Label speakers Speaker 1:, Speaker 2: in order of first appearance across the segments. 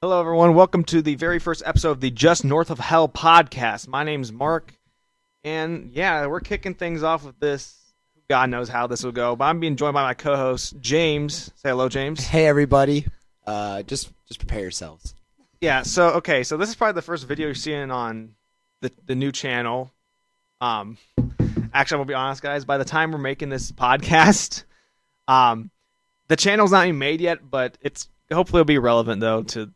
Speaker 1: Hello, everyone. Welcome to the very first episode of the Just North of Hell podcast. My name's Mark, and yeah, we're kicking things off with this. God knows how this will go, but I'm being joined by my co-host James. Say hello, James.
Speaker 2: Hey everybody, uh, just just prepare yourselves.
Speaker 1: Yeah. So okay, so this is probably the first video you're seeing on the the new channel. Um, actually, I'm gonna be honest, guys. By the time we're making this podcast, um, the channel's not even made yet, but it's hopefully it'll be relevant though. To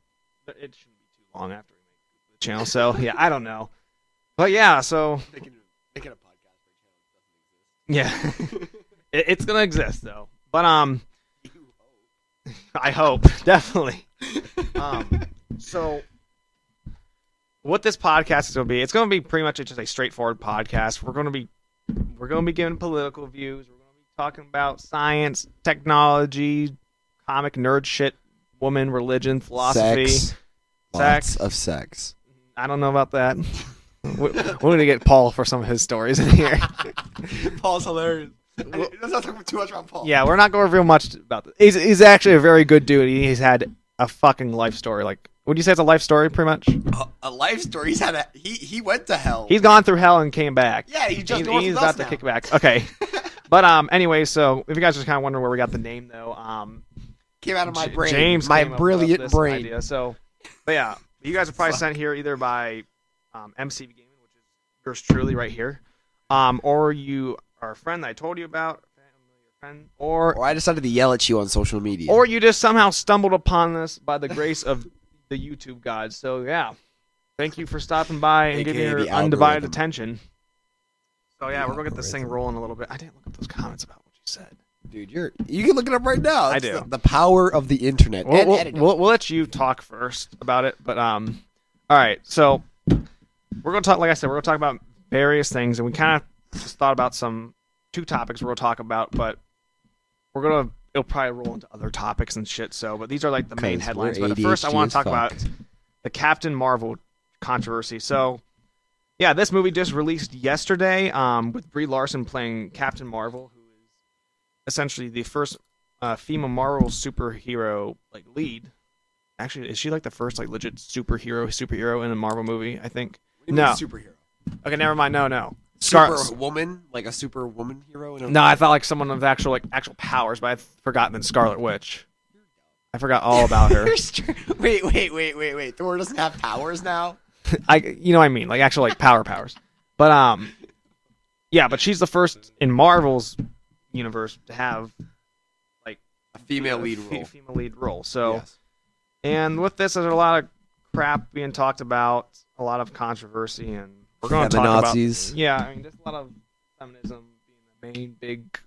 Speaker 1: it shouldn't be too long after we make the channel. So yeah, I don't know, but yeah. So
Speaker 2: Making, making a podcast
Speaker 1: yeah, it, it's gonna exist though. But um, I hope definitely. Um, so, what this podcast is going to be? It's going to be pretty much just a straightforward podcast. We're going to be we're going to be giving political views. We're going to be talking about science, technology, comic nerd shit, woman, religion, philosophy.
Speaker 2: Sex,
Speaker 1: Sex.
Speaker 2: lots of sex.
Speaker 1: I don't know about that. We- We're going to get Paul for some of his stories in here.
Speaker 3: Paul's hilarious. Let's not talk too much about Paul.
Speaker 1: Yeah, we're not going to reveal much about this. He's, he's actually a very good dude. He's had a fucking life story. Like, would you say it's a life story, pretty much?
Speaker 3: A, a life story. He's had a he he went to hell.
Speaker 1: He's gone through hell and came back.
Speaker 3: yeah, he's just
Speaker 1: he's,
Speaker 3: north
Speaker 1: he's
Speaker 3: of us
Speaker 1: about to
Speaker 3: now.
Speaker 1: kick back. Okay. but um, anyway, so if you guys are just kind of wondering where we got the name, though, um,
Speaker 3: Came out of my
Speaker 1: J-
Speaker 3: brain.
Speaker 1: James,
Speaker 2: My
Speaker 1: came up
Speaker 2: brilliant
Speaker 1: with this
Speaker 2: brain.
Speaker 1: Idea, so, but yeah, you guys are probably sent here either by um, MCB Gaming, which is yours truly right here, um, or you are a friend that I told you about, family or friend, or
Speaker 2: Or I decided to yell at you on social media.
Speaker 1: or you just somehow stumbled upon this by the grace of the YouTube gods. So yeah, thank you for stopping by and
Speaker 2: AKA
Speaker 1: giving your
Speaker 2: the
Speaker 1: undivided
Speaker 2: algorithm.
Speaker 1: attention. So yeah,
Speaker 2: The
Speaker 1: we're gonna get this thing
Speaker 2: algorithm.
Speaker 1: rolling a little bit. I didn't look up those comments about what you said.
Speaker 2: dude, you're you can look it up right now.
Speaker 1: I
Speaker 2: It's
Speaker 1: do.
Speaker 2: The, the power of the internet
Speaker 1: We'll,
Speaker 2: and
Speaker 1: we'll,
Speaker 2: editing.
Speaker 1: we'll, we'll let you talk first about it, but um, all right. So we're gonna talk. Like I said, we're gonna talk about various things, and we kind of just thought about some two topics we're gonna talk about, but we're gonna it'll probably roll into other topics and shit. So, but these are like the main
Speaker 2: 'Cause
Speaker 1: headlines.
Speaker 2: we're
Speaker 1: But at first, I
Speaker 2: ADHD
Speaker 1: want
Speaker 2: as
Speaker 1: to talk
Speaker 2: fuck.
Speaker 1: about the Captain Marvel controversy. So, yeah, this movie just released yesterday um, with Brie Larson playing Captain Marvel, who is essentially the first uh, female Marvel superhero like lead. Actually, is she like the first like legit superhero superhero in a Marvel movie? I think.
Speaker 3: What do you mean
Speaker 1: No.
Speaker 3: superhero.
Speaker 1: Okay, never mind. No, no. Scar-
Speaker 3: Superwoman, like a superwoman hero. In a
Speaker 1: No, I thought like someone of actual like actual powers, but I've forgotten that Scarlet Witch. I forgot all about her.
Speaker 3: You're str- wait, wait, wait, wait, wait. Thor doesn't have powers now.
Speaker 1: I you know what I mean, like actual like power powers. But um yeah, but she's the first in Marvel's universe to have
Speaker 3: A female lead
Speaker 1: a fe-
Speaker 3: role.
Speaker 1: female lead role. So
Speaker 3: Yes.
Speaker 1: and with this there's a lot of crap being talked about, a lot of controversy and we're going to
Speaker 2: the
Speaker 1: talk about
Speaker 2: Nazis.
Speaker 1: Yeah, I mean there's a lot of feminism being the main big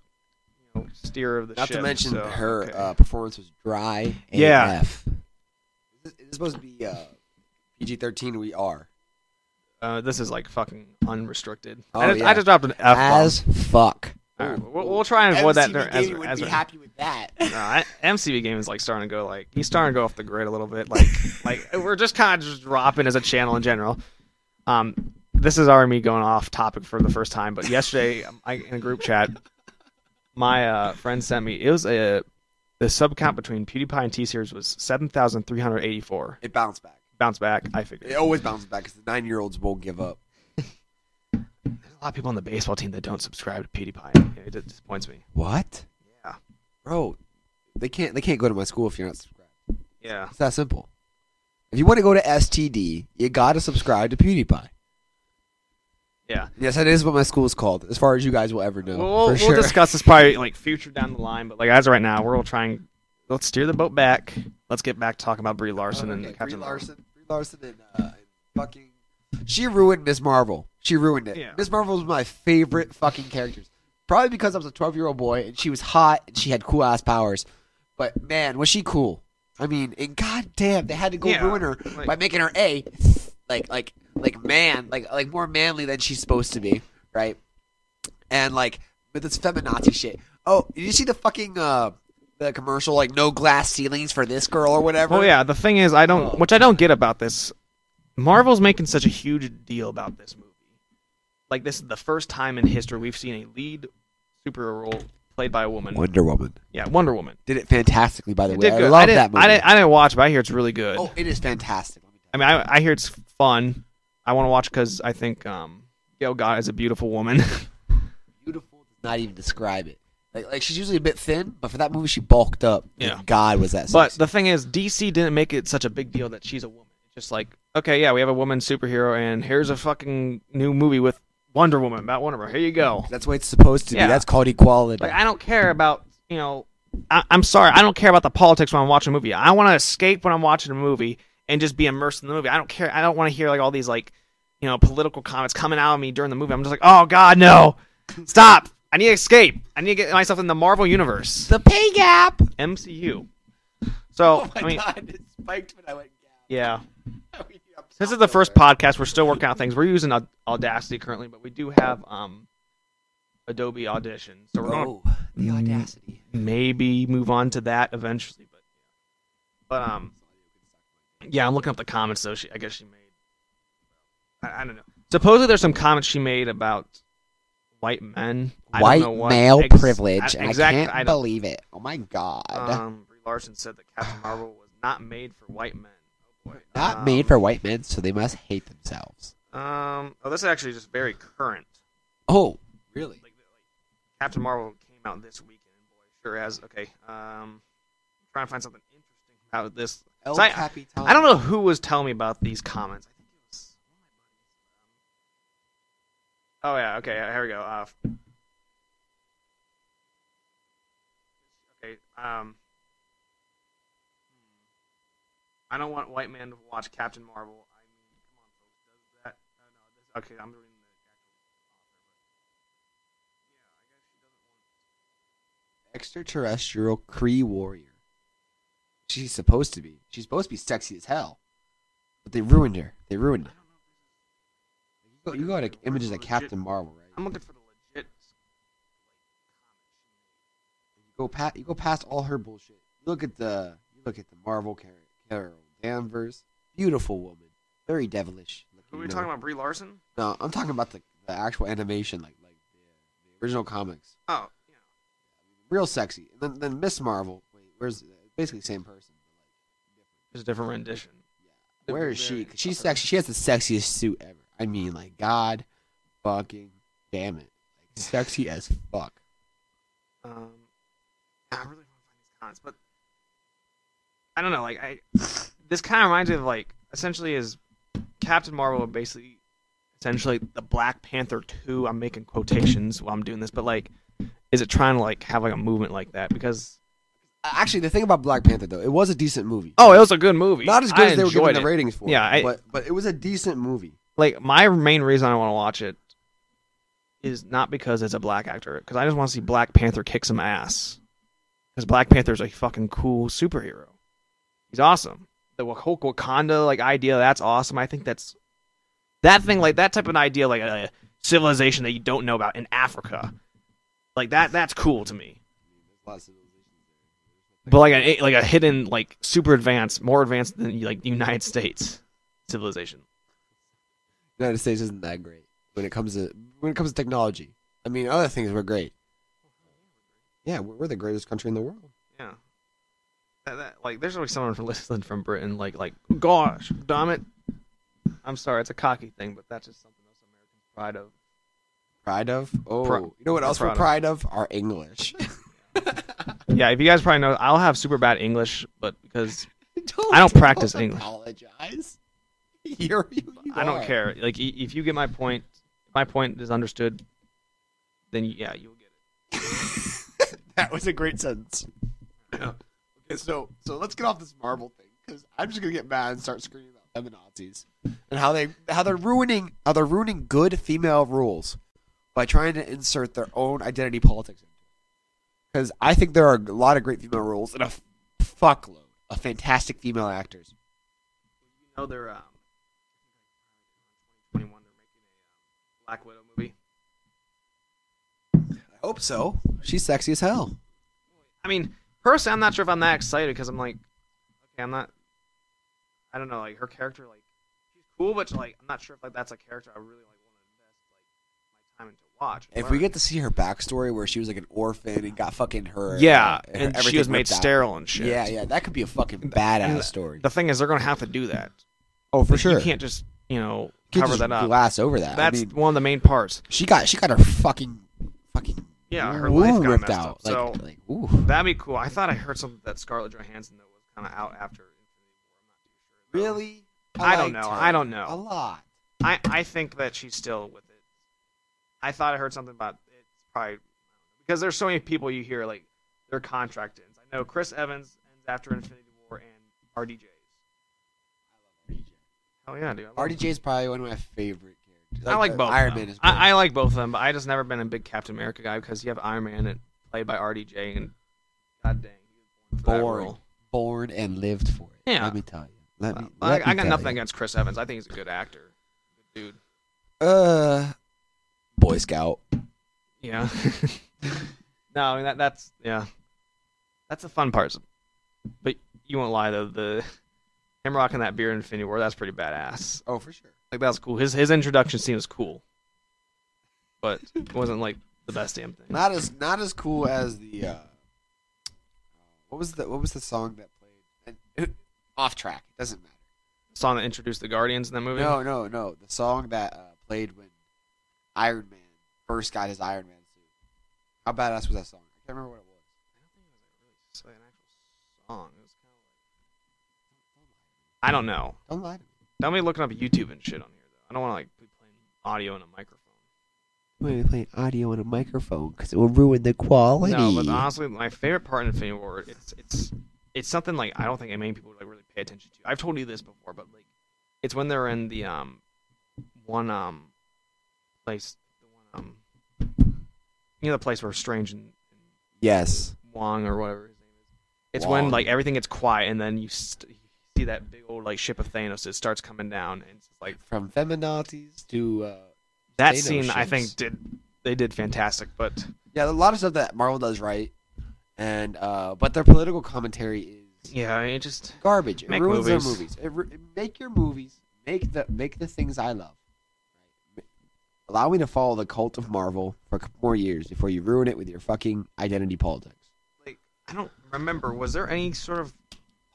Speaker 1: you know steer of the
Speaker 2: Not to
Speaker 1: ship,
Speaker 2: mention
Speaker 1: so,
Speaker 2: her
Speaker 1: okay.
Speaker 2: uh, performance was dry.
Speaker 1: Yeah.
Speaker 2: AF. Is this supposed to be uh, PG thirteen? We are
Speaker 1: Uh, this is like fucking unrestricted.
Speaker 2: Oh,
Speaker 1: I, just, I
Speaker 2: yeah.
Speaker 1: just dropped an F bomb.
Speaker 2: as fuck.
Speaker 1: we'll, we'll try and avoid that.
Speaker 3: MCB
Speaker 1: during-
Speaker 3: Gaming
Speaker 1: as-
Speaker 3: would
Speaker 1: as-
Speaker 3: be happy with that.
Speaker 1: No, I, MCB game is like starting to go like he's starting to go off the grid a little bit. Like like we're just kind of just dropping as a channel in general. Um, this is already me going off topic for the first time, but yesterday um, I, in a group chat, my uh, friend sent me it was a the sub count between PewDiePie and T Series was seven thousand three hundred eighty four.
Speaker 2: It bounced back.
Speaker 1: Bounce back, I figured.
Speaker 2: It always bounces back because the nine year olds won't give up.
Speaker 1: There's a lot of people on the baseball team that don't subscribe to PewDiePie. It just disappoints me.
Speaker 2: What?
Speaker 1: Yeah.
Speaker 2: bro, they can't they can't go to my school if you're not subscribed.
Speaker 1: Yeah.
Speaker 2: It's that simple. If you want to go to STD, you got to subscribe to PewDiePie.
Speaker 1: Yeah.
Speaker 2: Yes, that is what my school's called, as far as you guys will ever
Speaker 1: We'll,
Speaker 2: know. for
Speaker 1: we'll, we'll
Speaker 2: sure.
Speaker 1: discuss this probably like future down the line, but like as of right now, we're all trying. Let's steer the boat back. Let's get back to talking about Brie Larson and
Speaker 2: Okay, Brie
Speaker 1: Captain Marvel.
Speaker 2: Larson, Brie Larson, and, uh, and fucking. She ruined Miss Marvel. She ruined it.
Speaker 1: Yeah.
Speaker 2: Miss Marvel was my favorite fucking characters, probably because I was a twelve year old boy and she was hot and she had cool ass powers. But man, was she cool? I mean, and goddamn, they had to go
Speaker 1: Yeah,
Speaker 2: ruin her
Speaker 1: like-
Speaker 2: by making her a like like like man like like more manly than she's supposed to be, right? And like with this feminazi shit. Oh, did you see the fucking uh the commercial like no glass ceilings for this girl or whatever?
Speaker 1: Well, yeah. The thing is, I
Speaker 2: Oh.
Speaker 1: don't, which I don't get about this. Marvel's making such a huge deal about this movie. Like this is the first time in history we've seen a lead superhero role played by a woman.
Speaker 2: Wonder Woman
Speaker 1: Yeah, Wonder Woman.
Speaker 2: did it fantastically. By the
Speaker 1: It
Speaker 2: way,
Speaker 1: did
Speaker 2: I
Speaker 1: good.
Speaker 2: love
Speaker 1: didn't,
Speaker 2: that movie.
Speaker 1: I didn't, I didn't watch, it, but I hear it's really good.
Speaker 2: oh, it is fantastic.
Speaker 1: I mean, I, I hear it's fun. I want to watch because I think um, Gail God is a beautiful woman.
Speaker 2: beautiful does not even describe it. Like, like she's usually a bit thin, but for that movie, she bulked up.
Speaker 1: Yeah.
Speaker 2: And God, was that
Speaker 1: but
Speaker 2: sexy.
Speaker 1: the thing is, DC didn't make it such a big deal that she's a woman. It's just like, okay, yeah, we have a woman superhero, and here's a fucking new movie with Wonder Woman about Wonder Woman. Here you go.
Speaker 2: That's what it's supposed to
Speaker 1: Yeah.
Speaker 2: be. That's called equality.
Speaker 1: Like, I don't care about you know. I, I'm sorry, I don't care about the politics when I'm watching a movie. I want to escape when I'm watching a movie and just be immersed in the movie. I don't care. I don't want to hear like all these like you know political comments coming out of me during the movie. I'm just like, oh god, no, stop. I need to escape. I need to get myself in the Marvel universe,
Speaker 2: the pay gap.
Speaker 1: MCU. So
Speaker 3: Oh my
Speaker 1: I mean,
Speaker 3: god, it spiked when I went gap.
Speaker 1: yeah.
Speaker 3: I mean, I'm
Speaker 1: This
Speaker 3: not
Speaker 1: is the first
Speaker 3: aware.
Speaker 1: podcast. We're still working out things. We're using Au- Audacity currently, but we do have um, Adobe Audition, so we're gonna
Speaker 2: Oh, the
Speaker 1: Mm.
Speaker 2: audacity.
Speaker 1: maybe move on to that eventually. But but um, yeah, I'm looking up the comments though. She, I guess she made. I, I don't know. Supposedly, there's some comments she made about white men. I
Speaker 2: White
Speaker 1: don't know what.
Speaker 2: male
Speaker 1: ex-
Speaker 2: privilege.
Speaker 1: I,
Speaker 2: and
Speaker 1: exactly.
Speaker 2: I
Speaker 1: don't-
Speaker 2: can't believe it. Oh my God.
Speaker 1: Um, Brie Larson said that Captain Marvel was not made for white men. Oh boy.
Speaker 2: Not
Speaker 1: Um,
Speaker 2: made for white men, so they must hate themselves.
Speaker 1: Um. Oh, this is actually just very current.
Speaker 2: Oh, really?
Speaker 1: Like, like Captain Marvel came out this weekend. and Boy, sure has. Okay. Um, trying to find something interesting about this.
Speaker 2: El
Speaker 1: So I-
Speaker 2: Capitan.
Speaker 1: I don't know who was telling me about these comments. I think it was. Oh yeah. Okay. Here we go. Uh, okay. Um. I don't want white man to watch Captain Marvel. I mean, come on, folks. Does that? Oh, no, this, okay, I'm reading the actual author, but yeah, I guess she doesn't want.
Speaker 2: Extraterrestrial Cree warrior. She's supposed to be. She's supposed to be sexy as hell. But they ruined her. They ruined her. You go, you go to images of Captain Marvel, right?
Speaker 1: I'm looking for the legit.
Speaker 2: You go past you go past all her bullshit. You look at the you look at the Marvel character Carol Danvers, beautiful woman, very devilish.
Speaker 1: Who are we talking about? Brie Larson?
Speaker 2: No, I'm talking about the, the actual animation, like like the, the original comics,
Speaker 1: Oh, yeah.
Speaker 2: real sexy. And then then Miss Marvel, wait, where's basically the same person.
Speaker 1: It's a different rendition.
Speaker 2: But like, where is she?
Speaker 1: Very
Speaker 2: 'Cause She's
Speaker 1: upper.
Speaker 2: sexy. She has the sexiest suit ever. I mean, like God, fucking damn it, like, sexy as fuck.
Speaker 1: Um, I really want to find these cons, but I don't know. Like, I this kind of reminds me of like essentially is Captain Marvel basically essentially the Black Panther two. I'm making quotations while I'm doing this, but like, is it trying to like have like a movement like that? Because
Speaker 2: Actually, the thing about Black Panther though, it was a decent movie.
Speaker 1: oh, it was a good movie.
Speaker 2: Not as
Speaker 1: I
Speaker 2: good as they were
Speaker 1: enjoyed
Speaker 2: giving the
Speaker 1: it.
Speaker 2: ratings for.
Speaker 1: Yeah,
Speaker 2: it,
Speaker 1: I-
Speaker 2: but but it was a decent movie.
Speaker 1: Like my main reason I want to watch it is not because it's a black actor, because I just want to see Black Panther kick some ass. Because Black Panther's a fucking cool superhero. He's awesome. The Wak- whole Wakanda like idea, that's awesome. I think that's that thing like that type of an idea, like a civilization that you don't know about in Africa. Like that, that's cool to me. But like a like a hidden like super advanced, more advanced than like the United States civilization.
Speaker 2: The United States isn't that great when it comes to when it comes to technology. I mean, other things were great. Yeah, we're, we're the greatest country in the world.
Speaker 1: Yeah. That, that, like, there's always someone from listening from Britain, like, like, gosh, damn it. I'm sorry, it's a cocky thing, but that's just something else Americans pride of.
Speaker 2: Pride of oh,
Speaker 1: Pro-
Speaker 2: you know what
Speaker 1: we're
Speaker 2: else we're
Speaker 1: proud
Speaker 2: proud of? Our English.
Speaker 1: Yeah, if you guys probably know, I'll have super bad English, but because
Speaker 2: don't,
Speaker 1: I don't practice English.
Speaker 2: Apologize. You're, you, you
Speaker 1: I don't
Speaker 2: are.
Speaker 1: care. Like, i- if you get my point, if my point is understood, then yeah, you'll get it.
Speaker 2: That was a great sentence.
Speaker 3: Okay, so so let's get off this Marvel thing because I'm just gonna get mad and start screaming about feminazis.
Speaker 2: And how they how they're ruining how they're ruining good female rules by trying to insert their own identity politics. Because I think there are a lot of great female rules and a f- fuckload of fantastic female actors.
Speaker 1: You know, they're, um, 2021, they're making a um, Black Widow movie.
Speaker 2: I hope so. She's sexy as hell.
Speaker 1: I mean, personally, I'm not sure if I'm that excited because I'm like, okay, I'm not. I don't know, like her character, like she's cool, but like I'm not sure if like that's a character I really like want to invest like my time into watch.
Speaker 2: If we get to see her backstory where she was like an orphan and got fucking her uh,
Speaker 1: yeah,
Speaker 2: her-
Speaker 1: and she
Speaker 2: everything
Speaker 1: was made
Speaker 2: ripped out.
Speaker 1: sterile and shit.
Speaker 2: Yeah, yeah, that could be a fucking
Speaker 1: and
Speaker 2: badass story.
Speaker 1: The thing is, they're gonna have to do that
Speaker 2: oh, for
Speaker 1: You
Speaker 2: sure.
Speaker 1: can't just you know
Speaker 2: Can't
Speaker 1: cover
Speaker 2: just
Speaker 1: that up.
Speaker 2: Glass over that.
Speaker 1: That's
Speaker 2: I mean,
Speaker 1: one of the main parts.
Speaker 2: she got she got her fucking fucking
Speaker 1: Yeah, her
Speaker 2: womb
Speaker 1: life got
Speaker 2: ripped
Speaker 1: messed
Speaker 2: out.
Speaker 1: up,
Speaker 2: Like,
Speaker 1: so-
Speaker 2: like, ooh.
Speaker 1: That'd be cool. I thought I heard something that Scarlett Johansson though was kind of out after. Infinity War. I'm not too sure. though.
Speaker 2: Really?
Speaker 1: I don't
Speaker 2: liked
Speaker 1: know.
Speaker 2: her
Speaker 1: I don't
Speaker 2: A
Speaker 1: know.
Speaker 2: lot.
Speaker 1: I, I think that she's still with it. I thought I heard something about it's probably because there's so many people you hear like their contract ends. I know Chris Evans ends after Infinity War and RDJ's. Oh yeah, dude. I love
Speaker 2: RDJ is probably one of my favorite characters.
Speaker 1: I like
Speaker 2: the
Speaker 1: both.
Speaker 2: Iron
Speaker 1: of them.
Speaker 2: Man is. great.
Speaker 1: I, I like both of them, but I just never been a big Captain America guy because you have Iron Man and played by RDJ, and god dang, he was born for that
Speaker 2: Born.
Speaker 1: role.
Speaker 2: born and lived for it.
Speaker 1: Yeah.
Speaker 2: Let me tell you. Let me.
Speaker 1: I,
Speaker 2: let
Speaker 1: I
Speaker 2: me
Speaker 1: got
Speaker 2: tell
Speaker 1: nothing
Speaker 2: you.
Speaker 1: against Chris Evans. I think he's a good actor, good dude.
Speaker 2: Uh, Boy Scout.
Speaker 1: Yeah. no, I mean, that that's yeah, that's the fun part. But you won't lie though, the him rocking that beard in Infinity War, that's pretty badass.
Speaker 2: Oh, for sure.
Speaker 1: Like that was cool. His his introduction scene was cool, but it wasn't like the best damn thing.
Speaker 2: Not as not as cool as the. Uh, what was the What was the song that played? And, off track. It doesn't matter.
Speaker 1: song that introduced the Guardians in that movie.
Speaker 2: No, no, no. The song that uh, played when Iron Man first got his Iron Man suit. How badass was that song? I can't remember what it was.
Speaker 1: It's like an actual song. It was kind of like I don't know.
Speaker 2: Don't lie to me.
Speaker 1: Don't be looking up YouTube and shit on here though. I don't want to like be playing audio in a microphone.
Speaker 2: We're playing audio on a microphone because it will ruin the quality.
Speaker 1: No, but honestly, my favorite part in Infinity War it's it's it's something like I don't think many people like really pay attention to. I've told you this before, but like it's when they're in the um one um place the one um you know the place where Strange and, and
Speaker 2: yes.
Speaker 1: Wong or whatever his name is. It's when
Speaker 2: Wong.
Speaker 1: like everything gets quiet and then you, st- you see that big old like ship of Thanos that starts coming down and it's just like
Speaker 2: From feminazis to uh,
Speaker 1: that
Speaker 2: Thanos
Speaker 1: scene I
Speaker 2: ships.
Speaker 1: think did they did fantastic, but
Speaker 2: yeah, a lot of stuff that Marvel does right, and uh, but their political commentary is
Speaker 1: yeah, it just
Speaker 2: garbage. It
Speaker 1: Make
Speaker 2: ruins their
Speaker 1: movies.
Speaker 2: movies. It ru- make your movies. Make the make the things I love. Allow me to follow the cult of Marvel for a couple more years before you ruin it with your fucking identity politics.
Speaker 1: like I don't remember was there any sort of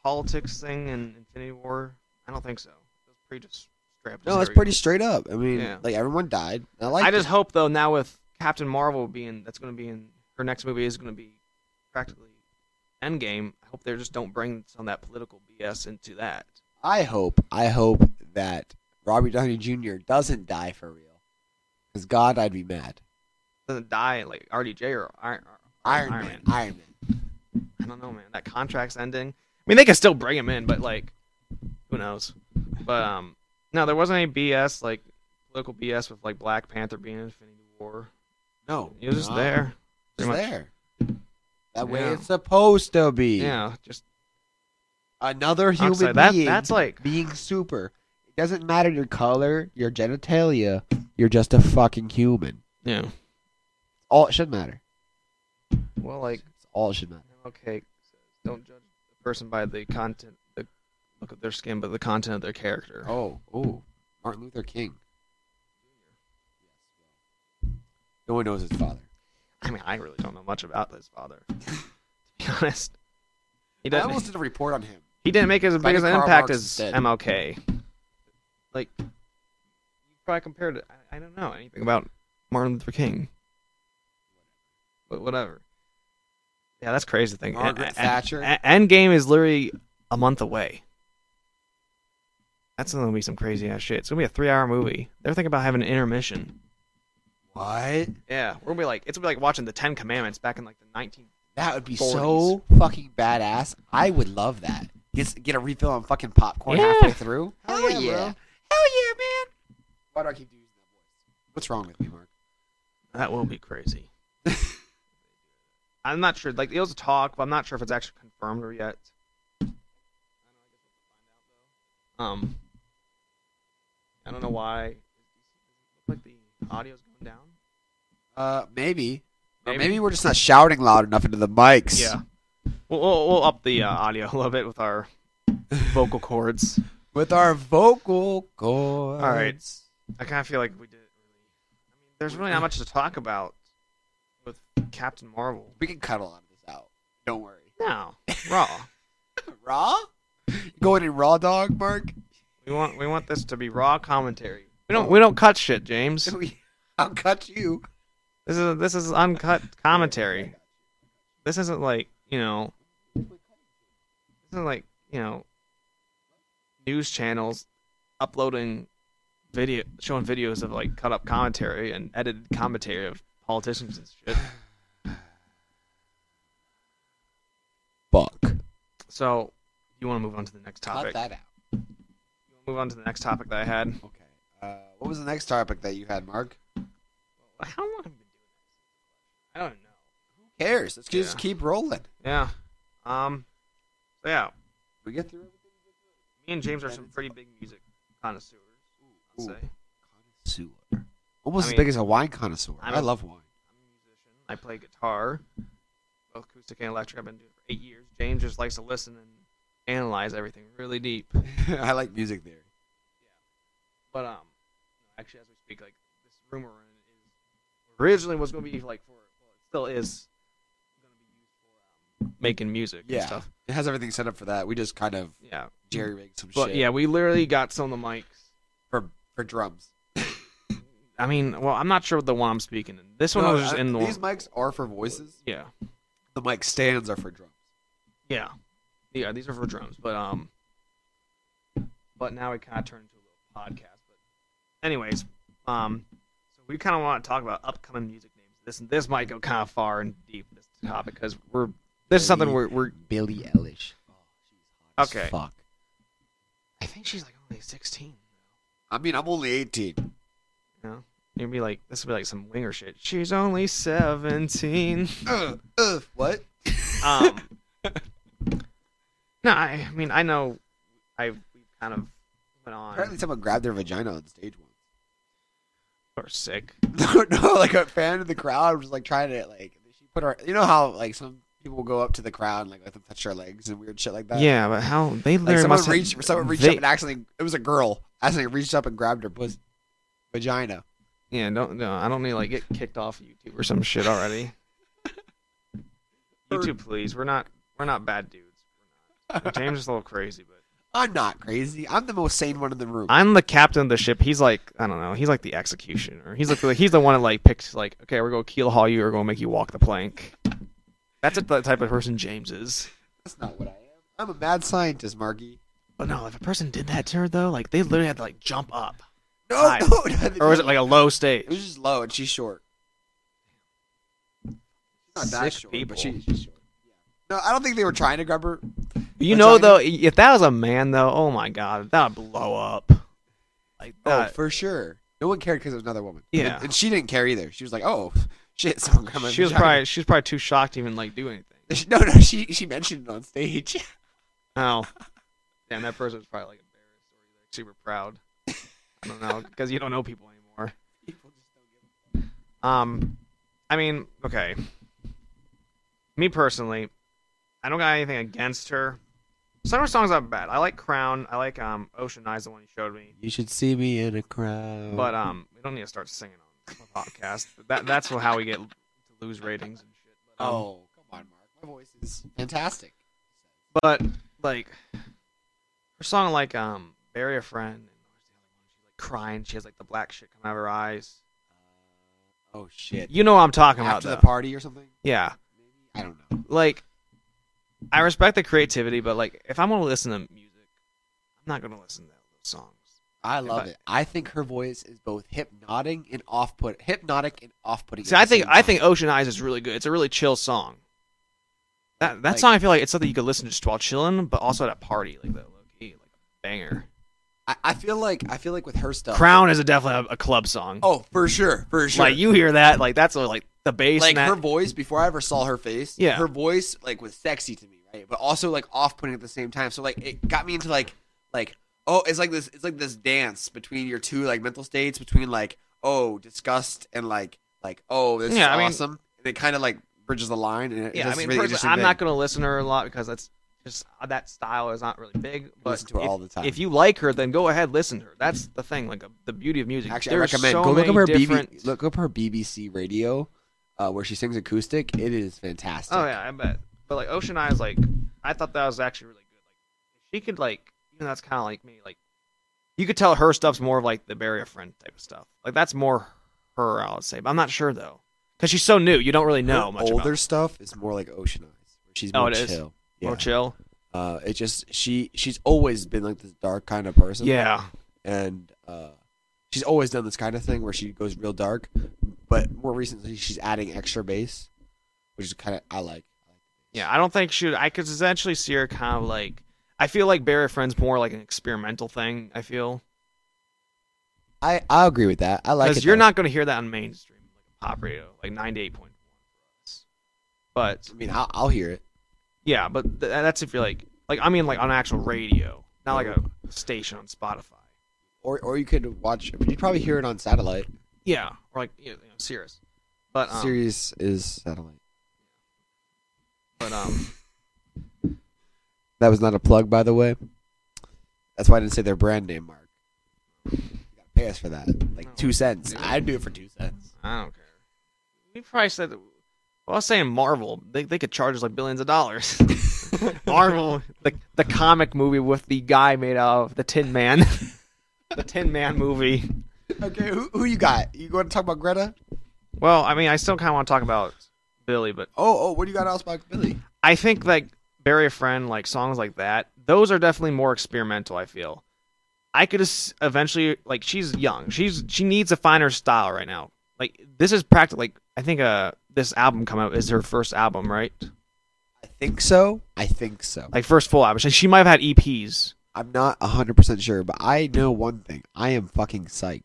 Speaker 1: politics thing in Infinity War? I don't think so. It was pretty just straight up
Speaker 2: No, it's
Speaker 1: serious.
Speaker 2: pretty straight up. I mean,
Speaker 1: Yeah.
Speaker 2: like everyone died. I like.
Speaker 1: I just
Speaker 2: it.
Speaker 1: hope though now with Captain Marvel being that's going to be in her next movie is going to be practically Endgame. I hope they just don't bring some of that political BS into that.
Speaker 2: I hope. I hope that Robbie Downey Jr. doesn't die for real. Because God, I'd be mad.
Speaker 1: Doesn't die like RDJ or Iron, or
Speaker 2: Iron, Man. Iron Man.
Speaker 1: I don't know, man. That contract's ending. I mean, they could still bring him in, but like, who knows? But um, no, there wasn't any BS like political BS with like Black Panther being in Infinity War.
Speaker 2: No,
Speaker 1: It was just
Speaker 2: Nah,
Speaker 1: there.
Speaker 2: It's
Speaker 1: pretty much.
Speaker 2: there. That way
Speaker 1: Yeah.
Speaker 2: it's supposed to be.
Speaker 1: Yeah, just
Speaker 2: Another human
Speaker 1: outside. That,
Speaker 2: being
Speaker 1: that's like
Speaker 2: being super. It doesn't matter your color, your genitalia. You're just a fucking human.
Speaker 1: yeah.
Speaker 2: All it should matter.
Speaker 1: Well, like
Speaker 2: It's all it should matter.
Speaker 1: Okay, says, don't judge a person by the content, the look of their skin, but the content of their character.
Speaker 2: Oh, oh, Martin Luther King. No one knows his father.
Speaker 1: I mean, I really don't know much about this father. to be honest, he didn't.
Speaker 2: I almost did a report on him.
Speaker 1: he didn't make as
Speaker 2: I
Speaker 1: big
Speaker 2: did
Speaker 1: as an
Speaker 2: Karl
Speaker 1: impact
Speaker 2: Marx
Speaker 1: as
Speaker 2: instead.
Speaker 1: MLK. Like, you probably compared it. I, I don't know anything about Martin Luther King, but whatever. Yeah, that's crazy to think.
Speaker 2: Margaret Thatcher.
Speaker 1: End, Endgame is literally a month away. That's gonna be some crazy ass shit. It's gonna be a three-hour movie. They're thinking about having an intermission.
Speaker 2: What?
Speaker 1: Yeah, we're gonna be like, it's gonna be like watching the Ten Commandments back in like the 19.
Speaker 2: That would be
Speaker 1: 40s.
Speaker 2: so fucking badass. I would love that. Get get a refill on fucking popcorn
Speaker 1: Yeah.
Speaker 2: halfway through.
Speaker 1: Hell yeah, bro.
Speaker 2: Hell yeah, man. Why do I keep using that voice? What's wrong with me, Mark?
Speaker 1: That will be crazy. I'm not sure. Like, it was a talk, but I'm not sure if it's actually confirmed or yet. Um, I don't know why. Like the audio's going down.
Speaker 2: Uh, maybe. Or
Speaker 1: Maybe.
Speaker 2: Maybe. we're just not shouting loud enough into the mics.
Speaker 1: Yeah, we'll we'll, we'll up the uh, audio a little bit with our vocal cords.
Speaker 2: With our vocal cords.
Speaker 1: All right. I kind of feel like we did. it really- I mean, there's really not much to talk about with Captain Marvel.
Speaker 2: We can cut a lot of this out.
Speaker 3: Don't worry.
Speaker 1: No, Raw.
Speaker 2: Raw? Going in raw dog, Mark?
Speaker 1: we want we want this to be raw commentary. We don't we don't cut shit, James.
Speaker 2: We- I'll cut you.
Speaker 1: This is this is uncut commentary. This isn't like you know. This isn't like you know. News channels uploading video, showing videos of like cut up commentary and edited commentary of politicians and shit.
Speaker 2: Fuck.
Speaker 1: So, you want to move on to the next topic?
Speaker 2: Cut that out.
Speaker 1: You wanna Move on to the next topic that I had.
Speaker 2: Okay. Uh, what was the next topic that you had, Mark?
Speaker 1: How long have we been doing this? I don't know.
Speaker 2: Who cares? Let's just
Speaker 1: Yeah.
Speaker 2: keep rolling.
Speaker 1: Yeah. Um. So yeah,
Speaker 2: We get through everything.
Speaker 1: me and James are some pretty big music connoisseurs. I'll
Speaker 2: Ooh.
Speaker 1: say.
Speaker 2: Connoisseur. Almost
Speaker 1: I
Speaker 2: as
Speaker 1: mean,
Speaker 2: big as a wine connoisseur.
Speaker 1: I'm
Speaker 2: I
Speaker 1: a-
Speaker 2: love wine.
Speaker 1: I'm a musician. I play guitar, both acoustic and electric. I've been doing it for eight years. James just likes to listen and analyze everything really deep.
Speaker 2: I like music theory.
Speaker 1: But um, actually, as we speak, like this room we're in is originally was going to be like for well, it still is going to be used for um, making music
Speaker 2: Yeah.
Speaker 1: and stuff.
Speaker 2: It has everything set up for that. We just kind of
Speaker 1: Yeah.
Speaker 2: jerry rigged some
Speaker 1: But
Speaker 2: shit
Speaker 1: yeah, we literally got some of the mics.
Speaker 2: for for drums.
Speaker 1: I mean, well, I'm not sure what the one I'm speaking in. This one
Speaker 2: No,
Speaker 1: was just
Speaker 2: I-
Speaker 1: in the
Speaker 2: these
Speaker 1: one.
Speaker 2: mics are for voices.
Speaker 1: Yeah.
Speaker 2: The mic stands are for drums.
Speaker 1: Yeah, yeah. These are for drums, but um, but now it kind of turned into a little podcast. But anyways, um, so we kind of want to talk about upcoming music names. This this might go kind of far and deep this topic because we're this is something we're we're
Speaker 2: Billie Eilish. Oh, she's hot
Speaker 1: Okay.
Speaker 2: fuck.
Speaker 1: I think she's like only sixteen.
Speaker 2: I mean, I'm only 18.
Speaker 1: You know, you'd be like this would be like some winger shit. She's only seventeen.
Speaker 2: Ugh, ugh, Uh, what?
Speaker 1: Um, no, I, I mean I know I we kind of went on
Speaker 2: Apparently, someone grabbed their vagina on stage once.
Speaker 1: or sick.
Speaker 2: no, no, like a fan in the crowd was like trying to like she put her. You know how like some people will go up to the crowd and like let them touch their legs and weird shit like that.
Speaker 1: Yeah, but how they
Speaker 2: Like
Speaker 1: literally
Speaker 2: someone
Speaker 1: must have-
Speaker 2: reached, someone reached up
Speaker 1: they-
Speaker 2: and actually, it was a girl. Actually reached up and grabbed her pussy, vagina.
Speaker 1: Yeah, don't no, I don't need to, like get kicked off YouTube or some shit already. YouTube, please. We're not we're not bad dudes. We're not. James is a little crazy, but
Speaker 2: I'm not crazy. I'm the most sane one in the room.
Speaker 1: I'm the captain of the ship. He's like I don't know. He's like the executioner. He's like the- he's the one that like picks like okay, we're gonna keel haul you or gonna make you walk the plank. That's the type of person James is.
Speaker 2: That's not what I am. I'm a mad scientist, Marky.
Speaker 1: But no, if a person did that to her though, like they literally had to like jump up,
Speaker 2: No,
Speaker 1: Hi.
Speaker 2: no, no,
Speaker 1: or was it like a low
Speaker 2: It was
Speaker 1: stage?
Speaker 2: just low, and she's short. She's not that
Speaker 1: Sick
Speaker 2: short,
Speaker 1: people.
Speaker 2: but she, she's short. No, I don't think they were trying to grab her.
Speaker 1: You
Speaker 2: I'm
Speaker 1: know
Speaker 2: talking-
Speaker 1: though, if that was a man though, oh my god, that would blow up. Like
Speaker 2: Oh,
Speaker 1: that.
Speaker 2: for sure. No one cared because it was another woman.
Speaker 1: Uh, Yeah.
Speaker 2: and, and she didn't care either. She was like, "Oh, shit, someone grabbed my
Speaker 1: she was
Speaker 2: vagina."
Speaker 1: probably she was probably too shocked to even like do anything.
Speaker 2: no, no. She she mentioned it on stage.
Speaker 1: Oh, damn, that person was probably like embarrassed or like super proud. I don't know because you don't know people anymore.
Speaker 2: People just don't give
Speaker 1: Um, I mean, okay. Me personally, I don't got anything against her. Some of her songs aren't bad. I like Crown. I like um Ocean Eyes, the one you showed me.
Speaker 2: You should see me in a crowd.
Speaker 1: But um, we don't need to start singing on the podcast. That that's how we get to lose ratings and shit. But, um,
Speaker 2: oh, come on, Mark. My voice is fantastic.
Speaker 1: But like her song, like um, "Bury a Friend," and what was the other one? She's like crying. She has like the black shit coming out of her eyes.
Speaker 2: oh shit.
Speaker 1: You know what I'm talking about,
Speaker 2: After
Speaker 1: though.
Speaker 2: the party or something?
Speaker 1: yeah,
Speaker 2: Maybe I don't know.
Speaker 1: like I respect the creativity, but like if I'm gonna listen to music, I'm not gonna listen to those songs.
Speaker 2: I love
Speaker 1: I-
Speaker 2: it. I think her voice is both hypnotic and off put hypnotic and off putting.
Speaker 1: See, I think I think "Ocean Eyes" is really good. It's a really chill song. That that
Speaker 2: Like-
Speaker 1: song, I feel like it's something you could listen to just while chilling, but also at a party, like the low key, like a banger.
Speaker 2: I, I feel like I feel like with her stuff.
Speaker 1: "Crown" is a, definitely a, a club song.
Speaker 2: Oh, for sure, for sure.
Speaker 1: Like you hear that, like that's a, like the bass.
Speaker 2: Like,
Speaker 1: and that,
Speaker 2: her voice before I ever saw her face.
Speaker 1: Yeah.
Speaker 2: her voice like was sexy to me, right? But also like off putting at the same time. So like it got me into like like oh, it's like this it's like this dance between your two like mental states between like oh disgust and like like oh this
Speaker 1: Yeah, I
Speaker 2: is
Speaker 1: mean-
Speaker 2: awesome. and it kind of like bridges the line. And it-
Speaker 1: Yeah, I
Speaker 2: it's
Speaker 1: mean,
Speaker 2: really
Speaker 1: personally,
Speaker 2: interesting
Speaker 1: I'm
Speaker 2: thing.
Speaker 1: not going to listen to her a lot because that's just that style is not really big. But
Speaker 2: listen to her
Speaker 1: if,
Speaker 2: all the time.
Speaker 1: if you like her, then go ahead listen to her. That's the thing, like uh, the beauty of music.
Speaker 2: Actually,
Speaker 1: There's
Speaker 2: I recommend
Speaker 1: so
Speaker 2: go look
Speaker 1: many
Speaker 2: up her
Speaker 1: different.
Speaker 2: BB, look up her BBC radio, uh, where she sings acoustic. It is fantastic.
Speaker 1: Oh yeah, I bet. But like Ocean Eyes, like I thought that was actually really good. Like she could like even that's kind of like me. Like you could tell her stuff's more of like the bury a friend type of stuff. Like that's more her, I would say. But I'm not sure though, because she's so new. You don't really know
Speaker 2: Her
Speaker 1: much
Speaker 2: older
Speaker 1: about.
Speaker 2: stuff is more like Ocean Eyes. Where she's
Speaker 1: Oh,
Speaker 2: more
Speaker 1: it is?
Speaker 2: chill.
Speaker 1: Her.
Speaker 2: Yeah.
Speaker 1: More chill.
Speaker 2: Uh, it just she she's always been like this dark kind of person.
Speaker 1: Yeah.
Speaker 2: and uh, she's always done this kind of thing where she goes real dark. But more recently, she's adding extra bass, which is kind of I like.
Speaker 1: Yeah, I don't think she. I could essentially see her kind of like. I feel like Barry Friend's more like an experimental thing. I feel
Speaker 2: I I agree with that. I like
Speaker 1: because
Speaker 2: it.
Speaker 1: you're
Speaker 2: though.
Speaker 1: not going to hear that on mainstream like pop radio, like ninety eight point one. But
Speaker 2: I mean, I'll, I'll hear it.
Speaker 1: yeah, but th- that's if you're like, like I mean, like on actual radio, not like a station on Spotify.
Speaker 2: Or, or you could watch. You'd probably hear it on satellite.
Speaker 1: Yeah, or like you know, you know Sirius. But um,
Speaker 2: Sirius is satellite.
Speaker 1: but um,
Speaker 2: That was not a plug, by the way. That's why I didn't say their brand name, Mark. You gotta pay us for that, like
Speaker 1: No.
Speaker 2: two cents.
Speaker 1: Yeah.
Speaker 2: I'd do it for two cents.
Speaker 1: I don't care. We probably said. Well, I was saying Marvel. They they could charge us like billions of dollars. Marvel, the the comic movie with the guy made out of the Tin Man, the Tin Man movie.
Speaker 2: Okay, who, who you got? You want to talk about Greta?
Speaker 1: Well, I mean, I still kind of want to talk about Billy, but
Speaker 2: Oh, oh, what do you got else about Billy?
Speaker 1: I think like "Bury a Friend," like songs like that, those are definitely more experimental. I feel I could as- eventually like she's young, she's she needs to find her style right now. Like this is practical. Like I think uh this album come out is her first album, right?
Speaker 2: I think so. I think so.
Speaker 1: Like first full album. She, she might have had E EPs.
Speaker 2: I'm not 100% sure, but I know one thing. I am fucking psyched.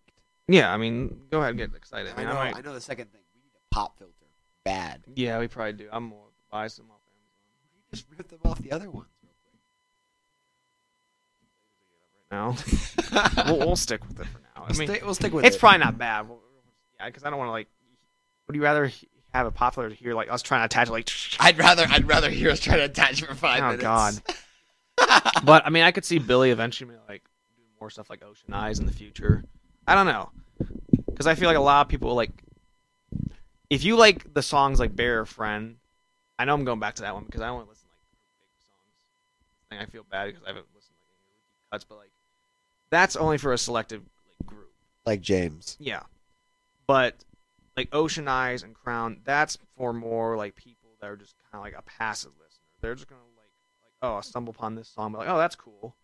Speaker 1: Yeah, I mean, go ahead, and get excited.
Speaker 2: I
Speaker 1: man.
Speaker 2: know,
Speaker 1: might-
Speaker 2: I know the second thing. We need a pop filter. Bad.
Speaker 1: yeah, we probably do. I'm more biased than my family.
Speaker 2: You just ripped them off the other ones.
Speaker 1: No,
Speaker 2: we'll,
Speaker 1: we'll, we'll stick with it for now. I mean,
Speaker 2: stay- we'll stick with
Speaker 1: it's
Speaker 2: it.
Speaker 1: probably not bad. Well, Yeah, because I don't want to like. Would you rather he- have a popular to hear like us trying to attach like?
Speaker 2: I'd rather I'd rather hear us try to attach for five
Speaker 1: oh
Speaker 2: minutes.
Speaker 1: God. but I mean, I could see Billy eventually like do more stuff like Ocean Eyes in the future. I don't know, because I feel like a lot of people like. If you like the songs like "Bear Friend," I know I'm going back to that one because I only listen to, like big songs. And I feel bad because I haven't listened to like, any cuts, but like that's only for a selective like, group.
Speaker 2: Like James.
Speaker 1: Yeah. But like Ocean Eyes and Crown, that's for more like people that are just kind of like a passive listener. They're just gonna like like oh, I stumble upon this song, but like oh, that's cool.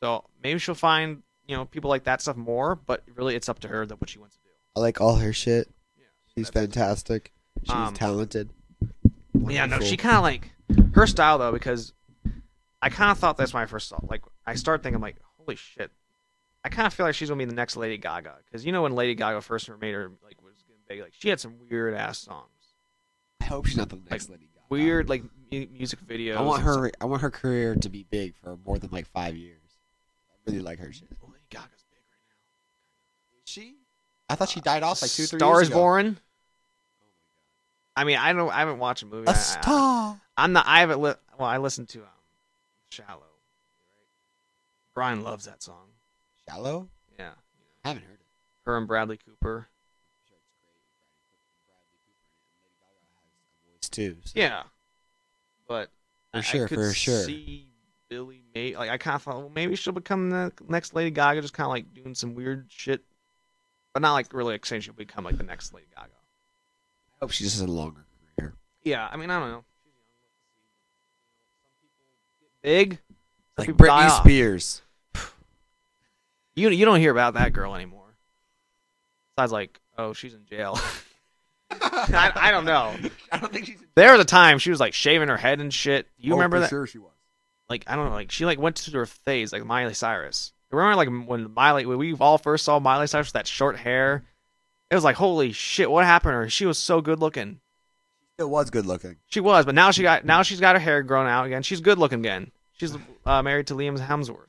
Speaker 1: So maybe she'll find you know people like that stuff more, but really it's up to her that what she wants to do.
Speaker 2: I like all her shit.
Speaker 1: Yeah.
Speaker 2: She's
Speaker 1: That's-
Speaker 2: fantastic. She's
Speaker 1: Um,
Speaker 2: talented.
Speaker 1: Yeah, no,
Speaker 2: Wonderful.
Speaker 1: she kind of like her style though, because I kind of thought that's when I first saw. Like, I started thinking like, holy shit, I kind of feel like she's gonna be the next Lady Gaga, because you know when Lady Gaga first made her like was getting big, like she had some weird ass songs,
Speaker 2: I hope she's not the next lady. Gaga.
Speaker 1: weird like mu- music videos.
Speaker 2: I want
Speaker 1: and
Speaker 2: her. I want her career to be big for more than like five years. I really like her shit.
Speaker 1: stuff. Lady Gaga's big right now.
Speaker 2: She? I thought she died off like two, three.
Speaker 1: Star
Speaker 2: years
Speaker 1: is
Speaker 2: ago.
Speaker 1: Born. I mean, I don't. I haven't watched a movie. I-
Speaker 2: A
Speaker 1: I-
Speaker 2: star.
Speaker 1: I'm not. I haven't. Li- well, I listened to um, "Shallow." Brian loves that song.
Speaker 2: Shallow?
Speaker 1: Yeah,
Speaker 2: I haven't heard it.
Speaker 1: her and Bradley Cooper.
Speaker 2: Voice too. so-
Speaker 1: Yeah, but
Speaker 2: For
Speaker 1: I-
Speaker 2: sure,
Speaker 1: I could
Speaker 2: for sure.
Speaker 1: See Billy May, like I kind of thought, well, maybe she'll become the next Lady Gaga, just kind of like doing some weird shit, but not like really like saying she'll become like the next Lady Gaga.
Speaker 2: I hope she just has a longer career.
Speaker 1: Yeah, I mean, I don't know. Big,
Speaker 2: Like
Speaker 1: people die
Speaker 2: Britney
Speaker 1: off.
Speaker 2: Spears.
Speaker 1: You you don't hear about that girl anymore. Besides, like, oh, she's in jail. I, I don't know.
Speaker 2: I don't think she's.
Speaker 1: There was a time she was like shaving her head and shit. You
Speaker 2: Oh,
Speaker 1: remember that?
Speaker 2: Sure, she was.
Speaker 1: like I don't know, like she like went through her phase, like Miley Cyrus. Remember, like when Miley, when we all first saw Miley Cyrus with that short hair, it was like, holy shit, what happened to her? She was so good looking.
Speaker 2: It was good looking.
Speaker 1: She was, but now she got, now she's got her hair grown out again. She's good looking again. She's uh, married to Liam Hemsworth.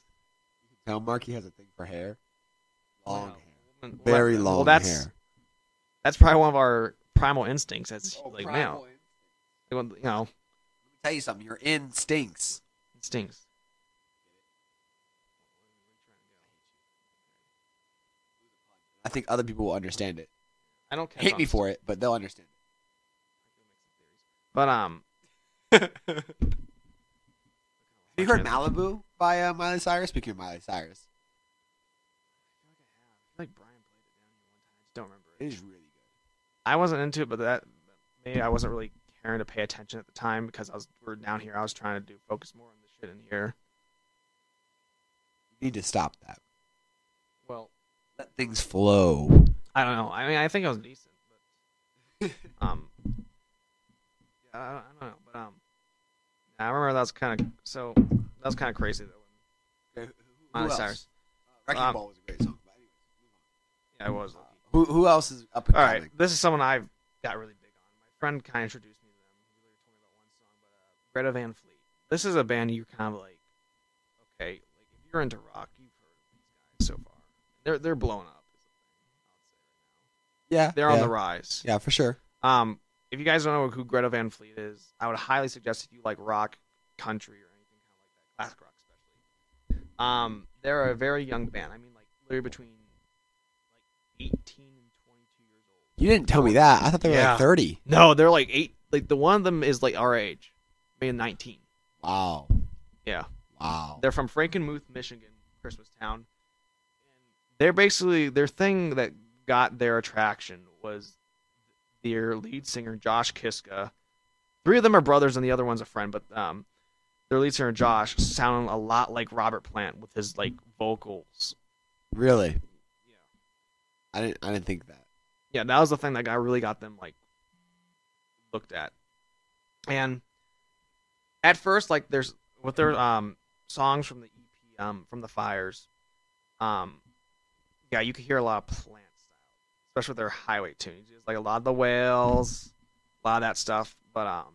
Speaker 2: Now Marky has a thing for hair.
Speaker 1: Wow.
Speaker 2: Long hair.
Speaker 1: Well, that-
Speaker 2: Very long
Speaker 1: well, that's,
Speaker 2: hair.
Speaker 1: That's probably one of our primal
Speaker 2: Oh,
Speaker 1: instincts as like now, you know,
Speaker 2: Let me tell you something. Your instincts
Speaker 1: Stinks.
Speaker 2: I think other people will understand it.
Speaker 1: I don't care.
Speaker 2: Hate me for it, but they'll understand.
Speaker 1: But um,
Speaker 2: it. Have you heard Malibu by uh, Miley Cyrus? Speaking of Miley Cyrus,
Speaker 1: like Brian played it down here one time. I just don't remember
Speaker 2: it is really good.
Speaker 1: I wasn't into it, but that maybe I wasn't really caring to pay attention at the time because I was we're down here. I was trying to do focus more on the shit in here.
Speaker 2: You need to stop that.
Speaker 1: Well,
Speaker 2: Let things flow.
Speaker 1: I don't know. I mean, I think I was decent, but um, yeah, I, I don't know. But um, I remember that was kind of so that was kind of crazy though.
Speaker 2: Okay, who,
Speaker 1: Miley
Speaker 2: else?
Speaker 1: Cyrus.
Speaker 2: Wrecking
Speaker 1: Um,
Speaker 2: Ball was a great song. But anyway,
Speaker 1: Yeah, I was. lucky.
Speaker 2: who who else is up and
Speaker 1: All
Speaker 2: coming?
Speaker 1: right, this is someone I got really big on. My friend kind of introduced me to them. He literally told me about one song, but uh, Greta Van Fleet. This is a band you kind of like. Okay, like if you're into rock, you've heard of these guys so far. They're they're blowing up. is the thing I would say right
Speaker 2: Yeah,
Speaker 1: now. They're on
Speaker 2: yeah,
Speaker 1: the rise.
Speaker 2: Yeah, for sure.
Speaker 1: Um, if you guys don't know who Greta Van Fleet is, I would highly suggest if you like rock, country, or anything kind of like that, classic rock especially. Um, they're a very young band. I mean, like literally between like 18 and 22 years old.
Speaker 2: You didn't tell me that. I thought they were
Speaker 1: Yeah.
Speaker 2: like thirty.
Speaker 1: No, they're like eight. Like the one of them is like our age, maybe nineteen.
Speaker 2: Wow.
Speaker 1: Yeah.
Speaker 2: Wow.
Speaker 1: They're from Frankenmuth, Michigan, Christmas Town. And they're basically their thing that got their attraction was their lead singer Josh Kiska. Three of them are brothers, and the other one's a friend. But um, their lead singer Josh sounded a lot like Robert Plant with his like vocals.
Speaker 2: really?
Speaker 1: Yeah.
Speaker 2: I didn't. I didn't think that.
Speaker 1: yeah, that was the thing that got really got them like looked at. And at first, like there's with their um songs from the EP um from the Fires, um yeah, you could hear a lot of plant style, especially with their highway tunes. It's like a lot of the whales, a lot of that stuff. But um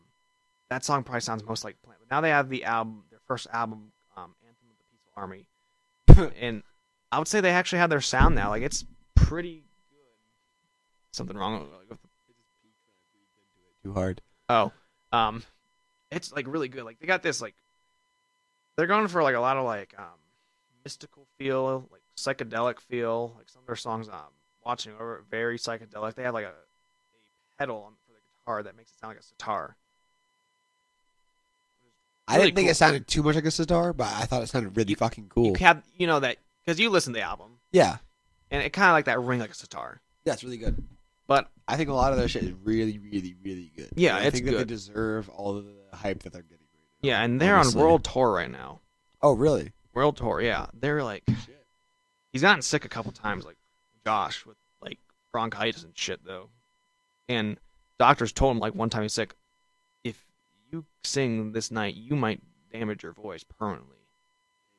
Speaker 1: that song probably sounds most like plant. But now they have the album their first album, um, Anthem of the Peaceful Army. and I would say they actually have their sound now. Like it's pretty something wrong with- like, with the-
Speaker 2: Too hard.
Speaker 1: oh um it's like really good like they got this like they're going for like a lot of like um mystical feel like psychedelic feel like some of their songs um watching over it, very psychedelic they have like a, a pedal on for the guitar that makes it sound like a sitar
Speaker 2: I
Speaker 1: Really
Speaker 2: didn't think
Speaker 1: cool.
Speaker 2: it sounded too much like a sitar, but I thought it sounded really
Speaker 1: You-
Speaker 2: fucking cool.
Speaker 1: you have you know that because you listen to the album
Speaker 2: yeah.
Speaker 1: and it kind of like that ring like a sitar
Speaker 2: Yeah, it's really good.
Speaker 1: but
Speaker 2: I think a lot of their shit is really, really, really good.
Speaker 1: Yeah,
Speaker 2: And I
Speaker 1: it's
Speaker 2: think that
Speaker 1: good.
Speaker 2: they deserve all of the hype that they're getting. Right now.
Speaker 1: yeah and they're
Speaker 2: Honestly.
Speaker 1: on world tour right now
Speaker 2: Oh, really?
Speaker 1: world tour yeah they're like
Speaker 2: Shit.
Speaker 1: he's gotten sick a couple times, like Josh with like bronchitis and shit though. And doctors told him like one time he's sick, if you sing this night, you might damage your voice permanently.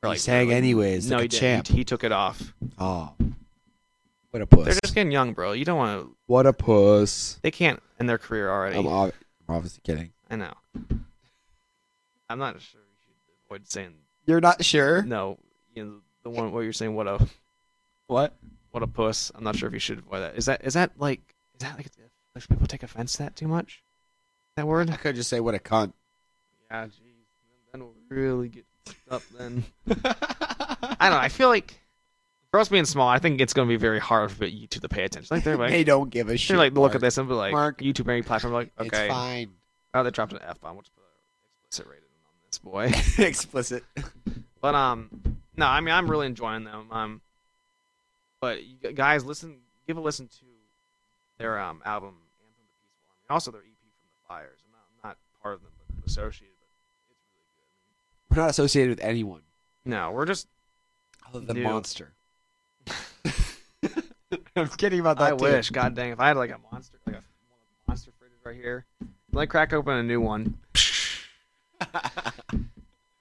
Speaker 1: Or,
Speaker 2: he sang
Speaker 1: really-
Speaker 2: anyways.
Speaker 1: no,
Speaker 2: like
Speaker 1: he didn't.
Speaker 2: a champ.
Speaker 1: He, he took it off.
Speaker 2: Oh, what a puss!
Speaker 1: They're just getting young, bro. You don't want to.
Speaker 2: What a puss!
Speaker 1: They can't end their career already.
Speaker 2: I'm, ob- I'm obviously kidding.
Speaker 1: I know. I'm not sure you should avoid saying
Speaker 2: You're not sure?
Speaker 1: no. You know, the one where you're saying what a
Speaker 2: What?
Speaker 1: what a puss. I'm not sure if you should avoid that. Is that is that like is that like should people take offense to that too much? That
Speaker 2: I
Speaker 1: word?
Speaker 2: could just say what a cunt.
Speaker 1: Yeah, jeez. Then we'll really get fucked up then. I don't know. I feel like for us being small, I think it's gonna be very hard for YouTube to pay attention. Like they're like
Speaker 2: they don't give a shit.
Speaker 1: they're like look
Speaker 2: Mark.
Speaker 1: at this and be like
Speaker 2: Mark.
Speaker 1: YouTube any platform like
Speaker 2: It's
Speaker 1: okay.
Speaker 2: fine.
Speaker 1: Oh, they dropped an F bomb. We'll just put an explicit rating on this boy.
Speaker 2: Explicit.
Speaker 1: But um, no, I mean I'm really enjoying them. Um, but you g- guys, listen, give a listen to their um album Anthem to Peaceful Army, and also their EP from the Fires. I'm not, I'm not part of them, but I'm associated. But it's really good.
Speaker 2: We're not associated with anyone
Speaker 1: No, we're just
Speaker 2: other than
Speaker 1: Dude.
Speaker 2: monster. I'm kidding about that.
Speaker 1: I
Speaker 2: too.
Speaker 1: wish, god dang, if I had like a monster, like a one of the monster fridges right here, like crack open a new one.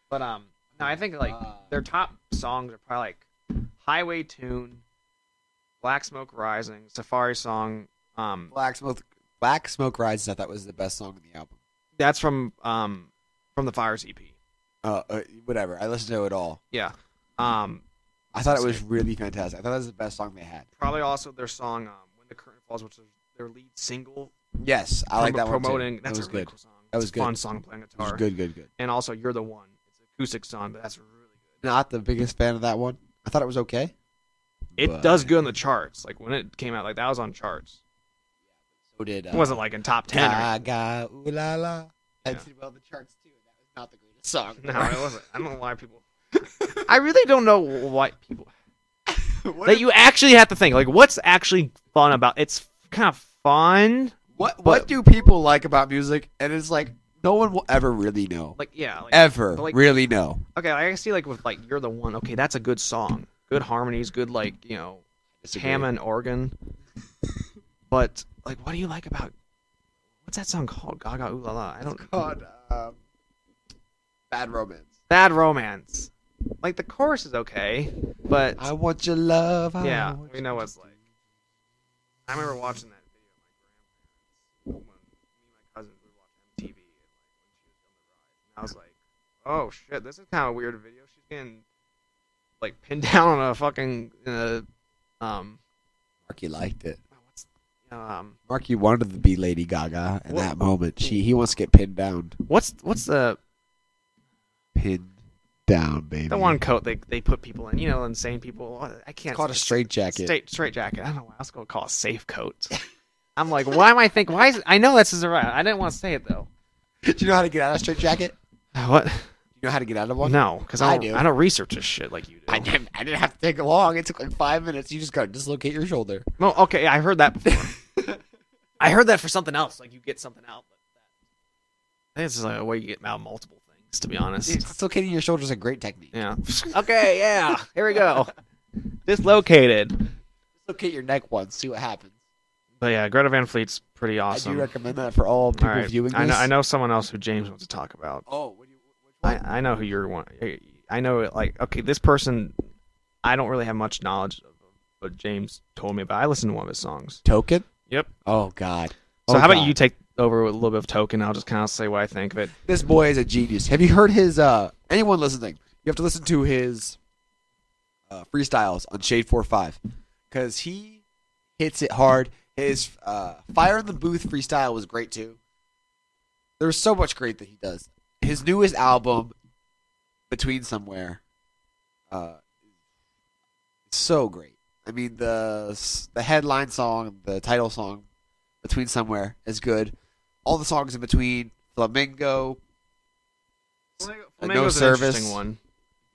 Speaker 1: but um, no, I think like
Speaker 2: Ah.
Speaker 1: their top songs are probably like Highway Tune, Black Smoke Rising, Safari Song. Um,
Speaker 2: Black Smoke. Black Smoke Rises. I thought was the best song on the album.
Speaker 1: that's from um from the Fires EP.
Speaker 2: Uh, uh, whatever. I listened to it all.
Speaker 1: Yeah. Um,
Speaker 2: I thought it was really fantastic. I thought that was the best song they had.
Speaker 1: probably also their song um, "When the Curtain Falls," which is their lead single.
Speaker 2: Yes, I like
Speaker 1: Promo-
Speaker 2: that one. too.
Speaker 1: promoting. That's
Speaker 2: that was
Speaker 1: a really
Speaker 2: good.
Speaker 1: cool song.
Speaker 2: That was
Speaker 1: It's a Fun
Speaker 2: good.
Speaker 1: song playing
Speaker 2: It was
Speaker 1: guitar.
Speaker 2: good, good, good.
Speaker 1: And also, "You're the One." It's acoustic song, but that's really good.
Speaker 2: Not the biggest fan of that one. I thought it was okay.
Speaker 1: It
Speaker 2: But-
Speaker 1: does good on the charts. Like when it came out, like that was on charts.
Speaker 2: So did. Uh,
Speaker 1: It wasn't like in top ten. Or,
Speaker 2: Gaga, ooh la la.
Speaker 3: That's well the charts too. That was not the greatest song.
Speaker 1: no, it wasn't. I don't know why people. I really don't know why people.
Speaker 3: what,
Speaker 1: That you actually have to think. Like, what's actually fun about? It's kind of fun.
Speaker 2: What
Speaker 3: what do people like about music? And it's like
Speaker 2: No one will ever really know.
Speaker 1: Like, yeah. Like,
Speaker 2: ever
Speaker 1: But, like-
Speaker 2: really know.
Speaker 1: okay, like, I see. Like with like, you're the one. Okay, that's a good song. Good harmonies. Good like you know Hammond organ. but like, what do you like about what's that song called? Gaga Ooh La La. I don't.
Speaker 3: God, um, bad romance.
Speaker 1: Bad Romance. Like the chorus is okay, but
Speaker 2: I want your love. I
Speaker 1: yeah,
Speaker 2: want
Speaker 1: we know what it's like. I remember watching that video with my grandparents when me and my cousin would watch MTV and like when she was on the ride, and I was like, oh shit, this is kind of a weird video. She's getting like pinned down on a fucking uh, um
Speaker 2: Marky liked it.
Speaker 1: oh, what's um
Speaker 2: Marky wanted to be Lady Gaga in
Speaker 1: What-
Speaker 2: that moment. She he wants to get pinned down.
Speaker 1: what's what's the
Speaker 2: Pinned down, baby.
Speaker 1: The one coat they they put people in, you know, insane people. I can't.
Speaker 2: it's called a straight jacket.
Speaker 1: straight straight jacket. I don't know. why I was gonna call it safe coat. I'm like, why am I think? Why is I know this is right. I didn't want to say it though.
Speaker 2: Do you know how to get out of a straight jacket?
Speaker 1: Uh, What?
Speaker 2: Do you know how to get out of one?
Speaker 1: No, because I
Speaker 2: I
Speaker 1: don't. I,
Speaker 2: do.
Speaker 1: don't research this shit like you do.
Speaker 2: I didn't, I didn't have to take long. It took like five minutes. You just got to dislocate your shoulder.
Speaker 1: Well, okay, I heard that before. I heard that for something else. Like you get something out. But that. I think it's just like a way you get out multiple things. To be honest.
Speaker 2: Dislocating your shoulder is a great technique.
Speaker 1: Yeah. okay. Yeah. Here we go. Dislocated.
Speaker 2: Dislocate your neck once, see what happens.
Speaker 1: But yeah, Greta Van Fleet's pretty awesome.
Speaker 2: I do recommend that for all people
Speaker 1: All right.
Speaker 2: viewing this.
Speaker 1: I know, I know someone else who James wants to talk about.
Speaker 3: Oh, what do you? Which one?
Speaker 1: I, I know who you're one. I know like okay, this person. I don't really have much knowledge of, but James told me about. I listened to one of his songs.
Speaker 2: Token?
Speaker 1: Yep.
Speaker 2: Oh, God.
Speaker 1: So
Speaker 2: Oh,
Speaker 1: how about
Speaker 2: God.
Speaker 1: you take over with a little bit of token? I'll just kind of say what I think of it.
Speaker 2: This boy is a genius. Have you heard his, uh, anyone listening? You have to listen to his uh, freestyles on Shade 4-5 because he hits it hard. His uh, Fire in the Booth freestyle was great too. There's so much great that he does. His newest album, Between Somewhere, uh, is so great. I mean, the the headline song, the title song, Between Somewhere, is good. All the songs in between, Flamingo, no
Speaker 1: Flamingo's an
Speaker 2: service.
Speaker 1: interesting one.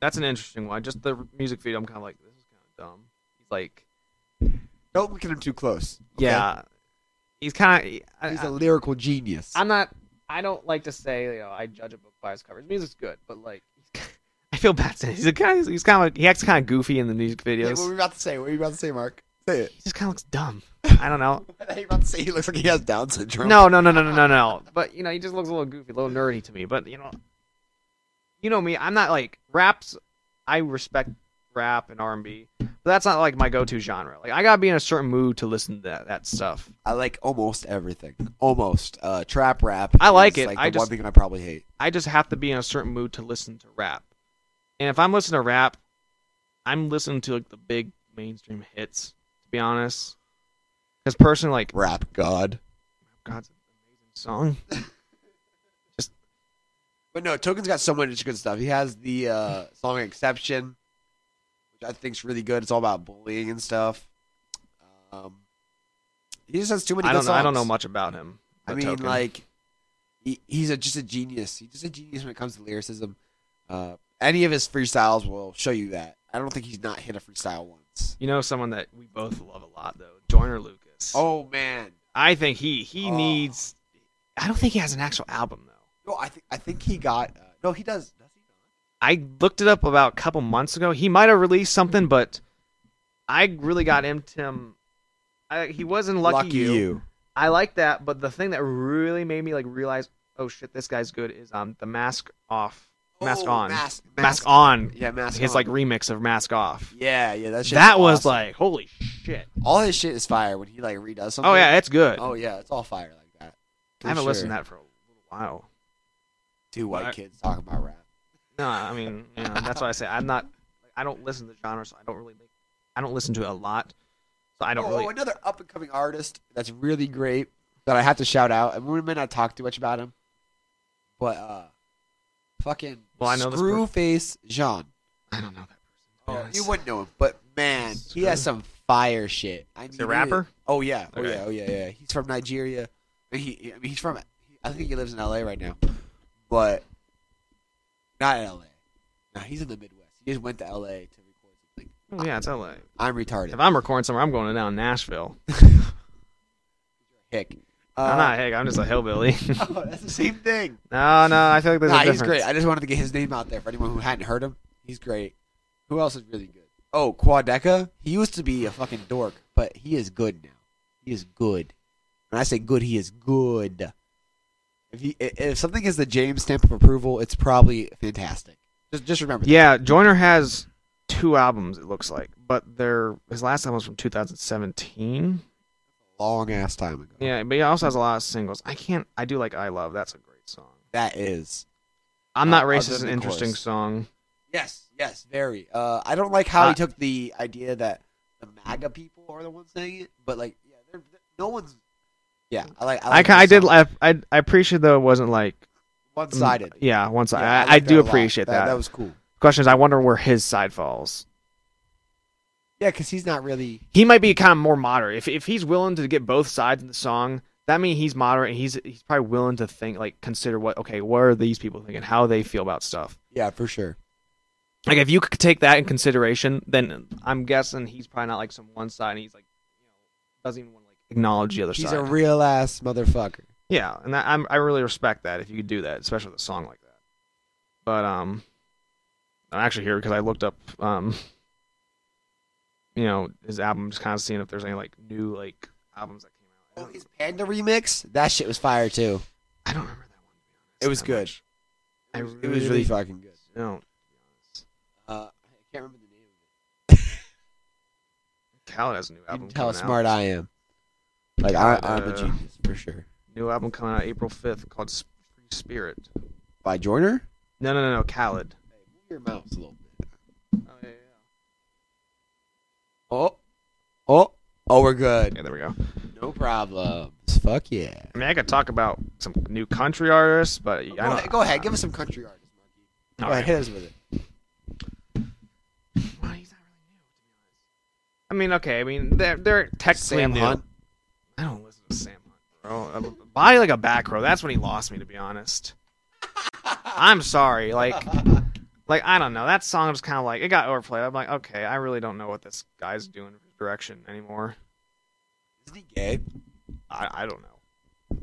Speaker 1: That's an interesting one. Just the music video, I'm kind of like, this is kind of dumb. He's like,
Speaker 2: don't look at him too close. okay?
Speaker 1: yeah, he's kind of.
Speaker 2: He's a lyrical genius.
Speaker 1: I'm not. I don't like to say you know I judge a book by its cover. His music's good, but like I feel bad saying he's a guy. He's, he's kind of he acts kind of goofy in the music
Speaker 2: Hey,
Speaker 1: videos.
Speaker 2: what were you about to say? What were you about to say, Mark? Say it.
Speaker 1: he just kind of looks dumb. I don't know.
Speaker 2: What are you about to say? He looks like he has Down syndrome.
Speaker 1: No, no, no, no, no, no, no. But you know he just looks a little goofy, a little nerdy to me. But you know, you know me. I'm not like raps. I respect rap and R&B, but that's not like my go-to genre. Like I gotta be in a certain mood to listen to that, that stuff.
Speaker 2: I like almost everything. Almost. Uh, trap rap.
Speaker 1: I like
Speaker 2: is,
Speaker 1: it.
Speaker 2: Like
Speaker 1: I
Speaker 2: the
Speaker 1: just-
Speaker 2: one thing I probably hate.
Speaker 1: I just have to be in a certain mood to listen to rap. And if I'm listening to rap, I'm listening to like the big mainstream hits, to be honest. Because personally, like
Speaker 2: Rap God.
Speaker 1: God's an amazing song.
Speaker 2: But no, Token's got so much good stuff. He has the uh, song Exception, which I think's really good. It's all about bullying and stuff. Um, he just has too many.
Speaker 1: I
Speaker 2: good
Speaker 1: don't know. I don't
Speaker 2: songs.
Speaker 1: know much about him.
Speaker 2: I
Speaker 1: but
Speaker 2: mean,
Speaker 1: Token.
Speaker 2: like, he, he's a, just a genius. He's just a genius when it comes to lyricism. Uh, any of his freestyles will show you that. I don't think he's not hit a freestyle once.
Speaker 1: you know, someone that we both love a lot though, Joyner Lucas.
Speaker 2: Oh man,
Speaker 1: I think he he
Speaker 2: Oh.
Speaker 1: needs. I don't think he has an actual album though.
Speaker 2: no, I think I think he got. Uh, no, he does. Does he not?
Speaker 1: I looked it up about a couple months ago. He might have released something, but I really got into him. I, he was in Lucky, you. I like that, but the thing that really made me like realize, oh shit, this guy's good is um the mask off, mask
Speaker 2: Oh,
Speaker 1: on,
Speaker 2: Mask,
Speaker 1: Mask on.
Speaker 2: Yeah, mask.
Speaker 1: His
Speaker 2: on.
Speaker 1: like remix of mask off.
Speaker 2: Yeah, yeah. That shit's
Speaker 1: that was
Speaker 2: awesome.
Speaker 1: like holy shit.
Speaker 2: all his shit is fire when he like redoes something.
Speaker 1: Oh yeah, it's good.
Speaker 2: Oh yeah, it's all fire like that. For
Speaker 1: I haven't
Speaker 2: sure.
Speaker 1: listened to that for a little while.
Speaker 2: Two white
Speaker 1: I-
Speaker 2: kids talking about rap.
Speaker 1: No, I mean, you know, that's why I say I'm not. Like, I don't listen to genre, so I don't really. Make, I don't listen to it a lot, so I don't
Speaker 2: oh,
Speaker 1: really.
Speaker 2: oh, another up and coming artist that's really great that I have to shout out. And we may not talk too much about him, but uh, Fucking
Speaker 1: Well, I know this
Speaker 2: Screwface Jean.
Speaker 1: I don't know that person.
Speaker 2: Oh,
Speaker 1: Yeah,
Speaker 2: you
Speaker 1: it's-
Speaker 2: wouldn't know him, but man, he has some fire shit. I mean,
Speaker 1: He's a rapper.
Speaker 2: Oh yeah, oh
Speaker 1: Okay.
Speaker 2: yeah, oh yeah, yeah. He's from Nigeria. I mean, he, I mean, he's from. I think he lives in L.A. right now, but not in L.A. No, he's in the Midwest. He just went to L.A. to record something.
Speaker 1: Oh, yeah, it's LA.
Speaker 2: I'm retarded.
Speaker 1: If I'm recording somewhere, I'm going down to Nashville.
Speaker 2: Hick.
Speaker 1: I'm not a hick. I'm just a hillbilly.
Speaker 2: Oh, that's the same thing.
Speaker 1: no, no, I feel like there's
Speaker 2: Nah,
Speaker 1: a
Speaker 2: he's
Speaker 1: difference.
Speaker 2: great. I just wanted to get his name out there for anyone who hadn't heard him. He's great. Who else is really good? Oh, Quadeca. He used to be a fucking dork, but he is good now. He is good. When I say good, he is good. If he, i- if something is the James stamp of approval, it's probably fantastic. Just just remember. that.
Speaker 1: Yeah, Joyner has two albums. It looks like, but they're his last album was from 2017.
Speaker 2: long ass time ago.
Speaker 1: Yeah, but he also has a lot of singles. I can't. I do like "I Love." That's a great song.
Speaker 2: That is.
Speaker 1: "I'm
Speaker 2: Uh,
Speaker 1: Not
Speaker 2: other
Speaker 1: Racist" oh, is
Speaker 2: than
Speaker 1: an
Speaker 2: the
Speaker 1: interesting
Speaker 2: chorus.
Speaker 1: song.
Speaker 2: Yes, yes, very. Uh, I don't like how
Speaker 1: Uh,
Speaker 2: he took the idea that the MAGA people are the ones saying it, but like, yeah, they're, they're- no one's. Yeah, I like. I,
Speaker 1: I,
Speaker 2: like
Speaker 1: ca- I
Speaker 2: this
Speaker 1: did. um,
Speaker 2: song.
Speaker 1: I, I I appreciate though it wasn't like mm,
Speaker 2: one sided.
Speaker 1: Yeah, one side.
Speaker 2: Yeah,
Speaker 1: I, I,
Speaker 2: like
Speaker 1: do
Speaker 2: that a lot.
Speaker 1: appreciate that.
Speaker 2: that. was cool.
Speaker 1: Question is, I wonder where his side falls.
Speaker 2: Yeah, because he's not really.
Speaker 1: He might be kind of more moderate. If if he's willing to get both sides in the song, that means he's moderate. And he's he's probably willing to think like consider what okay, what are these people thinking, how they feel about stuff.
Speaker 2: Yeah, for sure.
Speaker 1: Like if you could take that in consideration, then I'm guessing he's probably not like some one side. and He's like you know doesn't even want to like acknowledge the other
Speaker 2: He's
Speaker 1: side.
Speaker 2: a real ass motherfucker.
Speaker 1: Yeah, and that, I'm, I really respect that if you could do that, especially with a song like that. But um, I'm actually here because I looked up um, you know, his album, just kind of seeing if there's any like new like albums that came out. I
Speaker 2: Oh,
Speaker 1: don't,
Speaker 2: his Panda remix, that shit was fire too.
Speaker 1: I don't remember that one. To be honest,
Speaker 2: It was
Speaker 1: that
Speaker 2: good.
Speaker 1: much. I really,
Speaker 2: It was really fucking good.
Speaker 1: don't.
Speaker 2: Uh, I can't remember the name of
Speaker 1: Khaled has a new
Speaker 2: it. You
Speaker 1: album.
Speaker 2: can tell how
Speaker 1: coming
Speaker 2: smart
Speaker 1: out.
Speaker 2: I am. Like I, I'm a
Speaker 1: Uh,
Speaker 2: genius for sure.
Speaker 1: New album coming out April 5th called S- Free Spirit.
Speaker 2: By Joyner.
Speaker 1: No, no, no, no, Khaled.
Speaker 2: Move your mouse a little bit.
Speaker 1: Oh yeah, yeah.
Speaker 2: Oh, oh, oh, we're good.
Speaker 1: Okay, there we go.
Speaker 2: No problems. Fuck yeah.
Speaker 1: I mean, I could talk about some new country artists, but I
Speaker 2: Go,
Speaker 1: don't.
Speaker 2: ahead, go ahead, give us some country artists, Marky.
Speaker 1: All
Speaker 2: go ahead,
Speaker 1: right.
Speaker 2: hit us with it.
Speaker 1: Well, he's not really new, to be honest. I mean, okay. I mean, they're they're technically
Speaker 2: Sam
Speaker 1: new.
Speaker 2: Hunt.
Speaker 1: I don't listen to Sam Hunt, bro. A Body like a back row. That's when he lost me, to be honest. I'm sorry. Like, like I don't know. That song was kind of like it got overplayed. I'm like, okay, I really don't know what this guy's doing for direction anymore.
Speaker 2: Is he gay?
Speaker 1: I I don't know.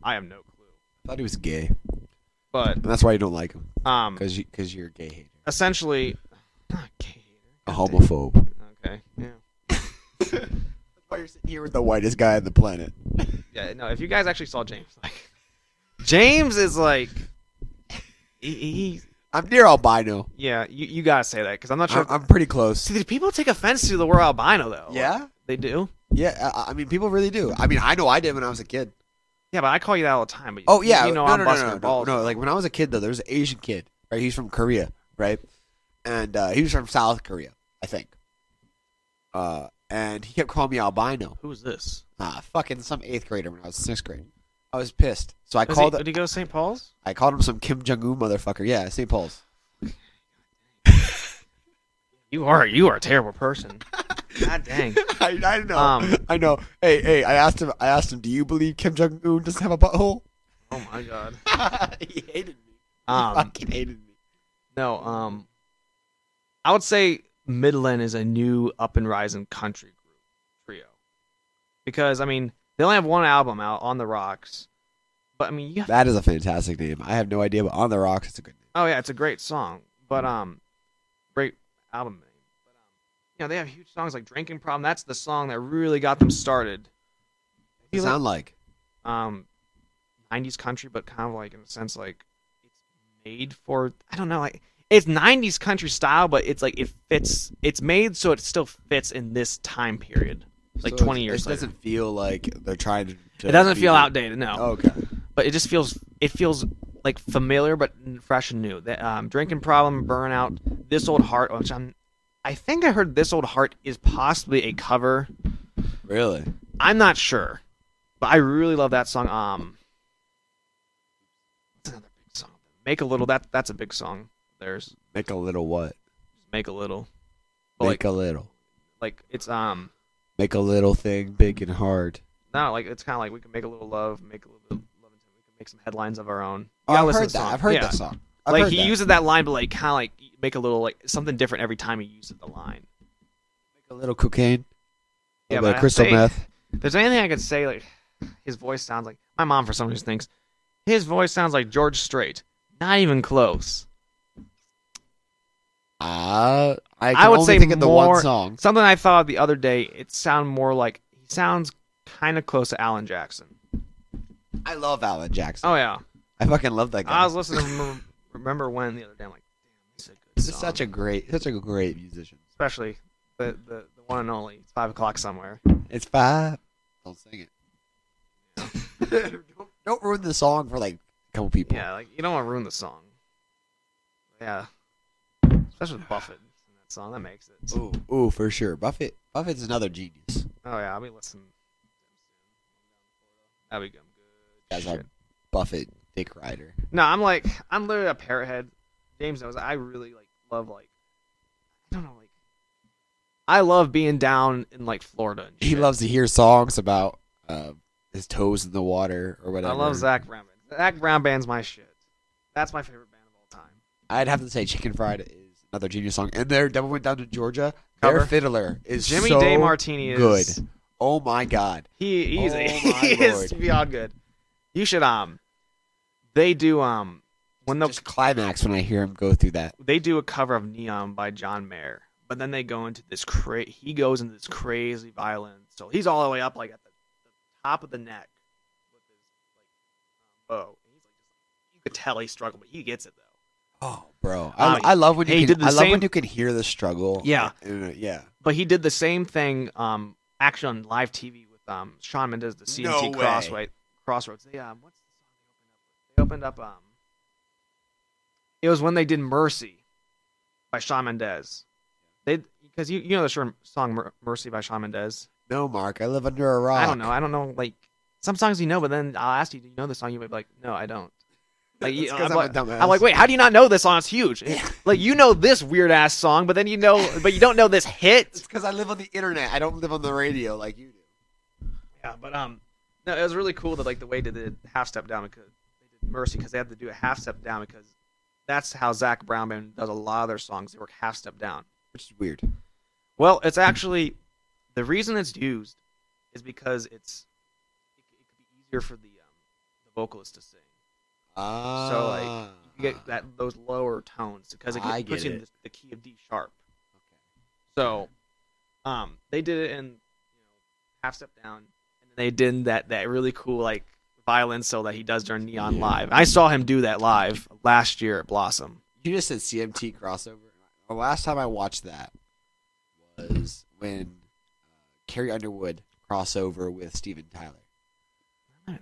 Speaker 1: I have no clue.
Speaker 2: I thought he was gay.
Speaker 1: But
Speaker 2: And that's why you don't like him.
Speaker 1: um,
Speaker 2: Because you, cause you're a gay hater.
Speaker 1: essentially, not gay.
Speaker 2: A homophobe. That's
Speaker 1: Okay. Yeah.
Speaker 2: why you're sitting here with the whitest guy on the planet.
Speaker 1: Yeah, no. If you guys actually saw James, like James is like, he, he
Speaker 2: I'm near albino.
Speaker 1: yeah. You, you gotta say that because I'm not sure.
Speaker 2: I'm, I'm pretty close.
Speaker 1: See, did people take offense to the word albino though?
Speaker 2: Yeah?
Speaker 1: they do.
Speaker 2: Yeah, I, I mean, people really do. I mean, I know I did when I was a kid.
Speaker 1: Yeah, but I call you that all the time. But
Speaker 2: Oh, yeah.
Speaker 1: you know
Speaker 2: no,
Speaker 1: I'm
Speaker 2: no,
Speaker 1: busting
Speaker 2: no,
Speaker 1: your
Speaker 2: no,
Speaker 1: balls.
Speaker 2: No, no, like when I was a kid, though, there was an Asian kid, right? He's from Korea, right? And uh, he was from South Korea, I think. Uh, and he kept calling me albino.
Speaker 1: Who's this?
Speaker 2: Ah, fucking some eighth grader when I was sixth grade. I was pissed, so I
Speaker 1: Does
Speaker 2: called.
Speaker 1: he, did he go to St. Paul's?
Speaker 2: I called him some Kim Jong Un motherfucker. Yeah, St. Paul's.
Speaker 1: You are you are a terrible person. God dang.
Speaker 2: I, I know.
Speaker 1: Um.
Speaker 2: I know. Hey, hey. I asked him. I asked him. Do you believe Kim Jong Un doesn't have a butthole?
Speaker 1: Oh my god.
Speaker 2: he hated me. He
Speaker 1: Um.
Speaker 2: fucking hated me.
Speaker 1: No. Um. I would say Midland is a new up and rising country group trio, because I mean they only have one album out on the rocks, but I mean you have
Speaker 2: That is a fantastic name. I have no idea, but on the rocks, it's a good name.
Speaker 1: Oh yeah, it's a great song, but um, great album name. But um, you know they have huge songs like "Drinking Problem." That's the song that really got them started.
Speaker 2: What's it sound like?
Speaker 1: Um, '90s country, but kind of like in a sense like it's made for I don't know like it's '90s country style, but it's like it fits. It's made so it still fits in this time period, like
Speaker 2: So
Speaker 1: 20
Speaker 2: it-
Speaker 1: years.
Speaker 2: It
Speaker 1: later.
Speaker 2: doesn't feel like they're trying to. to
Speaker 1: It doesn't
Speaker 2: be- Oh.
Speaker 1: feel outdated, no.
Speaker 2: Okay.
Speaker 1: but it just feels it feels like familiar but n- fresh and new. That um, drinking problem, burnout, this old heart, which I'm, I think I heard this old heart is possibly a cover.
Speaker 2: Really?
Speaker 1: I'm not sure, but I really love that song. Um, it's another big song. Make a little. That that's a big song. There's
Speaker 2: Make a little what?
Speaker 1: make a little. But
Speaker 2: Make
Speaker 1: like
Speaker 2: a little.
Speaker 1: like it's um
Speaker 2: Make a little thing big and hard.
Speaker 1: not like it's kind of like we can make a little love, make a little bit of love, and we can make some headlines of our own.
Speaker 2: Oh,
Speaker 1: You gotta
Speaker 2: I've
Speaker 1: listen
Speaker 2: heard
Speaker 1: to the
Speaker 2: that.
Speaker 1: song.
Speaker 2: I've heard
Speaker 1: Yeah.
Speaker 2: that song. I've
Speaker 1: like
Speaker 2: heard
Speaker 1: he
Speaker 2: that.
Speaker 1: uses that line, but like kind of like make a little like something different every time he uses the line.
Speaker 2: Make a little cocaine.
Speaker 1: Yeah,
Speaker 2: A
Speaker 1: but
Speaker 2: little
Speaker 1: I
Speaker 2: crystal
Speaker 1: say-
Speaker 2: meth.
Speaker 1: If there's anything I could say, like his voice sounds like my mom for some reason thinks his voice sounds like George Strait. Not even close.
Speaker 2: Uh, I, can
Speaker 1: I would
Speaker 2: only
Speaker 1: say
Speaker 2: think of the one
Speaker 1: more-
Speaker 2: song.
Speaker 1: Something I thought of the other day. It sound more like he sounds kind of close to Alan Jackson.
Speaker 2: I love Alan Jackson.
Speaker 1: Oh yeah,
Speaker 2: I fucking love that guy.
Speaker 1: I was listening. to Remember- Remember when the other day? I'm like, damn, this is a good
Speaker 2: He's
Speaker 1: song.
Speaker 2: such a great, such a great musician.
Speaker 1: especially the, the, the one and only. It's five o'clock somewhere.
Speaker 2: It's five. Don't sing it. don't, don't ruin the song for like a couple people.
Speaker 1: Yeah, like you don't want to ruin the song. Yeah, especially with Buffett in that song. That makes it.
Speaker 2: Ooh, ooh, for sure. Buffett, Buffett's another genius.
Speaker 1: Oh yeah, I'll be listening. That'd be good. I'm
Speaker 2: Guys,
Speaker 1: good.
Speaker 2: I'm Buffett, Dick Rider.
Speaker 1: No, I'm like I'm literally a parrot head. James knows I really like love like I don't know like I love being down in like Florida. And shit.
Speaker 2: He loves to hear songs about uh, his toes in the water or
Speaker 1: I
Speaker 2: whatever.
Speaker 1: love Zach Brown. Band. Zach Brown band's my shit. That's my favorite band of all time.
Speaker 2: I'd have to say Chicken Fried is another genius song. And their Devil Went Down to Georgia.
Speaker 1: Cover.
Speaker 2: Their fiddler is
Speaker 1: Jimmy
Speaker 2: so
Speaker 1: Day Martini is
Speaker 2: good. Oh my god.
Speaker 1: He he's a,
Speaker 2: Oh my
Speaker 1: he is
Speaker 2: lord.
Speaker 1: beyond good. You should um, they do um when they
Speaker 2: Just climax when I hear him go through that.
Speaker 1: they do a cover of Neon by John Mayer, but then they go into this cra- he goes into this crazy violence. So he's all the way up like at the, the top of the neck with his like um, bow. And he's like just, you could tell he struggled, but he gets it though.
Speaker 2: Oh, bro,
Speaker 1: Um,
Speaker 2: I, I love when you
Speaker 1: he
Speaker 2: can,
Speaker 1: did the
Speaker 2: I love
Speaker 1: same-
Speaker 2: when you can hear the struggle.
Speaker 1: Yeah.
Speaker 2: Uh, yeah.
Speaker 1: But he did the same thing um actually on live TV with um Sean Mendes the CMT
Speaker 2: No way.
Speaker 1: Crossroads Crossroads. They um what's the song they opened up? with? They opened up um it was when they did Mercy by Sean Mendes. They because you you know the sure song Mer- Mercy by Sean Mendes.
Speaker 2: No, Mark, I live under a rock.
Speaker 1: I don't know. I don't know. Like some songs you know, but then I'll ask you, do you know the song? You might be like, no, I don't. Like, you
Speaker 2: That's 'cause
Speaker 1: I'm,
Speaker 2: I'm
Speaker 1: like,
Speaker 2: a dumbass.
Speaker 1: I'm like, wait, how do you not know this song? It's huge.
Speaker 2: Yeah.
Speaker 1: Like you know this weird ass song, but then you know, but you don't know this hit.
Speaker 2: It's because I live on the internet. I don't live on the radio like you do.
Speaker 1: Yeah, but um, no, it was really cool that like the way they did half step down because they did Mercy because they had to do a half step down because that's how Zach Brown Band does a lot of their songs. They work half step down.
Speaker 2: Which is weird.
Speaker 1: Well, it's actually the reason it's used is because it's it, it could be easier for the um, the vocalist to sing.
Speaker 2: Ah.
Speaker 1: like, you get that those lower tones because it
Speaker 2: I
Speaker 1: gets, puts
Speaker 2: get
Speaker 1: you in
Speaker 2: it.
Speaker 1: the, the key of D sharp. So, um, they did it in you know half step down, and then they did that that really cool like violin solo that he does during Neon
Speaker 2: Yeah.
Speaker 1: Live. I saw him do that live last year at Blossom.
Speaker 2: You just said CMT crossover. The last time I watched that was when uh, Carrie Underwood crossover with Steven Tyler.
Speaker 1: That might not be bad.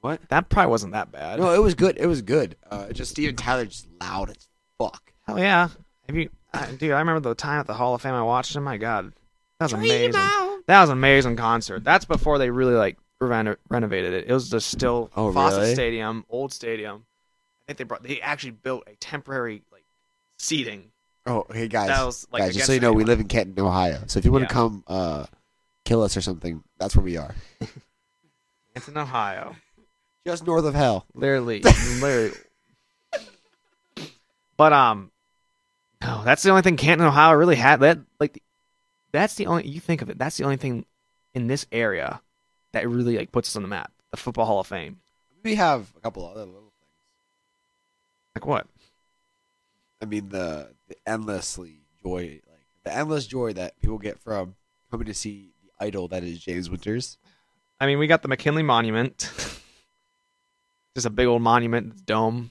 Speaker 2: What?
Speaker 1: That probably wasn't that bad.
Speaker 2: No, it was good. It was good. Uh, just Steven Tyler just loud as fuck.
Speaker 1: Hell yeah! Have you, I, dude? I remember the time at the Hall of Fame I watched him. My God, that was amazing. That was an amazing concert. That's before they really like reno- renovated it. It was just still
Speaker 2: Oh,
Speaker 1: Fawcett
Speaker 2: really?
Speaker 1: Stadium, old stadium. I think they brought. They actually built a temporary like seating.
Speaker 2: Oh, hey guys,
Speaker 1: that was like
Speaker 2: guys, just
Speaker 1: against
Speaker 2: so you know, we
Speaker 1: anyone.
Speaker 2: live in Canton, Ohio. So if you want to
Speaker 1: Yeah.
Speaker 2: come uh, kill us or something, that's where we are.
Speaker 1: It's in Ohio.
Speaker 2: Just north of hell.
Speaker 1: Literally, literally. But um, no, that's the only thing Canton, Ohio, really had. That like, that's the only you think of it. That's the only thing in this area that really like puts us on the map. The Football Hall of Fame.
Speaker 2: We have a couple other little things.
Speaker 1: Like what?
Speaker 2: I mean the, the endlessly joy, like the endless joy that people get from coming to see the idol that is James Winters.
Speaker 1: I mean, we got the McKinley Monument. Just a big old monument dome.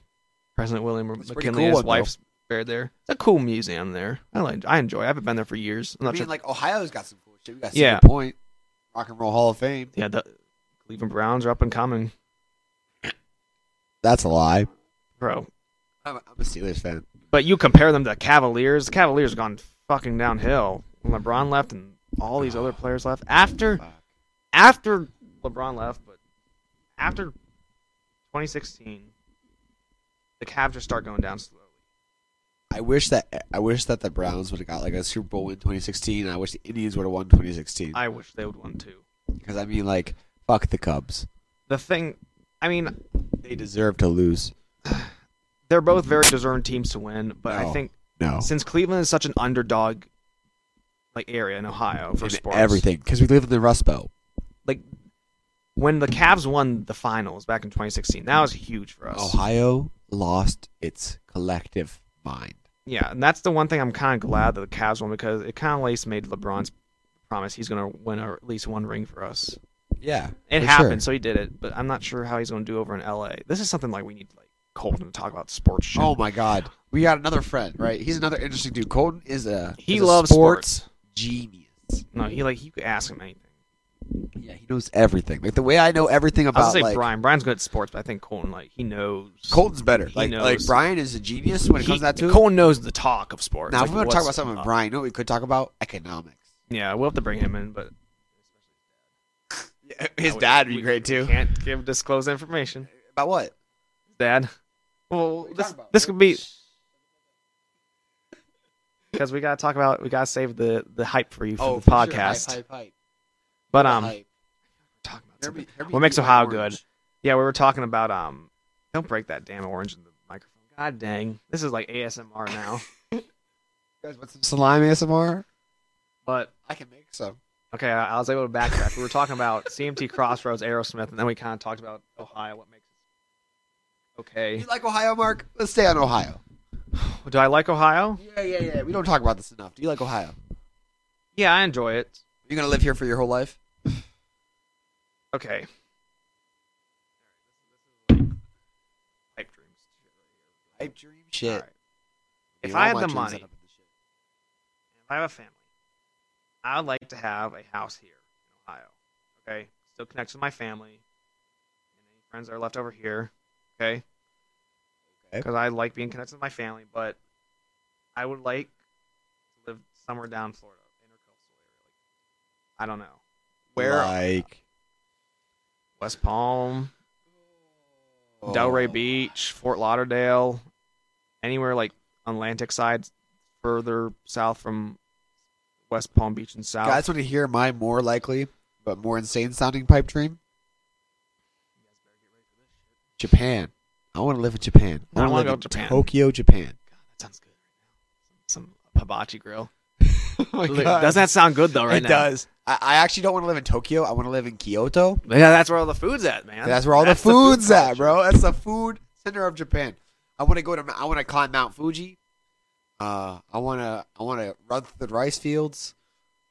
Speaker 1: President William
Speaker 2: It's a pretty
Speaker 1: McKinley
Speaker 2: cool
Speaker 1: and his
Speaker 2: one, though.
Speaker 1: wife's buried there. It's a cool museum there. I like. I enjoy. it. I haven't been there for years. I'm
Speaker 2: I
Speaker 1: not
Speaker 2: mean,
Speaker 1: sure.
Speaker 2: like Ohio's got some cool shit. We got
Speaker 1: Yeah.
Speaker 2: Cedar Point, Rock and Roll Hall of Fame.
Speaker 1: yeah, the Cleveland Browns are up and coming,
Speaker 2: That's a lie.
Speaker 1: bro.
Speaker 2: I'm a, I'm a Steelers fan.
Speaker 1: But you compare them to the Cavaliers. The Cavaliers gone fucking downhill. When LeBron left and all these other players left after
Speaker 2: Fuck.
Speaker 1: after LeBron left, but after 2016, the Cavs just start going down slowly.
Speaker 2: I wish that I wish that the Browns would have got like a Super Bowl in 2016. And I wish the Indians would have won 2016
Speaker 1: I wish they would win too.
Speaker 2: because I mean, like, fuck the Cubs.
Speaker 1: The thing, I mean,
Speaker 2: They deserve to lose.
Speaker 1: they're both very deserving teams to win, but I
Speaker 2: No.
Speaker 1: think
Speaker 2: No,
Speaker 1: since Cleveland is such an underdog like area in Ohio for
Speaker 2: In
Speaker 1: sports,
Speaker 2: everything because we live in the Rust Belt.
Speaker 1: When the Cavs won the finals back in 2016, that was huge for us.
Speaker 2: Oh, Ohio lost its collective mind.
Speaker 1: Yeah, and that's the one thing I'm kind of glad that the Cavs won because it kind of at least made LeBron's promise he's going to win or at least one ring for us.
Speaker 2: Yeah,
Speaker 1: It
Speaker 2: for
Speaker 1: happened,
Speaker 2: sure.
Speaker 1: so he did it, but I'm not sure how he's going to do over in LA. This is something like we need like Colton to talk about sports shit.
Speaker 2: Oh my God,
Speaker 3: We got another friend, right?
Speaker 2: right? He's another interesting dude. Colton is a
Speaker 1: he
Speaker 2: is a
Speaker 1: loves
Speaker 2: sports
Speaker 1: sports.
Speaker 2: genius.
Speaker 1: No, he like you could ask him anything.
Speaker 2: Yeah, he knows everything. Like the way I know everything
Speaker 1: I was
Speaker 2: about
Speaker 1: gonna say
Speaker 2: like
Speaker 1: Brian. Brian's good at sports, but I think Colton like he knows.
Speaker 2: Colton's better.
Speaker 1: He
Speaker 2: Like
Speaker 1: knows.
Speaker 2: like Brian is a genius when it
Speaker 1: He-
Speaker 2: comes to that too.
Speaker 1: Colton knows the talk of sports.
Speaker 2: now
Speaker 1: like,
Speaker 2: if we're gonna talk
Speaker 1: what's
Speaker 2: about something with
Speaker 1: up.
Speaker 2: Brian, you know what we could talk about economics.
Speaker 1: Yeah, we'll have to bring him in, but
Speaker 2: His
Speaker 1: we-
Speaker 2: dad would be
Speaker 1: we-
Speaker 2: great too.
Speaker 1: can't give disclosed information.
Speaker 2: About what?
Speaker 1: Dad. Well,
Speaker 3: you
Speaker 1: this
Speaker 3: talking about?
Speaker 1: this could be because we gotta talk about we gotta save the the hype for you for the
Speaker 2: Oh, for sure.
Speaker 1: podcast.
Speaker 2: Hype, hype,
Speaker 1: But
Speaker 2: hype,
Speaker 1: um,
Speaker 2: hype.
Speaker 1: talking about
Speaker 2: Hear me-
Speaker 1: something.
Speaker 2: hear me
Speaker 1: what makes
Speaker 2: eat my
Speaker 1: Ohio
Speaker 2: orange.
Speaker 1: Yeah, we were talking about um. Don't break that damn orange in the microphone. God dang, this is like ASMR now.
Speaker 2: You guys want some
Speaker 3: Slime ASMR.
Speaker 1: but
Speaker 2: I can make some.
Speaker 1: okay, I, I was able to backtrack. We were talking about CMT Crossroads, Aerosmith, and then we kind of talked about Ohio. What makes it okay?
Speaker 2: You like Ohio, Mark? Let's stay on Ohio.
Speaker 1: Do I like Ohio?
Speaker 2: Yeah, yeah, yeah. We don't talk about this enough. Do you like Ohio?
Speaker 1: Yeah, I enjoy it.
Speaker 2: You're gonna live here for your whole life?
Speaker 1: Okay. Pipe dreams.
Speaker 2: Hype dream shit.
Speaker 1: Alright. If I had the money, if I have a family, I would like to have a house here in Ohio. Okay, still connects with my family and any friends that are left over here. Okay,
Speaker 2: Okay.
Speaker 1: because I like being connected with my family, but I would like to live somewhere down in Florida, intercoastal area. Like, I don't know,
Speaker 2: where like
Speaker 1: West Palm,
Speaker 2: oh.
Speaker 1: Delray Beach, Fort Lauderdale, anywhere like on Atlantic side, further south from West Palm Beach and south.
Speaker 2: Guys want to hear my more likely but more insane sounding pipe dream? Japan. I want to live in Japan.
Speaker 1: I
Speaker 2: wanna
Speaker 1: wanna
Speaker 2: live
Speaker 1: go
Speaker 2: in
Speaker 1: to Japan.
Speaker 2: Tokyo, Japan.
Speaker 1: God, that sounds good. Some, some hibachi grill.
Speaker 2: Oh my
Speaker 1: Li- Does that sound good though? Right
Speaker 2: it
Speaker 1: now,
Speaker 2: does. I, I actually don't want to live in Tokyo. I want to live in Kyoto.
Speaker 1: Yeah, that's where all the food's at, man.
Speaker 2: That's where all the
Speaker 1: food
Speaker 2: food's at,
Speaker 1: culture.
Speaker 2: bro. That's the food center of Japan. I want to go to. I want to climb Mount Fuji. Uh, I want to. I want to run through the rice fields.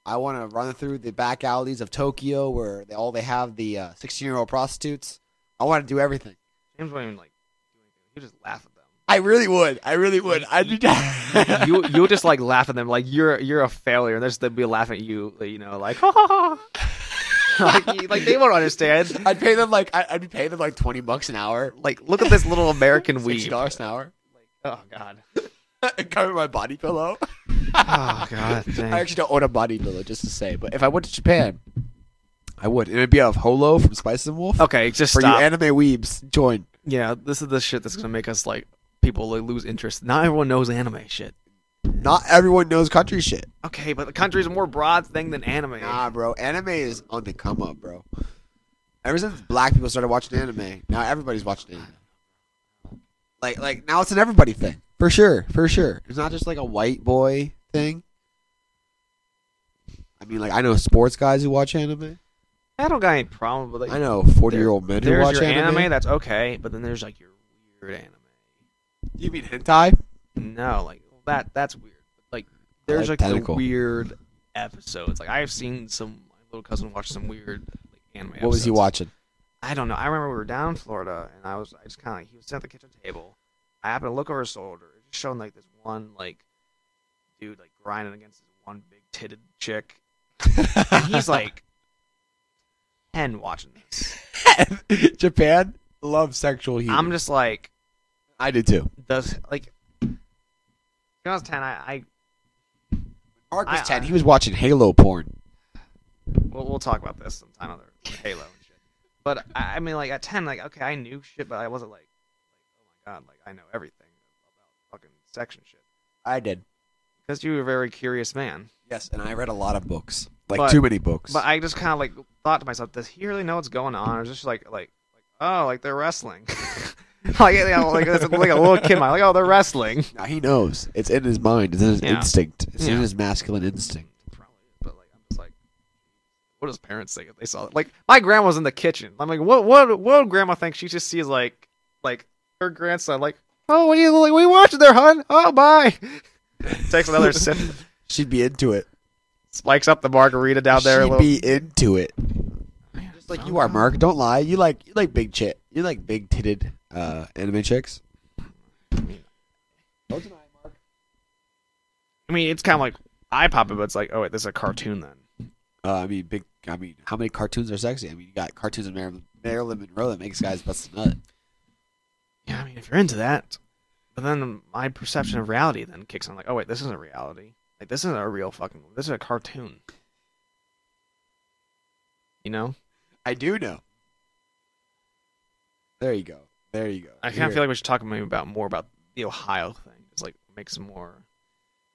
Speaker 2: I want to run through the back alleys of Tokyo where they, all they have the uh, sixteen-year-old prostitutes. I want to do everything.
Speaker 1: James won't even like do anything. You just laugh at
Speaker 2: I really would. I really would. I do
Speaker 1: them. you you just like laugh at them like you're you're a failure. And they're just- they'll be laughing at you, like, you know, like ha ha ha. like, you- like they won't understand.
Speaker 2: I'd pay them like I- I'd be paying them like twenty bucks an hour,
Speaker 1: Like look at this little American
Speaker 2: sixty
Speaker 1: weeb.
Speaker 2: dollars an hour,
Speaker 1: Oh god.
Speaker 2: and cover my body pillow.
Speaker 1: Oh god.
Speaker 2: I actually don't own a body pillow, just to say. But if I went to Japan, I would. It would be a Holo from Spice and Wolf.
Speaker 1: okay, just
Speaker 2: For
Speaker 1: stop.
Speaker 2: you anime weebs, join.
Speaker 1: yeah, this is the shit that's gonna make us like people like, lose interest. Not everyone knows anime shit.
Speaker 2: Not everyone knows country shit.
Speaker 1: Okay, but the country's a more broad thing than anime.
Speaker 2: Nah, bro. Anime is on the come up, bro. Ever since black people started watching anime, now everybody's watching anime. Like, like now it's an everybody thing. For sure, for sure. It's not just like a white boy thing. I mean, like I know sports guys who watch anime.
Speaker 1: I don't got any problem with it.
Speaker 2: I know forty-year-old men who
Speaker 1: There's
Speaker 2: watch
Speaker 1: your anime, that's okay, but then there's like your weird anime.
Speaker 2: You mean hentai?
Speaker 1: No, like that that's weird. Like there's
Speaker 2: like
Speaker 1: like, the
Speaker 2: tentacle.
Speaker 1: weird episodes. Like I've seen some my little cousin watch some weird like anime.
Speaker 2: What was he
Speaker 1: episodes.
Speaker 2: watching?
Speaker 1: I don't know. I remember we were down in Florida, and I was I just kind of he was sitting at the kitchen table. I happened to look over his shoulder, It just showing like this one like dude like grinding against this one big titted chick, and he's like ten watching this.
Speaker 2: Japan loves sexual heat.
Speaker 1: I'm just like.
Speaker 2: I do too.
Speaker 1: does like when I was ten, I, I
Speaker 2: Mark was
Speaker 1: I-
Speaker 2: ten.
Speaker 1: I-
Speaker 2: he was watching Halo porn.
Speaker 1: we'll, we'll talk about this sometime other Halo and shit. But I, I mean, like at ten, like okay, I knew shit, but I wasn't like, like, oh God, like I know everything about fucking section shit
Speaker 2: I did.
Speaker 1: because you were a very curious man.
Speaker 2: Yes, and I read a lot of books, like
Speaker 1: But-
Speaker 2: too many books.
Speaker 1: But I just kind of like thought to myself, does he really know what's going on? Or just like like like oh, like they're wrestling. like you know, like it's like a little kid mind, like oh, they're wrestling.
Speaker 2: Now he knows. It's in his mind. It's in his
Speaker 1: Yeah.
Speaker 2: instinct. It's in
Speaker 1: Yeah.
Speaker 2: his masculine instinct.
Speaker 1: Probably, but like I'm just like, what does parents think if they saw it? Like my grandma's in the kitchen. I'm like, what what what would grandma think? She just sees like like her grandson like. Oh, what are you like? We watching there, hun. Oh, bye. Takes another sip,
Speaker 2: She'd be into it.
Speaker 1: spikes up the margarita down there
Speaker 2: She'd
Speaker 1: a little. Uh-huh.
Speaker 2: be into it. Just like you are, Mark. Don't lie. You like you like big chit. You like big titted uh, anime chicks.
Speaker 1: I mean, it's kind of like eye popping, but it's like, oh wait, this is a cartoon then.
Speaker 2: Uh, I mean, big. I mean, how many cartoons are sexy? I mean, you got cartoons of Marilyn, Marilyn Monroe that makes guys bust a nut.
Speaker 1: Yeah, I mean, if you're into that, but then my perception of reality then kicks in. Like, oh wait, this isn't reality. Like, this isn't a real fucking. This is a cartoon. You know,
Speaker 2: I do know. There you go. There you go.
Speaker 1: I kind of feel like we should talk maybe about more about the Ohio thing. It's like make some more.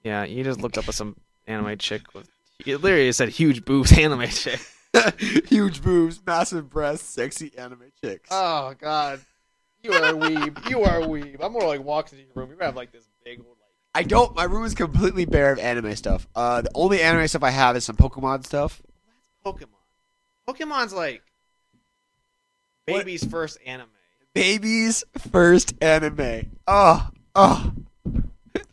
Speaker 1: Yeah, you just looked up at some anime chick with. It literally said huge boobs anime chick.
Speaker 2: like huge boobs, massive breasts, sexy anime chicks.
Speaker 1: Oh God, you are a weeb. You are a weeb. I'm more like walks into your room. You have like this big old like.
Speaker 2: I don't. My room is completely bare of anime stuff. Uh, the only anime stuff I have is some Pokemon stuff.
Speaker 1: Pokemon. Pokemon's like
Speaker 2: What?
Speaker 1: baby's first anime.
Speaker 2: Baby's first anime. Oh, oh.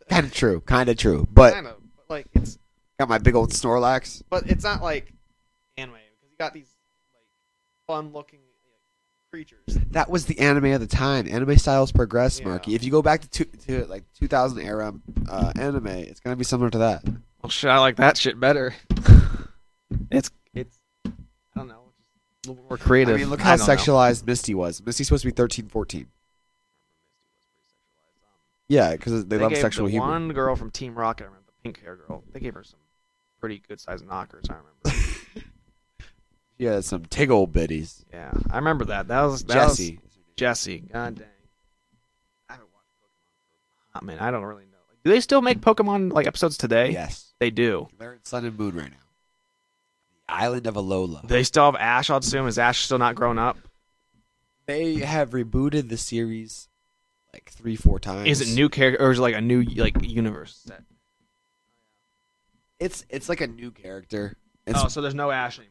Speaker 2: kind of true. Kind of true. But
Speaker 1: Kind of, but like it's
Speaker 2: got my big old Snorlax.
Speaker 1: but it's not like anime because you got these like fun looking creatures.
Speaker 2: That was the anime of the time. Anime styles progress,
Speaker 1: Yeah.
Speaker 2: Marky. If you go back to, two, to like 2000 era uh, anime, it's gonna be similar to that.
Speaker 1: Well, shit, I like that shit better. it's it's I don't know, a little more creative.
Speaker 2: I mean, look how sexualized Misty was. Misty's supposed to be 13, 14. Yeah, because they,
Speaker 1: They,
Speaker 2: love
Speaker 1: gave
Speaker 2: sexual
Speaker 1: the
Speaker 2: humor.
Speaker 1: One girl from Team Rocket, I remember the pink hair girl. They gave her some pretty good sized knockers. I remember.
Speaker 2: Yeah, some tig old biddies.
Speaker 1: yeah, I remember that. That was that was-
Speaker 2: Jesse.
Speaker 1: Jesse, god dang. I haven't watched Pokemon. for a hot minute. I don't really know. Do they still make Pokemon like episodes today?
Speaker 2: Yes.
Speaker 1: They do.
Speaker 2: They're in Sun and Moon right now. The island of Alola.
Speaker 1: Do They still have Ash on Zoom. Is Ash still not grown up?
Speaker 2: They have rebooted the series like three, four times.
Speaker 1: Is it new character or is it like a new like universe set?
Speaker 2: It's it's like a new character. It's,
Speaker 1: oh, so there's no Ash anymore.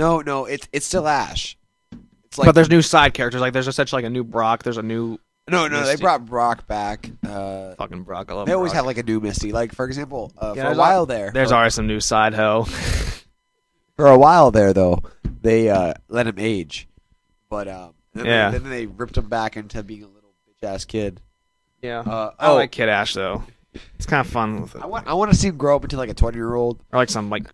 Speaker 2: No, no, it's it's still Ash. It's like
Speaker 1: but there's new side characters. Like there's such like a new Brock. There's a new
Speaker 2: no, no. They
Speaker 1: Misty.
Speaker 2: brought Brock back. Uh,
Speaker 1: fucking Brock. I love
Speaker 2: they always
Speaker 1: Brock.
Speaker 2: have like a new Misty. Like for example, uh,
Speaker 1: Yeah,
Speaker 2: for a
Speaker 1: there's
Speaker 2: while there,
Speaker 1: There's
Speaker 2: for,
Speaker 1: already some new side hoe.
Speaker 2: for a while there though, they uh, let him age, but um, then,
Speaker 1: Yeah.
Speaker 2: they, then they ripped him back into being a little bitch ass kid.
Speaker 1: yeah.
Speaker 2: Uh,
Speaker 1: I
Speaker 2: oh,
Speaker 1: like Kid Ash though. It's kind of fun with it.
Speaker 2: I want I want to see him grow up into like a twenty year old
Speaker 1: or like some like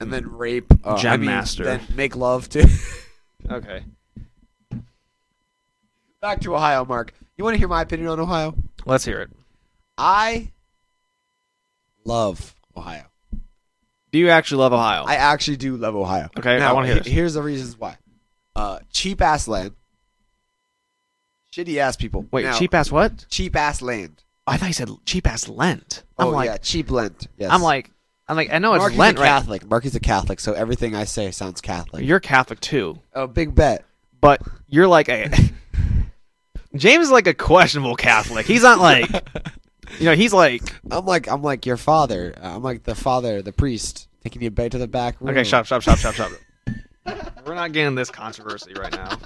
Speaker 2: and then rape uh,
Speaker 1: Gem
Speaker 2: I mean,
Speaker 1: Master.
Speaker 2: Then make love to.
Speaker 1: okay.
Speaker 2: Back to Ohio, Mark. You want to hear my opinion on Ohio?
Speaker 1: Let's hear it.
Speaker 2: I love Ohio.
Speaker 1: Do you actually love Ohio?
Speaker 2: I actually do love Ohio.
Speaker 1: Okay, I
Speaker 2: Now,
Speaker 1: wanna hear
Speaker 2: he-
Speaker 1: this.
Speaker 2: Here's the reasons why. Uh, cheap ass land. Shitty ass people.
Speaker 1: Wait,
Speaker 2: Now,
Speaker 1: cheap ass what?
Speaker 2: cheap ass land.
Speaker 1: I thought you said cheap ass Lent. I'm
Speaker 2: oh
Speaker 1: like,
Speaker 2: yeah, cheap lent. Yes.
Speaker 1: I'm like, I'm like, I know it's
Speaker 2: Mark is
Speaker 1: Lent,
Speaker 2: a
Speaker 1: right?
Speaker 2: Catholic. Mark is a Catholic, so everything I say sounds Catholic.
Speaker 1: You're Catholic too,
Speaker 2: oh, big bet.
Speaker 1: but you're like a James is like a questionable Catholic. He's not like, you know, he's like,
Speaker 2: I'm like I'm like your father. I'm like the father, the priest, taking you back to the back room.
Speaker 1: okay, shop, shop, shop, shop, shop. We're not getting this controversy right now.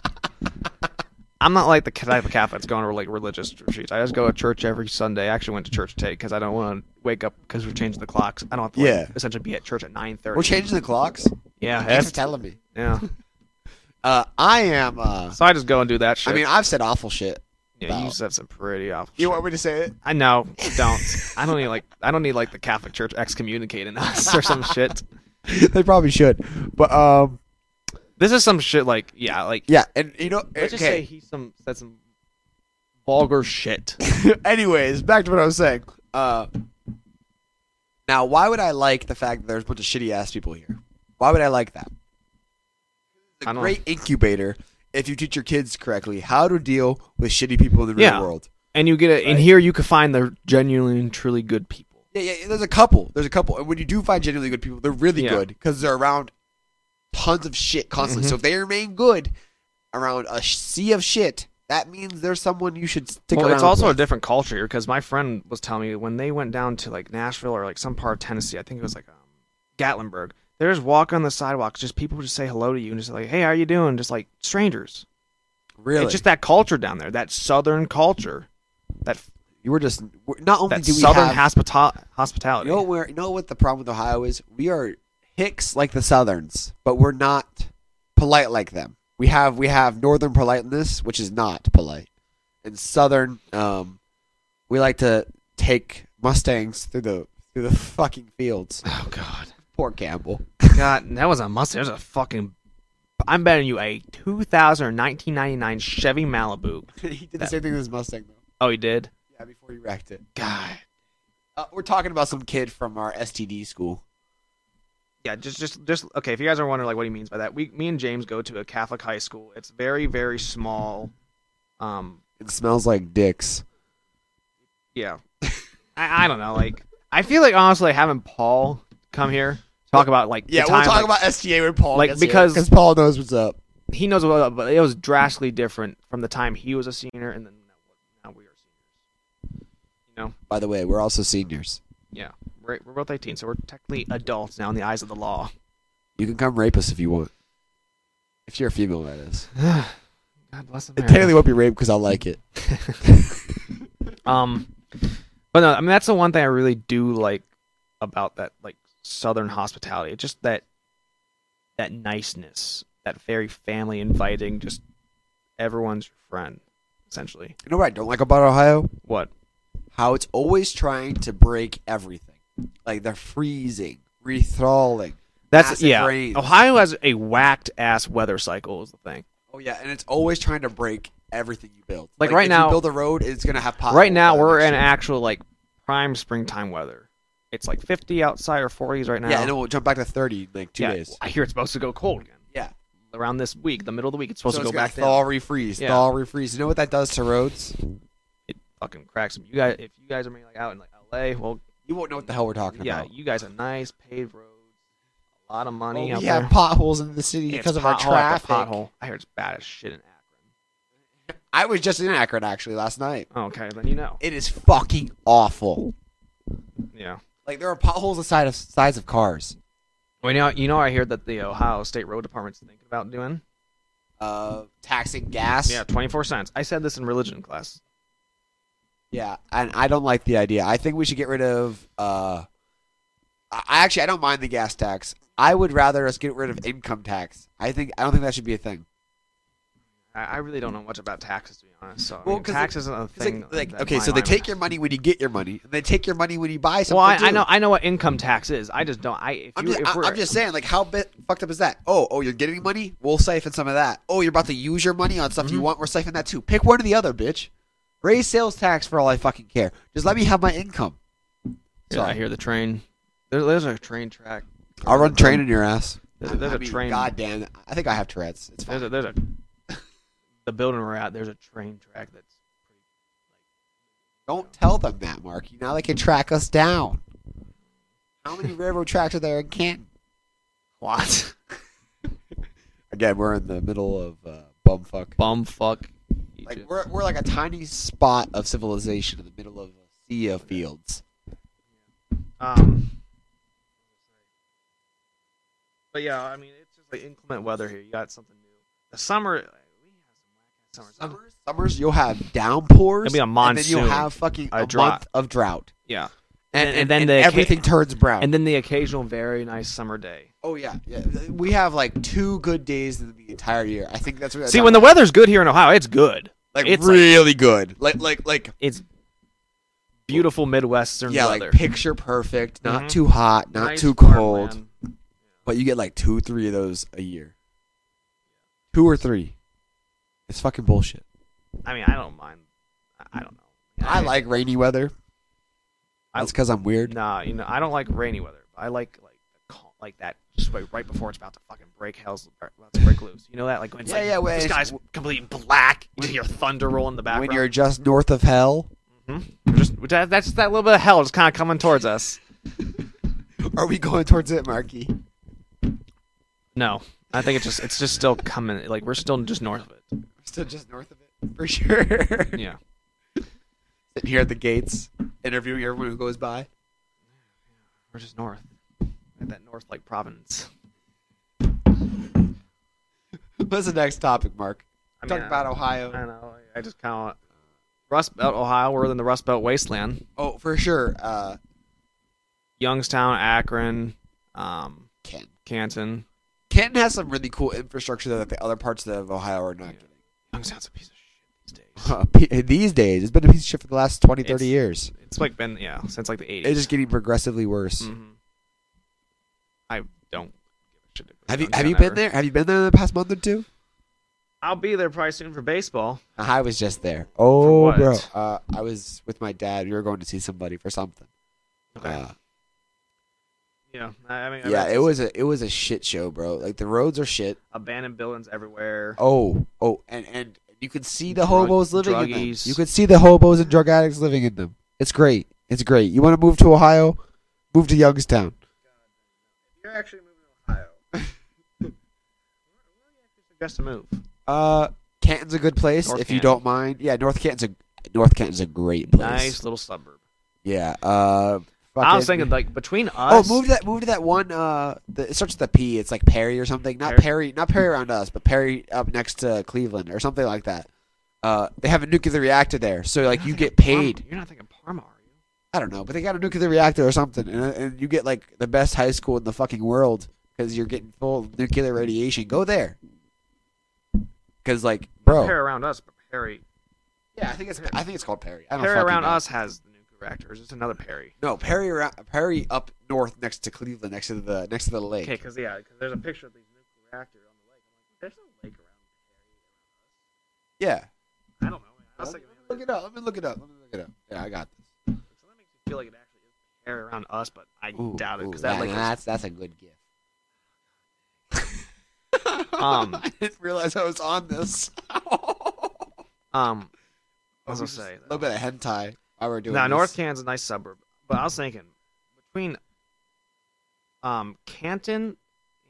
Speaker 1: I'm not like the type of Catholic that's going to like religious retreats. I just go to church every Sunday. I actually went to church today because I don't want to wake up because we're changing the clocks. I don't have to like,
Speaker 2: Yeah.
Speaker 1: essentially be at church at 9:30.
Speaker 2: We're changing the clocks.
Speaker 1: yeah,
Speaker 2: Thanks
Speaker 1: Uh, that's,
Speaker 2: for telling me.
Speaker 1: yeah.
Speaker 2: Uh, I am. Uh,
Speaker 1: So I just go and do that shit.
Speaker 2: I mean, I've said awful shit.
Speaker 1: Yeah, you
Speaker 2: about-
Speaker 1: said some pretty awful.
Speaker 2: You
Speaker 1: shit.
Speaker 2: want me to say it?
Speaker 1: I know. Don't. I don't need like. I don't need like the Catholic Church excommunicating us or some shit.
Speaker 2: they probably should, but um,
Speaker 1: This is some shit like yeah, like
Speaker 2: yeah, and you know,
Speaker 1: let's just say
Speaker 2: okay.
Speaker 1: he some said some vulgar shit.
Speaker 2: Anyways, back to what I was saying. Uh, now, why would I like the fact that there's a bunch of shitty ass people here? Why would I like that? It's
Speaker 1: I
Speaker 2: a
Speaker 1: don't
Speaker 2: great incubator if you teach your kids correctly how to deal with shitty people in the real
Speaker 1: Yeah.
Speaker 2: world.
Speaker 1: and you get a, in
Speaker 2: Right.
Speaker 1: here you can find the genuinely and truly good people.
Speaker 2: Yeah, yeah, yeah, there's a couple. There's a couple. And when you do find genuinely good people, they're really
Speaker 1: Yeah.
Speaker 2: good because they're around tons of shit constantly.
Speaker 1: Mhm.
Speaker 2: So if they remain good around a sh- sea of shit, that means there's someone you should stick
Speaker 1: well,
Speaker 2: around.
Speaker 1: it's also a
Speaker 2: with.
Speaker 1: different culture here because my friend was telling me when they went down to like Nashville or like some part of Tennessee, I think it was like um, Gatlinburg. They just walk on the sidewalks, just people just say hello to you and just like, hey, how you doing? Just like strangers.
Speaker 2: really.
Speaker 1: It's just that culture down there, that Southern culture, that
Speaker 2: you were just not only
Speaker 1: that
Speaker 2: do we
Speaker 1: Southern
Speaker 2: have
Speaker 1: hospita- hospitality.
Speaker 2: You know, where, you know what the problem with Ohio is? We are hicks like the Southerns, but we're not polite like them. We have we have Northern politeness, which is not polite, and Southern. Um, we like to take Mustangs through the through the fucking fields.
Speaker 1: oh God.
Speaker 2: Poor Campbell.
Speaker 1: God, that was a Mustang. That was a fucking. I'm betting you a 2000 or 1999 Chevy Malibu.
Speaker 2: he did the
Speaker 1: That-
Speaker 2: same thing as Mustang though.
Speaker 1: Oh, he did.
Speaker 2: Yeah, before he wrecked it.
Speaker 1: God.
Speaker 2: Uh, we're talking about some kid from our STD school.
Speaker 1: Yeah, just, just, just. Okay, if you guys are wondering, like, what he means by that, we, me and James go to a Catholic high school. It's very, very small. Um,
Speaker 2: It smells like dicks.
Speaker 1: yeah. I, I don't know. Like, I feel like honestly having Paul come here talk about like the time, like,
Speaker 2: about STA when Paul
Speaker 1: like, gets here. because-
Speaker 2: because Paul knows what's up.
Speaker 1: he knows what, but it was drastically different from the time he was a senior and then now we are seniors. You know.
Speaker 2: By the way, we're also seniors.
Speaker 1: Yeah, we're, we're both 18, so we're technically adults now in the eyes of the law.
Speaker 2: You can come rape us if you want. If you're a female, that is.
Speaker 1: God bless
Speaker 2: It technically won't be rape because I like it.
Speaker 1: Um, but no, I mean that's the one thing I really do like about that like Southern hospitality. It's just that that niceness, that very family inviting, just everyone's your friend essentially.
Speaker 2: You know what I don't like about Ohio?
Speaker 1: What?
Speaker 2: How it's always trying to break everything. Like they're freezing, rethralling.
Speaker 1: That's
Speaker 2: Massive
Speaker 1: yeah.
Speaker 2: rains.
Speaker 1: Ohio has a whacked ass weather cycle is the thing.
Speaker 2: Oh yeah, and it's always trying to break everything you build.
Speaker 1: Like, right
Speaker 2: if
Speaker 1: now-
Speaker 2: you build a road, it's gonna have potholes
Speaker 1: right now
Speaker 2: on it
Speaker 1: we're
Speaker 2: next
Speaker 1: in
Speaker 2: year.
Speaker 1: actual like prime springtime weather. It's like 50 outside or 40s right now.
Speaker 2: Yeah, and then we'll jump back to thirty in like two
Speaker 1: Yeah,
Speaker 2: days.
Speaker 1: I hear it's supposed to go cold again.
Speaker 2: Yeah,
Speaker 1: Around this week, the middle of the week, it's supposed
Speaker 2: so
Speaker 1: to
Speaker 2: it's
Speaker 1: go
Speaker 2: gonna
Speaker 1: back
Speaker 2: thaw,
Speaker 1: down.
Speaker 2: refreeze,
Speaker 1: Yeah.
Speaker 2: thaw, refreeze. You know what that does to roads?
Speaker 1: It fucking cracks me. You guys, if you guys are maybe like out in like L.A., well,
Speaker 2: You won't know what the hell we're talking
Speaker 1: yeah,
Speaker 2: about.
Speaker 1: you guys have nice paved roads, a lot of money
Speaker 2: Well,
Speaker 1: out
Speaker 2: we
Speaker 1: there.
Speaker 2: have potholes in the city
Speaker 1: It's
Speaker 2: Oh, because of our
Speaker 1: pothole after
Speaker 2: traffic.
Speaker 1: Pothole. I heard it's bad as shit in Akron.
Speaker 2: I was just in Akron actually last night.
Speaker 1: Okay, then you know.
Speaker 2: It is fucking awful.
Speaker 1: Yeah.
Speaker 2: Like there are potholes the size of size of cars.
Speaker 1: Well, you know, you know, I hear that the Ohio State Road Department's thinking about doing.
Speaker 2: Uh, taxing gas.
Speaker 1: Yeah, 24 cents. I said this in religion class.
Speaker 2: Yeah, and I don't like the idea. I think we should get rid of. Uh, I I actually I don't mind the gas tax. I would rather us get rid of income tax. I think I don't think that should be a thing.
Speaker 1: I, I really don't know much about taxes to be honest. So I
Speaker 2: Well,
Speaker 1: mean,
Speaker 2: 'cause
Speaker 1: taxes isn't a
Speaker 2: 'Cause,
Speaker 1: thing.
Speaker 2: like, like
Speaker 1: that
Speaker 2: okay,
Speaker 1: my
Speaker 2: so they
Speaker 1: line
Speaker 2: take
Speaker 1: was-
Speaker 2: your money when you get your money, and they take your money when you buy something.
Speaker 1: Well, I, I
Speaker 2: too.
Speaker 1: know I know what income tax is. I just don't. I if
Speaker 2: I'm
Speaker 1: you
Speaker 2: just,
Speaker 1: if
Speaker 2: I-
Speaker 1: we're
Speaker 2: I'm just saying, like, how bit fucked up is that? Oh, oh, you're getting money. We'll siphon some of that. Oh, you're about to use your money on stuff you
Speaker 1: Mhm.
Speaker 2: want. We're siphoning that too. Pick one or the other, bitch. Raise sales tax for all I fucking care. Just let me have my income.
Speaker 1: Yeah, I hear the train. There, there's a train track.
Speaker 2: I'll run train in your ass.
Speaker 1: There's, there's
Speaker 2: I
Speaker 1: a
Speaker 2: mean,
Speaker 1: train.
Speaker 2: Goddamn, I think I have Tourette's. It's fine.
Speaker 1: There's a there's a the building we're at. There's a train track that's.
Speaker 2: Don't tell them that, Mark. Now they can track us down. How many railroad tracks are there in Canton?
Speaker 1: What?
Speaker 2: Again, we're in the middle of uh, bumfuck.
Speaker 1: Bumfuck.
Speaker 2: Like
Speaker 1: Egypt.
Speaker 2: we're we're like a tiny spot of civilization in the middle of a sea of fields.
Speaker 1: Um. But yeah, I mean, it's just like inclement weather here. You got something new. The summer. like, we have some whack-ass summers.
Speaker 2: Summers, summers you'll have downpours.
Speaker 1: It'll be a
Speaker 2: And then
Speaker 1: monsoon,
Speaker 2: you'll have fucking
Speaker 1: a
Speaker 2: a,
Speaker 1: drought.
Speaker 2: month of drought.
Speaker 1: Yeah. And-
Speaker 2: And, and,
Speaker 1: and then
Speaker 2: and
Speaker 1: the-
Speaker 2: everything turns brown.
Speaker 1: And then the occasional very nice summer day.
Speaker 2: oh yeah, yeah. We have like two good days in the entire year. I think that's what
Speaker 1: See, when the weather's good here in Ohio, it's good.
Speaker 2: like
Speaker 1: it's like-
Speaker 2: really good. Like like like
Speaker 1: It's beautiful Midwestern
Speaker 2: yeah,
Speaker 1: weather.
Speaker 2: like picture perfect, not
Speaker 1: Mhm.
Speaker 2: too hot, not
Speaker 1: Nice
Speaker 2: too cold.
Speaker 1: farmland.
Speaker 2: But you get like two, three of those a year. Two or three. It's fucking bullshit.
Speaker 1: I mean, I don't mind. I- I don't know.
Speaker 2: I like rainy weather.
Speaker 1: I-
Speaker 2: That's because I'm weird.
Speaker 1: Nah, you know, I don't like rainy weather. I like like the calm. like that just wait, right before it's about to fucking break hell's er, about to break loose. You know that like when it's
Speaker 2: Yeah,
Speaker 1: like
Speaker 2: yeah, when
Speaker 1: this
Speaker 2: it's-
Speaker 1: guy's complete black, you hear thunder roll in the background. Mm-hmm.
Speaker 2: When you're just north of hell,
Speaker 1: just that, that's that little bit of hell just kind of coming towards us.
Speaker 2: are we going towards it, Marky?
Speaker 1: No, I think it's just it's just still coming. Like we're still just north of it.
Speaker 2: Still just north of it for sure. Sitting
Speaker 1: Yeah.
Speaker 2: here at the gates, interviewing everyone who goes by.
Speaker 1: We're just north. At that north like province.
Speaker 2: What's the next topic, Mark?
Speaker 1: I
Speaker 2: Talk
Speaker 1: mean,
Speaker 2: about
Speaker 1: I
Speaker 2: Ohio.
Speaker 1: don't know. I just kind of Rust Belt, Ohio. We're in the Rust Belt wasteland.
Speaker 2: Oh, for sure. Uh,
Speaker 1: Youngstown, Akron, um,
Speaker 2: Ken.
Speaker 1: Canton.
Speaker 2: Canton has some really cool infrastructure though, that the other parts of Ohio are not
Speaker 1: Youngstown's a piece of shit these days.
Speaker 2: getting. These days, it's been a piece of shit for the last 20, 30
Speaker 1: It's-
Speaker 2: years.
Speaker 1: It's like been yeah since like the eighties.
Speaker 2: It's just getting progressively worse.
Speaker 1: Mhm. I don't give a shit. about
Speaker 2: Have you
Speaker 1: Youngstown
Speaker 2: have you
Speaker 1: ever.
Speaker 2: been there? Have you been there in the past month or two?
Speaker 1: I'll be there probably soon for baseball.
Speaker 2: I was just there. Oh,
Speaker 1: what?
Speaker 2: bro. Uh, I was with my dad. We were going to see somebody for something. Uh,
Speaker 1: yeah. I, I mean. I
Speaker 2: yeah,
Speaker 1: mean,
Speaker 2: it was a it was a shit show, bro. Like the roads are shit.
Speaker 1: abandoned buildings everywhere.
Speaker 2: Oh, oh, and and you could see the
Speaker 1: Drug-
Speaker 2: hobos living in them.
Speaker 1: druggies.
Speaker 2: You could see the hobos and drug addicts living in them. It's great. It's great. You want to move to Ohio? Move to Youngstown.
Speaker 1: You're actually moving to Ohio. where, where do you actually suggest a move?
Speaker 2: Uh, Canton's a good place
Speaker 1: North
Speaker 2: if you
Speaker 1: Canton.
Speaker 2: don't mind. Yeah, North Canton's a North Canton's a great place.
Speaker 1: Nice little suburb.
Speaker 2: Yeah. Uh,
Speaker 1: I was
Speaker 2: fucking-
Speaker 1: thinking like between
Speaker 2: Oh,
Speaker 1: us.
Speaker 2: move to that move to that one. Uh, the, it starts with a P. It's like Perry or something. Not
Speaker 1: Perry.
Speaker 2: Perry, not Perry around us, but Perry up next to Cleveland or something like that. Uh, they have a nuclear reactor there, so like you get paid.
Speaker 1: You're not thinking Parma, are you?
Speaker 2: I don't know, but they got a nuclear reactor or something, and, uh, and you get like the best high school in the fucking world because you're getting full nuclear radiation. Go there, because like bro,
Speaker 1: Perry around us, but Perry.
Speaker 2: yeah, I think it's I think it's called Perry. I don't
Speaker 1: Perry
Speaker 2: fucking
Speaker 1: around
Speaker 2: know.
Speaker 1: us has the nuclear reactors. It's another Perry.
Speaker 2: No, Perry around Perry up north next to Cleveland, next to the next to the lake.
Speaker 1: Okay, because yeah, because there's a picture of these nuclear reactors on the lake. I'm like, there's no lake around
Speaker 2: Yeah,
Speaker 1: Perry. I don't know. I was
Speaker 2: Let me
Speaker 1: thinking,
Speaker 2: look it up. Let me look it up. Let me look it up. Yeah, I got this.
Speaker 1: so that makes me feel like it actually is Perry around us, but I
Speaker 2: Ooh,
Speaker 1: doubt it
Speaker 2: ooh,
Speaker 1: because that
Speaker 2: yeah,
Speaker 1: lake. Is,
Speaker 2: that's that's a good gift.
Speaker 1: Um,
Speaker 2: I didn't realize I was on this.
Speaker 1: um,
Speaker 2: I
Speaker 1: I was gonna
Speaker 2: was just
Speaker 1: say,
Speaker 2: a little bit of hentai. I were doing
Speaker 1: Now,
Speaker 2: this.
Speaker 1: North Canton's a nice suburb, but I was thinking between um Canton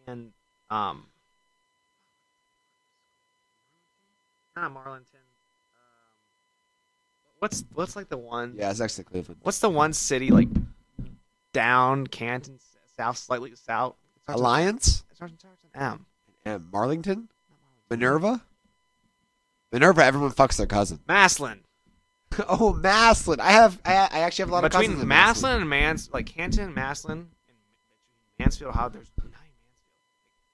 Speaker 1: and um not Marlinton. Um, what's what's like the one?
Speaker 2: Yeah, it's next to Cleveland.
Speaker 1: What's the one city like down Canton s- south slightly south? It starts with-
Speaker 2: Alliance
Speaker 1: it starts with an M.
Speaker 2: and Marlington, Minerva. Minerva, everyone fucks their cousin.
Speaker 1: Maslin.
Speaker 2: oh, Maslin. I have. I, I actually have a lot of cousins
Speaker 1: Between
Speaker 2: in
Speaker 1: Maslin and Mans, like Canton, Maslin, and Mansfield, Ohio, there's not even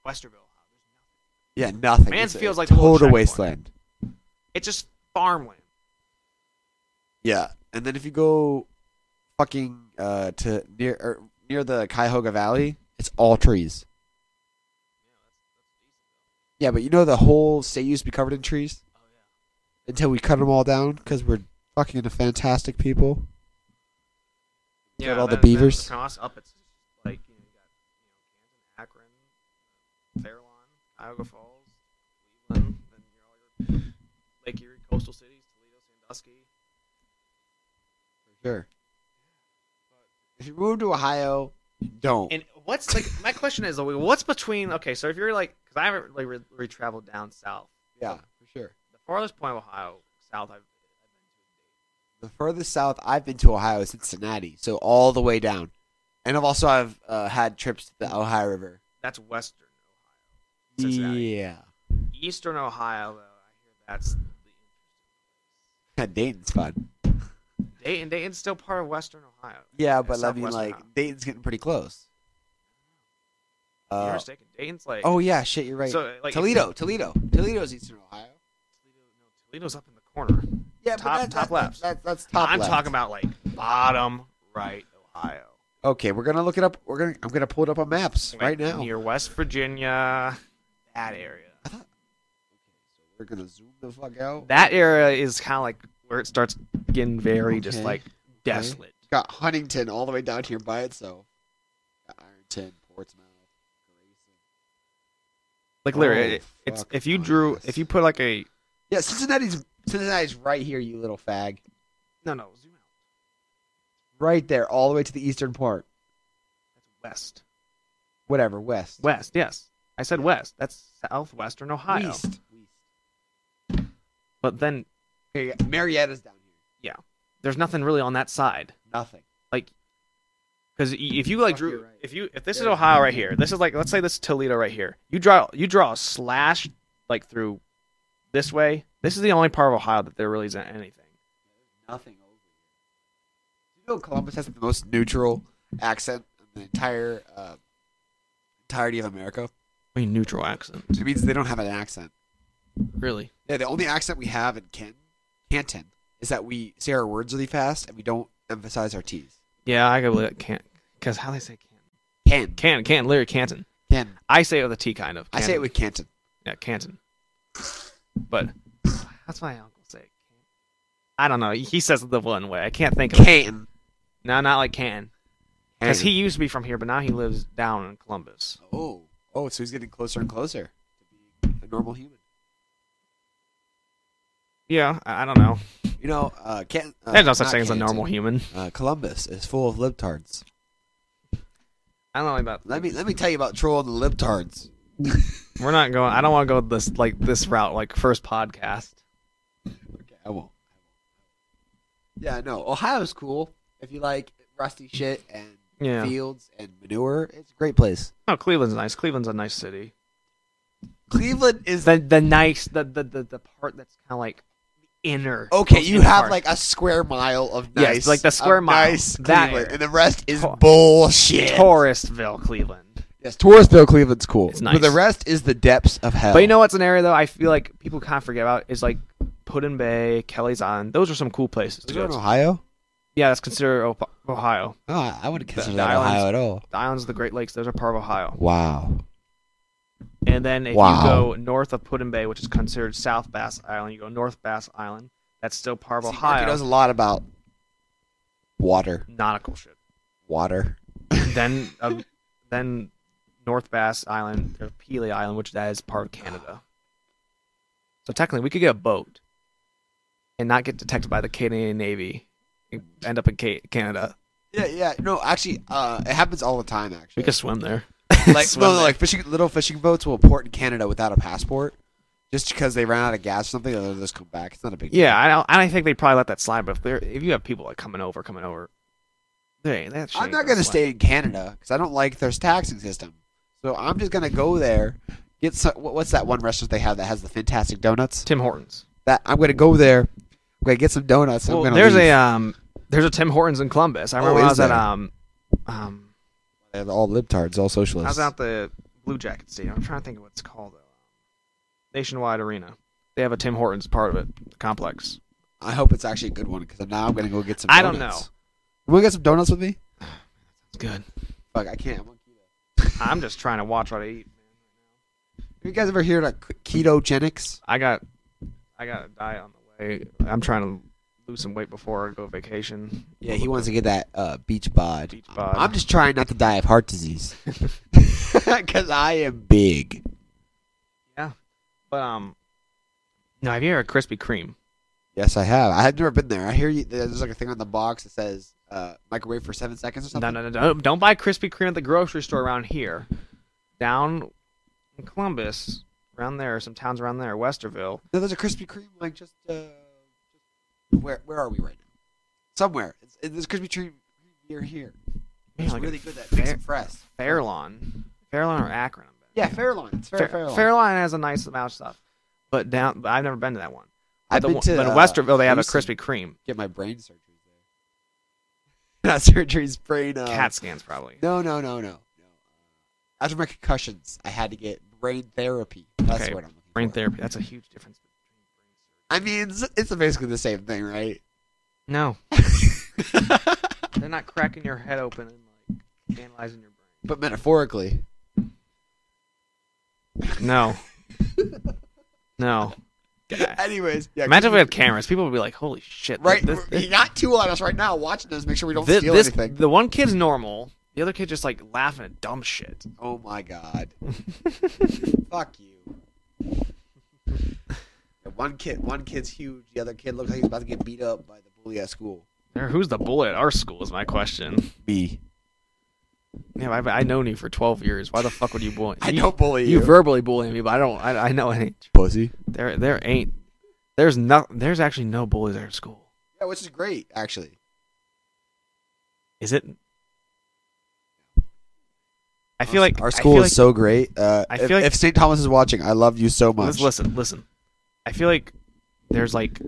Speaker 1: Mansfield, Westerville, Ohio, there's nothing.
Speaker 2: Yeah, nothing. It's a
Speaker 1: Mansfield's like the little
Speaker 2: total
Speaker 1: checkpoint.
Speaker 2: wasteland.
Speaker 1: It's just farmland.
Speaker 2: Yeah, and then if you go fucking uh, to near or near the Cuyahoga Valley, it's all trees. Yeah, but you know the whole state used to be covered in trees until we cut them all down because we're fucking the fantastic people. Got all the
Speaker 1: then- then
Speaker 2: beavers.
Speaker 1: it's across up, it's like you know, you got you know, Canton, Akron, Fairlawn, Iowa Falls, Cleveland, then you're all your Lake Erie coastal cities, Toledo, Sandusky.
Speaker 2: Sure. If you move to Ohio, you don't.
Speaker 1: And what's like my question is, like, what's between? Okay, so if you're like, because I haven't like re- re- traveled down south,
Speaker 2: yeah, for sure.
Speaker 1: the farthest point of Ohio south I've, I've been
Speaker 2: The furthest south I've been to Ohio is Cincinnati, so all the way down. And I've also I've uh, had trips to the Ohio River.
Speaker 1: to, that's western Ohio, Cincinnati.
Speaker 2: Yeah.
Speaker 1: Eastern Ohio, though, I hear that's the
Speaker 2: Yeah, Dayton's fun.
Speaker 1: Dayton. Dayton's still part of Western Ohio.
Speaker 2: Yeah,
Speaker 1: It's
Speaker 2: but I mean,
Speaker 1: Southwestern
Speaker 2: like
Speaker 1: Ohio.
Speaker 2: Dayton's getting pretty close.
Speaker 1: you're
Speaker 2: Uh,
Speaker 1: mistaken. Dayton's like
Speaker 2: oh yeah, shit, you're right.
Speaker 1: So like
Speaker 2: Toledo, Toledo, Toledo's eastern Ohio.
Speaker 1: Toledo, no, Toledo's up in the corner.
Speaker 2: Yeah,
Speaker 1: Top-
Speaker 2: but that,
Speaker 1: top
Speaker 2: that,
Speaker 1: left.
Speaker 2: That, that's top
Speaker 1: I'm
Speaker 2: left.
Speaker 1: talking about like bottom right Ohio.
Speaker 2: Okay, we're gonna look it up. We're gonna. I'm gonna pull it up on maps
Speaker 1: Like,
Speaker 2: right now.
Speaker 1: near West Virginia, that area.
Speaker 2: We're gonna zoom the fuck out.
Speaker 1: That area is kind of like where it starts getting very just
Speaker 2: Okay.
Speaker 1: like desolate.
Speaker 2: Got Huntington all the way down here by itself. Got Ironton, Portsmouth.
Speaker 1: Like literally,
Speaker 2: Oh,
Speaker 1: it- it's
Speaker 2: fuck
Speaker 1: if you
Speaker 2: my
Speaker 1: drew,
Speaker 2: ass.
Speaker 1: if you put like a
Speaker 2: Yeah, Cincinnati's Cincinnati's right here, you little fag.
Speaker 1: no no zoom out,
Speaker 2: Right there, all the way to the eastern part.
Speaker 1: that's west,
Speaker 2: Whatever, west.
Speaker 1: west yes, I said west. That's southwestern Ohio.
Speaker 2: East.
Speaker 1: But then
Speaker 2: Okay, yeah, Marietta's down here.
Speaker 1: there's nothing really on that side
Speaker 2: Nothing.
Speaker 1: because if you like
Speaker 3: Fuck,
Speaker 1: drew,
Speaker 3: you're right.
Speaker 1: if you if this is
Speaker 2: There's
Speaker 1: Ohio right here, this is like let's say this is Toledo right here. You draw you draw a slash like through this way. This is the only part of Ohio that there really isn't anything.
Speaker 2: Nothing over here. You know Columbus has the most neutral accent in the entire uh, entirety of America.
Speaker 1: I mean, neutral accent,
Speaker 2: Which means they don't have an accent.
Speaker 1: really.
Speaker 2: Yeah, the only accent we have in Canton, Canton is that we say our words really fast and we don't emphasize our T's.
Speaker 1: Yeah, I go believe it. Can't because how they say can
Speaker 2: Can.
Speaker 1: can can literally Canton.
Speaker 2: Can.
Speaker 1: I say it with a T, kind of.
Speaker 2: I say it
Speaker 1: Canton.
Speaker 2: with Canton.
Speaker 1: yeah Canton, but that's my uncle say. I don't know. He says it the one way. I can't think of it.
Speaker 2: Canton.
Speaker 1: No, not like Canton. Because he
Speaker 2: Canton.
Speaker 1: used to be from here, but now he lives down in Columbus.
Speaker 2: Oh. Oh, so he's getting closer and closer to being a normal human.
Speaker 1: Yeah, I, I don't know.
Speaker 2: You know, uh, Canton. Uh,
Speaker 1: There's no such
Speaker 2: not
Speaker 1: thing as a
Speaker 2: Canton.
Speaker 1: normal human.
Speaker 2: Uh, Columbus is full of libtards.
Speaker 1: I don't know about.
Speaker 2: Let me let me tell you about Troll and the libtards.
Speaker 1: We're not going. I don't want to go this like this route. Like first podcast.
Speaker 2: Okay, I won't. Yeah, no. Ohio's cool if you like rusty shit and
Speaker 1: Yeah.
Speaker 2: fields and manure. It's a great place.
Speaker 1: Oh, Cleveland's nice. Cleveland's a nice city.
Speaker 2: Cleveland is
Speaker 1: The the nice the the the, the part that's kind of like inner.
Speaker 2: okay.
Speaker 1: most
Speaker 2: You
Speaker 1: inner
Speaker 2: have
Speaker 1: part.
Speaker 2: like a square mile of
Speaker 1: Yeah,
Speaker 2: nice,
Speaker 1: it's like the square
Speaker 2: of
Speaker 1: mile.
Speaker 2: nice
Speaker 1: That
Speaker 2: Cleveland,
Speaker 1: area.
Speaker 2: and the rest is
Speaker 1: Tor-
Speaker 2: bullshit.
Speaker 1: Touristville, Cleveland.
Speaker 2: yes, Touristville, Cleveland's cool,
Speaker 1: It's
Speaker 2: but the
Speaker 1: nice.
Speaker 2: rest is the depths of hell.
Speaker 1: But you know what's an area though? I feel like people kind of forget about is like Putin Bay, Kelly's Island. Those are some cool places to
Speaker 2: is it
Speaker 1: go.
Speaker 2: in
Speaker 1: To.
Speaker 2: Ohio?
Speaker 1: Yeah, that's considered Op- Ohio.
Speaker 2: Oh, I- I wouldn't consider
Speaker 1: the
Speaker 2: that
Speaker 1: islands-
Speaker 2: Ohio at all.
Speaker 1: The islands of the Great Lakes. Those are part of Ohio.
Speaker 2: Wow.
Speaker 1: And then if
Speaker 2: Wow.
Speaker 1: you go north of Putin Bay, which is considered South Bass Island, you go North Bass Island. That's still part of
Speaker 2: See, Marky
Speaker 1: Ohio.
Speaker 2: knows a lot about water.
Speaker 1: Nautical ship.
Speaker 2: Water.
Speaker 1: then, uh, then North Bass Island or Pelee Island, which that is part of Canada. So technically, we could get a boat and not get detected by the Canadian Navy, and end up in Ca- Canada.
Speaker 2: Yeah, yeah. No, actually, uh, it happens all the time. Actually,
Speaker 1: We could swim there.
Speaker 2: like
Speaker 1: swim
Speaker 2: no, no,
Speaker 1: there.
Speaker 2: like fishing little fishing boats will port in Canada without a passport, just because they ran out of gas or something. and They'll just come back. It's not a big deal.
Speaker 1: Yeah, I don't. I don't think they'd probably let that slide. But if they're, if you have people like coming over, coming over, they that. shit
Speaker 2: I'm
Speaker 1: ain't
Speaker 2: not gonna
Speaker 1: slide.
Speaker 2: stay in Canada because I don't like their taxing system. So I'm just gonna go there. Get some, what- what's that one restaurant they have that has the fantastic donuts?
Speaker 1: Tim Hortons.
Speaker 2: That I'm gonna go there. I'm gonna get some donuts.
Speaker 1: Well,
Speaker 2: I'm gonna
Speaker 1: there's
Speaker 2: leave.
Speaker 1: a um, there's a Tim Hortons in Columbus. I
Speaker 2: Oh,
Speaker 1: remember when I
Speaker 2: is
Speaker 1: was at
Speaker 2: there?
Speaker 1: um, um,
Speaker 2: They're all libtards, all
Speaker 1: I
Speaker 2: socialists.
Speaker 1: was at the Blue Jacket Stadium. I'm trying to think of what it's called though. Nationwide Arena. They have a Tim Hortons part of it, the complex.
Speaker 2: I hope it's actually a good one because now I'm gonna go get some.
Speaker 1: I don't
Speaker 2: donuts.
Speaker 1: know.
Speaker 2: You wanna get some donuts with me?
Speaker 1: It's good.
Speaker 2: Fuck, I can't. I'm on keto.
Speaker 1: I'm just trying to watch what I eat.
Speaker 2: You guys ever heard of ketogenics?
Speaker 1: I got, I got a diet on the way. I'm trying to lose some weight before I go vacation.
Speaker 2: Yeah, he wants to get that uh, beach bod.
Speaker 1: Beach bod.
Speaker 2: I'm just trying not to die of heart disease because I am big.
Speaker 1: But um, no, have you ever had Krispy Kreme?
Speaker 2: Yes, I have. I have never been there. I hear you. There's like a thing on the box that says uh, microwave for seven seconds or
Speaker 1: No,
Speaker 2: something.
Speaker 1: no, no, don't, don't buy Krispy Kreme at the grocery store around here. Down in Columbus, around there, some towns around there, Westerville.
Speaker 2: No, there's a Krispy Kreme like just uh, where where are we right now? Somewhere. It's, it- there's Krispy Kreme near here.
Speaker 1: Man,
Speaker 2: It's
Speaker 1: like
Speaker 2: really
Speaker 1: a
Speaker 2: good. That makes
Speaker 1: fair-
Speaker 2: it fresh.
Speaker 1: Fairlawn, Fairlawn or Akron. I'm betting.
Speaker 2: Yeah, Fairlawn. It's fair,
Speaker 1: Fair,
Speaker 2: Fairlawn.
Speaker 1: Fairlawn has a nice amount of stuff, but down but I've never been to that one.
Speaker 2: I've
Speaker 1: The
Speaker 2: been
Speaker 1: one-
Speaker 2: to
Speaker 1: but in
Speaker 2: uh,
Speaker 1: Westerville, they have a Krispy
Speaker 2: Houston.
Speaker 1: Kreme.
Speaker 2: Get my brain surgery there. Not surgeries, brain. Uh,
Speaker 1: Cat scans probably.
Speaker 2: No, no, no, no. no. After my concussions, I had to get brain therapy. That's
Speaker 1: Okay,
Speaker 2: what I'm looking
Speaker 1: Brain
Speaker 2: for.
Speaker 1: therapy. That's a huge difference.
Speaker 2: I mean, it's, it's basically the same thing, right?
Speaker 1: No, they're not cracking your head open and like analyzing your brain.
Speaker 2: but metaphorically.
Speaker 1: No, no.
Speaker 2: Anyways, yeah.
Speaker 1: Imagine if we
Speaker 2: continue.
Speaker 1: had cameras. People would be like, "Holy shit!"
Speaker 2: right.
Speaker 1: This,
Speaker 2: you got two on us right now watching this. Make sure we don't
Speaker 1: this,
Speaker 2: steal
Speaker 1: this-
Speaker 2: anything.
Speaker 1: the one kid's normal. The other kid just like laughing at dumb shit.
Speaker 2: Oh my god. Oh Fuck you. one kid, one kid's huge. The other kid looks like he's about to get beat up by the bully at school.
Speaker 1: Or Who's the bully at our school is my question.
Speaker 2: Me.
Speaker 1: Yeah, I've, I known you for 12 years. Why the fuck would you bully?
Speaker 2: I
Speaker 1: you,
Speaker 2: don't bully
Speaker 1: You
Speaker 2: you.
Speaker 1: verbally bully me, but I don't. I, I know it ain't.
Speaker 2: pussy.
Speaker 1: There there ain't. There's no. There's actually no bullies at our school.
Speaker 2: Yeah, which is great actually.
Speaker 1: Is it? I feel like
Speaker 2: our
Speaker 1: I
Speaker 2: school
Speaker 1: feel
Speaker 2: is so great. Uh,
Speaker 1: I
Speaker 2: if,
Speaker 1: feel like-
Speaker 2: if St. Thomas is watching, I love you so
Speaker 1: Let's
Speaker 2: much.
Speaker 1: listen, listen. I feel like there's like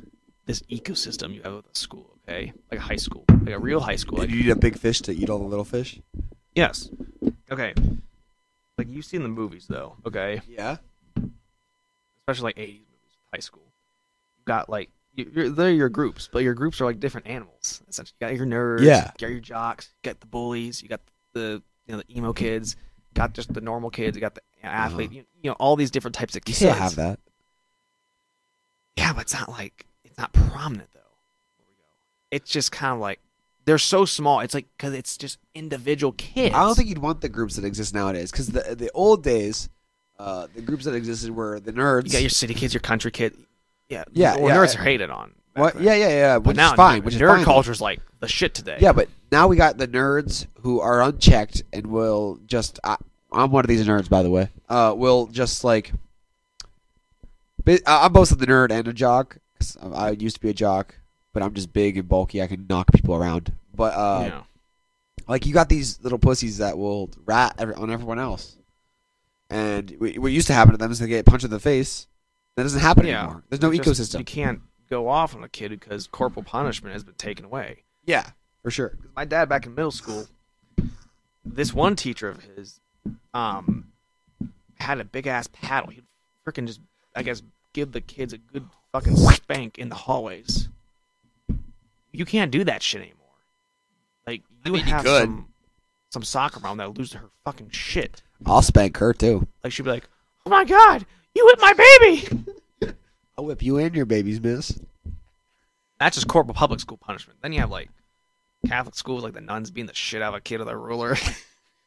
Speaker 1: this ecosystem you have with a school, okay? Like a high school, like a real high school. Like,
Speaker 2: you need a big fish to eat all the little fish.
Speaker 1: yes. Okay. Like you've seen the movies though, okay?
Speaker 2: Yeah.
Speaker 1: Especially like 80s movies, high school. You got like you- you're, they're your groups, but your groups are like different animals. Essentially, you got your nerds,
Speaker 2: Yeah.
Speaker 1: you got your jocks, you got the bullies, you got the you know the emo kids, got just the normal kids, you got the athlete, you, you know all these different types of
Speaker 2: Uh-huh. You
Speaker 1: kids.
Speaker 2: still have that.
Speaker 1: Yeah, but it's not like it's not prominent though. It's just kind of like they're so small. It's like because it's just individual kids.
Speaker 2: I don't think you'd want the groups that exist nowadays because the the old days, uh, the groups that existed were the nerds.
Speaker 1: you got your city kids, your country kids. Yeah,
Speaker 2: Yeah,
Speaker 1: Well,
Speaker 2: yeah,
Speaker 1: nerds
Speaker 2: I-
Speaker 1: are hated on. back
Speaker 2: what?
Speaker 1: then.
Speaker 2: Yeah, yeah, yeah.
Speaker 1: but
Speaker 2: Which
Speaker 1: now
Speaker 2: is fine. Which is
Speaker 1: nerd
Speaker 2: fine.
Speaker 1: culture's like the shit today.
Speaker 2: Yeah, but now we got the nerds who are unchecked and will just. I, I'm one of these nerds, by the way. Uh, will just like. Bi- I- I'm both the nerd and a jock. 'cause I I used to be a jock, but I'm just big and bulky. I can knock people around. But uh,
Speaker 1: You know.
Speaker 2: like you got these little pussies that will rat every, on everyone else, and wh- what used to happen to them is they get punched in the face. That doesn't happen
Speaker 1: Yeah.
Speaker 2: anymore. There's no
Speaker 1: Just-
Speaker 2: ecosystem.
Speaker 1: You can't go off on a kid because corporal punishment has been taken away.
Speaker 2: yeah, for sure.
Speaker 1: my dad back in middle school, this one teacher of his, um, had a big ass paddle. He'd freaking just, I guess, give the kids a good fucking spank in the hallways. You can't do that shit anymore. Like you
Speaker 2: mean, he
Speaker 1: have
Speaker 2: could.
Speaker 1: some some soccer mom that'll lose her fucking shit.
Speaker 2: I'll spank her too.
Speaker 1: Like she'd be like, "Oh my god, you hit my baby!"
Speaker 2: I'll whip you and your babies, miss.
Speaker 1: That's just corporal public school punishment. Then you have like Catholic schools, like the nuns beating the shit out of a kid with a ruler.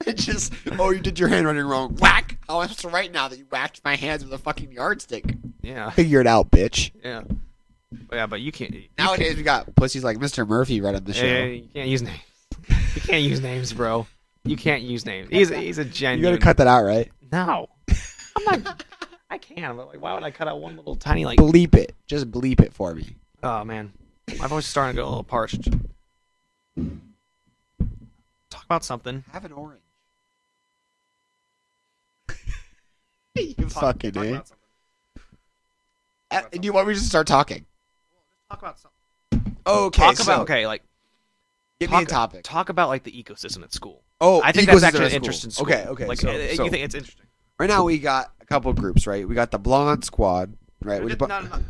Speaker 3: It just oh, you did your handwriting wrong. Whack! How
Speaker 2: Oh,
Speaker 3: am I supposed to write now that you whacked my hands with a fucking yardstick?
Speaker 1: yeah.
Speaker 2: Figure it out, bitch.
Speaker 1: Yeah. But yeah, but you can't. You
Speaker 2: Nowadays we got pussies like Mr. Murphy right on the show.
Speaker 1: can't, yeah, you can't use names. You can't use names, bro. You can't use names. He's he's a
Speaker 2: You
Speaker 1: genuine.
Speaker 2: gotta cut that out, right?
Speaker 1: No, I'm not. I can, but like, why would I cut out one little tiny like?
Speaker 2: Bleep it. Just bleep it for me.
Speaker 1: Oh man, my voice is starting to get a little parched. Talk about something.
Speaker 2: Have an orange.
Speaker 3: You
Speaker 1: Talk,
Speaker 2: Fucking
Speaker 1: talk
Speaker 2: eh?
Speaker 1: about something.
Speaker 3: Uh, do you want me to start talking?
Speaker 1: Talk about something.
Speaker 2: Okay,
Speaker 1: talk
Speaker 2: so
Speaker 1: about okay, like
Speaker 2: give me
Speaker 1: talk,
Speaker 2: a topic.
Speaker 1: Talk about like the ecosystem at school.
Speaker 2: Oh,
Speaker 1: I think
Speaker 2: equals
Speaker 1: that's actually
Speaker 2: is our
Speaker 1: an
Speaker 2: school.
Speaker 1: interesting. School.
Speaker 2: Okay, okay.
Speaker 1: Like
Speaker 2: so,
Speaker 1: uh,
Speaker 2: so
Speaker 1: you think it's interesting.
Speaker 2: right now we got a couple groups, right? We got the blonde squad, right? Which
Speaker 1: Just-
Speaker 2: bu-
Speaker 1: no, no, no.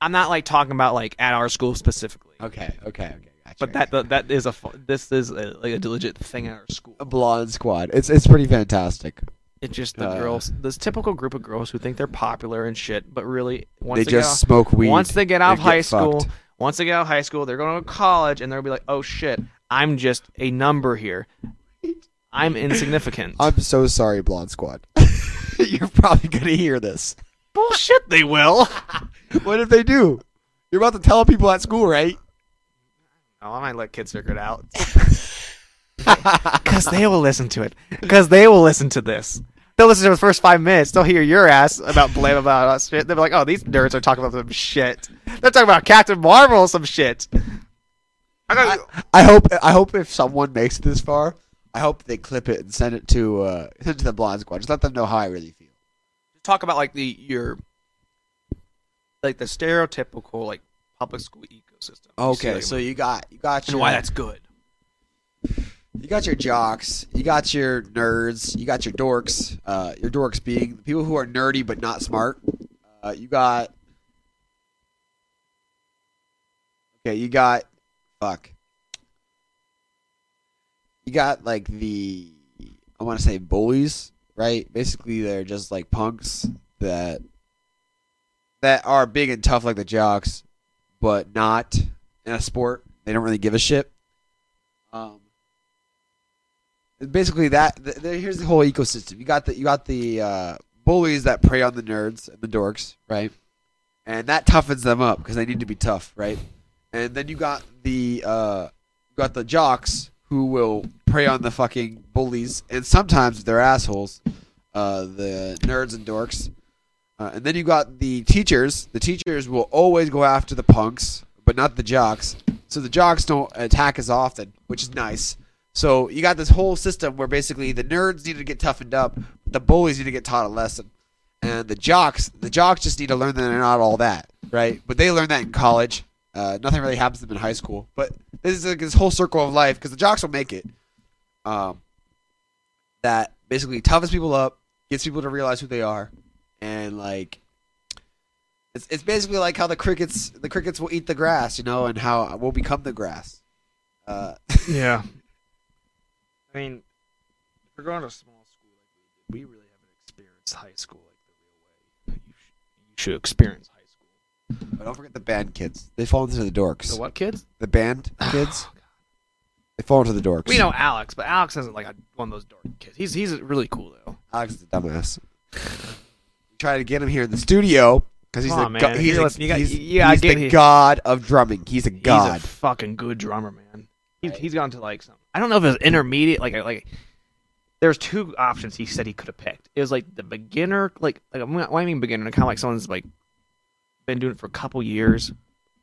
Speaker 1: I'm not like talking about like at our school specifically.
Speaker 2: Okay, okay, okay. Gotcha,
Speaker 1: But that that- that is a fu- this is a, like a legit thing at our school.
Speaker 2: a blonde squad. It's it's pretty fantastic.
Speaker 1: It's just the
Speaker 2: Uh.
Speaker 1: girls, this typical group of girls who think they're popular and shit, but really once
Speaker 2: they
Speaker 1: they,
Speaker 2: just
Speaker 1: get
Speaker 2: smoke
Speaker 1: out,
Speaker 2: weed.
Speaker 1: once they get out of
Speaker 2: and
Speaker 1: high
Speaker 2: get
Speaker 1: school,
Speaker 2: fucked.
Speaker 1: once they get out of high school, they're going to college and they'll be like, oh shit, I'm just a number here. I'm insignificant.
Speaker 2: I'm so sorry, blonde squad. You're probably gonna hear this.
Speaker 1: Bullshit, they will.
Speaker 2: What if they do? You're about to tell people at school, right?
Speaker 1: Oh, I might let kids figure it out. Because they will listen to it. Because they will listen to this. They'll listen to the first five minutes. They'll hear your ass about blame about us shit. They'll be like, oh, these nerds are talking about some shit. They're talking about Captain Marvel or some shit. I got
Speaker 2: I hope I hope if someone makes it this far, I hope they clip it and send it to uh, send it to the blonde squad. Just let them know how I really feel.
Speaker 1: talk about like the your like the stereotypical like public school ecosystem.
Speaker 2: Okay, so you got you got your
Speaker 1: good.
Speaker 2: you got your jocks, you got your nerds, you got your dorks. Uh, your dorks being the people who are nerdy but not smart. Uh, you got okay, you got fuck. You got like the I want to say bullies, right? Basically, they're just like punks that that are big and tough like the jocks, but not in a sport. They don't really give a shit. Um, basically that th- th- here's the whole ecosystem you got the you got the uh, bullies that prey on the nerds and the dorks right and that toughens them up because they need to be tough, right? And then you got the uh, you got the jocks who will prey on the fucking bullies, and sometimes they're assholes, uh, the nerds and dorks. Uh, and then you got the teachers. The teachers will always go after the punks, but not the jocks. So the jocks don't attack as often, which is nice. So you got this whole system where basically the nerds need to get toughened up, the bullies need to get taught a lesson, and the jocks, the jocks just need to learn that they're not all that, right? But they learn that in college. Uh, nothing really happens to them in high school. But this is like this whole circle of life because the jocks will make it. Um, that basically toughens people up, gets people to realize who they are, and like it's, it's basically like how the crickets the crickets will eat the grass, you know, and how we'll become the grass. Uh,
Speaker 1: Yeah. I mean, if we're going to a small school like we did, we really haven't experienced high school like the real way. You should, you should experience high school.
Speaker 2: but don't forget the band kids; they fall into the dorks.
Speaker 1: The what, kids?
Speaker 2: The band kids they fall into the dorks.
Speaker 1: We know Alex, but Alex isn't like a, one of those dark kids. He's he's really cool though.
Speaker 2: Alex is a dumbass. Try to get him here in the studio because he's
Speaker 1: Come
Speaker 2: the
Speaker 1: on,
Speaker 2: go-
Speaker 1: man.
Speaker 2: he's,
Speaker 1: You
Speaker 2: a-
Speaker 1: listen, you got-
Speaker 2: he's,
Speaker 1: you gotta
Speaker 2: he's
Speaker 1: get
Speaker 2: the
Speaker 1: here.
Speaker 2: god of drumming. He's a god.
Speaker 1: He's a fucking good drummer, man. He's
Speaker 2: Right.
Speaker 1: he's gone to like some. I don't know if it was intermediate. Like like, there's two options he said he could have picked. It was like the beginner, like like what do I mean beginner, kind of like someone's like been doing it for a couple years,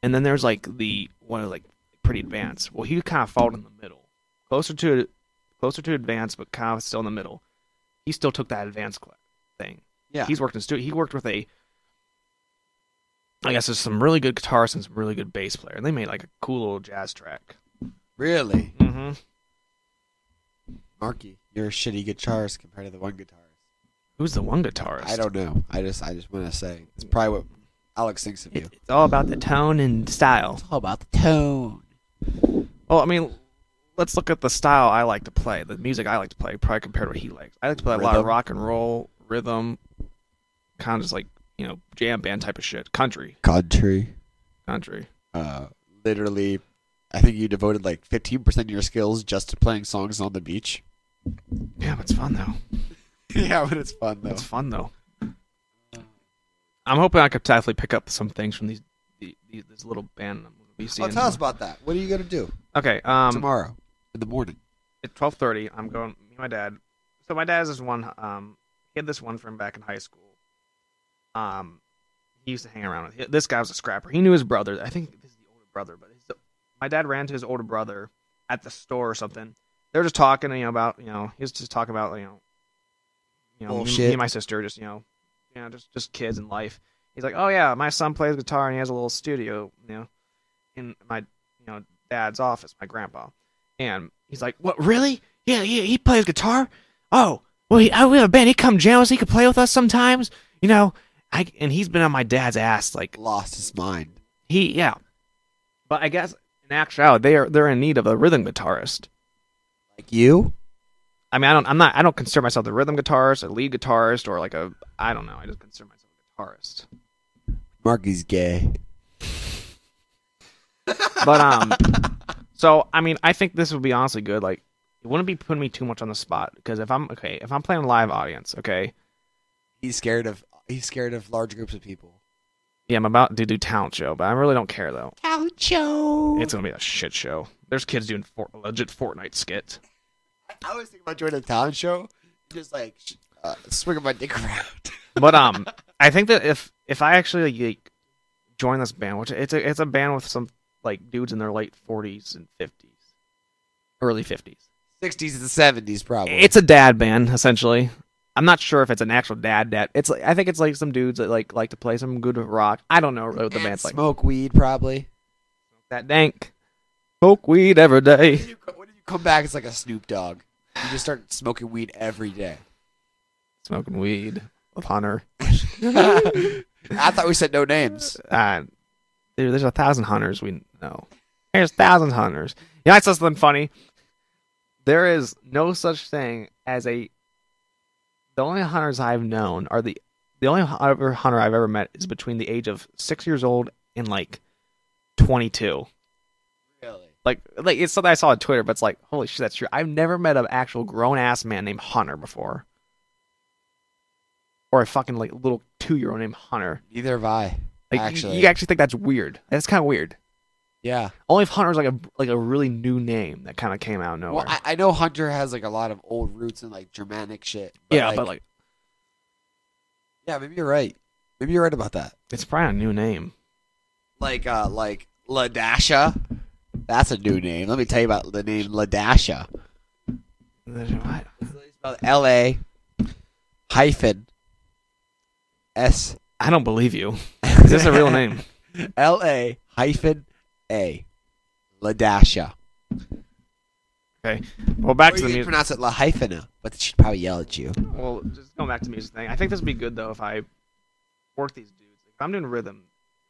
Speaker 1: and then there's like the one like pretty advanced. Well, he kind of falls in the middle, closer to closer to advanced, but kind of still in the middle. He still took that advanced cla- thing.
Speaker 2: Yeah.
Speaker 1: he's worked in studio. He worked with a I guess there's some really good guitarists and some really good bass player, and they made like a cool little jazz track.
Speaker 2: really,
Speaker 1: Mm-hmm.
Speaker 2: Marky, you're a shitty guitarist compared to the one guitarist.
Speaker 1: Who's the one guitarist?
Speaker 2: I don't know. I just I just want to say it's probably what Alex thinks of you.
Speaker 1: It, it's all about the tone and style.
Speaker 2: all about the tone.
Speaker 1: Well, I mean, let's look at the style I like to play, the music I like to play, probably compared to what he likes. I like to play a lot of
Speaker 2: Rhythm.
Speaker 1: rock and roll, rhythm, kind of just like you know jam band type of shit, country,
Speaker 2: Country.
Speaker 1: country.
Speaker 2: Uh, literally, I think you devoted like 15% of your skills just to playing songs on the beach.
Speaker 1: Yeah, but it's fun though.
Speaker 2: yeah, but it's fun though.
Speaker 1: It's fun though. I'm hoping I could definitely pick up some things from these, these, these this little band. I'm gonna be
Speaker 2: Oh,
Speaker 1: seeing.
Speaker 2: tell us about that. What are you gonna do
Speaker 1: Okay. Um,
Speaker 2: tomorrow in the morning?
Speaker 1: at twelve thirty, I'm going. Me and my dad. So my dad has this one. Um, he had this one friend back in high school. Um, he used to hang around with. This guy was a scrapper. He knew his brother. I think this is the older brother, but his, my dad ran to his older brother at the store or something. They were just talking, you know, about you know, he was just talking about you know, you know, me,
Speaker 2: Bullshit.
Speaker 1: me and my sister, just you know, you know, just just kids and life. He's like, oh yeah, my son plays guitar and he has a little studio, you know, in my you know dad's office, my grandpa, and he's like, what really? Yeah, yeah, he plays guitar. Oh, well, he, I, we have a band. He come jam us. He could play with us sometimes, you know. I and he's been on my dad's ass like
Speaker 2: Lost his mind.
Speaker 1: he yeah, but I guess in actuality they are they're in need of a rhythm guitarist.
Speaker 2: Like you?
Speaker 1: I mean, I don't. I'm not. I don't consider myself the rhythm guitarist, a lead guitarist, or like a. I don't know. I just consider myself a guitarist.
Speaker 2: Marky's gay.
Speaker 1: But um, so I mean, I think this would be honestly good. Like, it wouldn't be putting me too much on the spot because if I'm okay, if I'm playing a live audience, okay,
Speaker 2: He's scared of he's scared of large groups of people.
Speaker 1: yeah, I'm about to do talent show, but I really don't care though.
Speaker 2: Calcho.
Speaker 1: It's gonna be a shit show. There's kids doing for, legit Fortnite skits.
Speaker 2: I was thinking about joining a talent show, just like sh- uh, swinging my dick around.
Speaker 1: but um, I think that if if I actually like, join this band, which it's a it's a band with some like dudes in their late forties and fifties, early fifties.
Speaker 2: Sixties and seventies, probably.
Speaker 1: It's a dad band essentially. I'm not sure if it's an actual dad dad. It's like, I think it's like some dudes that like like to play some good rock. I don't know what the
Speaker 2: And
Speaker 1: band's like.
Speaker 2: smoke weed, probably.
Speaker 1: That dank, smoke weed every day.
Speaker 2: When you co- when you come back, it's like a Snoop Dogg. You just start smoking weed every day.
Speaker 1: Smoking weed with Hunter.
Speaker 2: I thought we said no names.
Speaker 1: uh, dude, there's a thousand hunters we know. There's thousands hunters. You know, I saw something funny. There is no such thing as a. The only hunters I've known are the the only hu- other hunter I've ever met is between the age of six years old and like twenty two.
Speaker 2: Really?
Speaker 1: Like like it's something I saw on Twitter, but it's like holy shit, that's true. I've never met an actual grown ass man named Hunter before, or a fucking like little two year old named Hunter.
Speaker 2: Neither have I.
Speaker 4: Like you-
Speaker 2: Actually.
Speaker 4: you, actually think that's weird. That's kind of weird.
Speaker 2: Yeah.
Speaker 1: Only if Hunter's like a like a really new name that kind of came out of nowhere.
Speaker 2: Well, I, I know Hunter has like a lot of old roots and like Germanic shit.
Speaker 4: yeah, but like
Speaker 2: yeah, maybe you're right. Maybe you're right about that.
Speaker 1: it's probably a new name.
Speaker 2: Like, uh, like Ladasha. That's a new name. Let me tell you about the name Ladasha.
Speaker 1: What?
Speaker 2: It's spelled L A hyphen S
Speaker 1: I don't believe you. Is this a real name?
Speaker 2: L A hyphen A. Ladasha.
Speaker 1: Well, back
Speaker 2: Or
Speaker 1: to
Speaker 2: you
Speaker 1: the
Speaker 2: can
Speaker 1: music.
Speaker 2: pronounce it La hyphena, but she'd probably yell at you.
Speaker 1: Well, just going back to music thing. I think this would be good though if I work these dudes. If I'm doing rhythm,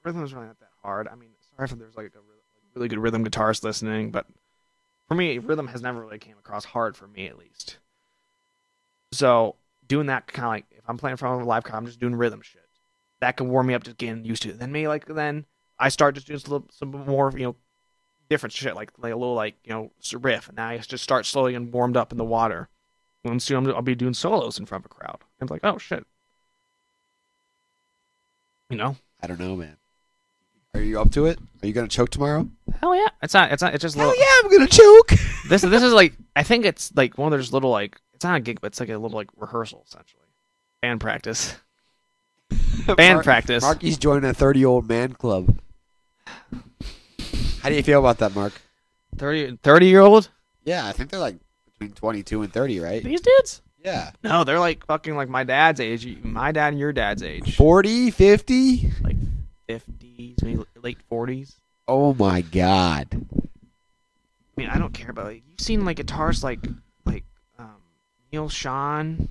Speaker 1: rhythm is really not that hard. I mean, sorry if there's like a really, really good rhythm guitarist listening, but for me, rhythm has never really came across hard for me at least. So doing that kind of like if I'm playing in front of a live crowd, I'm just doing rhythm shit. That can warm me up to getting used to it. Then maybe like then I start just doing some, some more you know different shit like like a little like you know riff, and I just start slowly and warmed up in the water when soon I'm, I'll be doing solos in front of a crowd. And it's like, oh shit. You know?
Speaker 2: I don't know, man. Are you up to it? Are you gonna choke tomorrow?
Speaker 1: Hell yeah. It's not it's not it's just
Speaker 2: Hell
Speaker 1: little
Speaker 2: yeah, I'm gonna choke.
Speaker 1: this this is like I think it's like one of those little like it's not a gig, but it's like a little like rehearsal essentially. Band practice. Band
Speaker 2: Mark-
Speaker 1: practice.
Speaker 2: Marky's joining a 30 old man club. How do you feel about that, Mark?
Speaker 1: 30, 30 year old?
Speaker 2: Yeah, I think they're like between 22 and 30, right?
Speaker 1: These dudes?
Speaker 2: Yeah.
Speaker 1: No, they're like fucking like my dad's age, you- my dad and your dad's age.
Speaker 2: 40, 50?
Speaker 1: Like 50s, maybe late 40s.
Speaker 2: Oh my god.
Speaker 1: I mean, I don't care about like you've seen like guitarists like like um, Neil Sean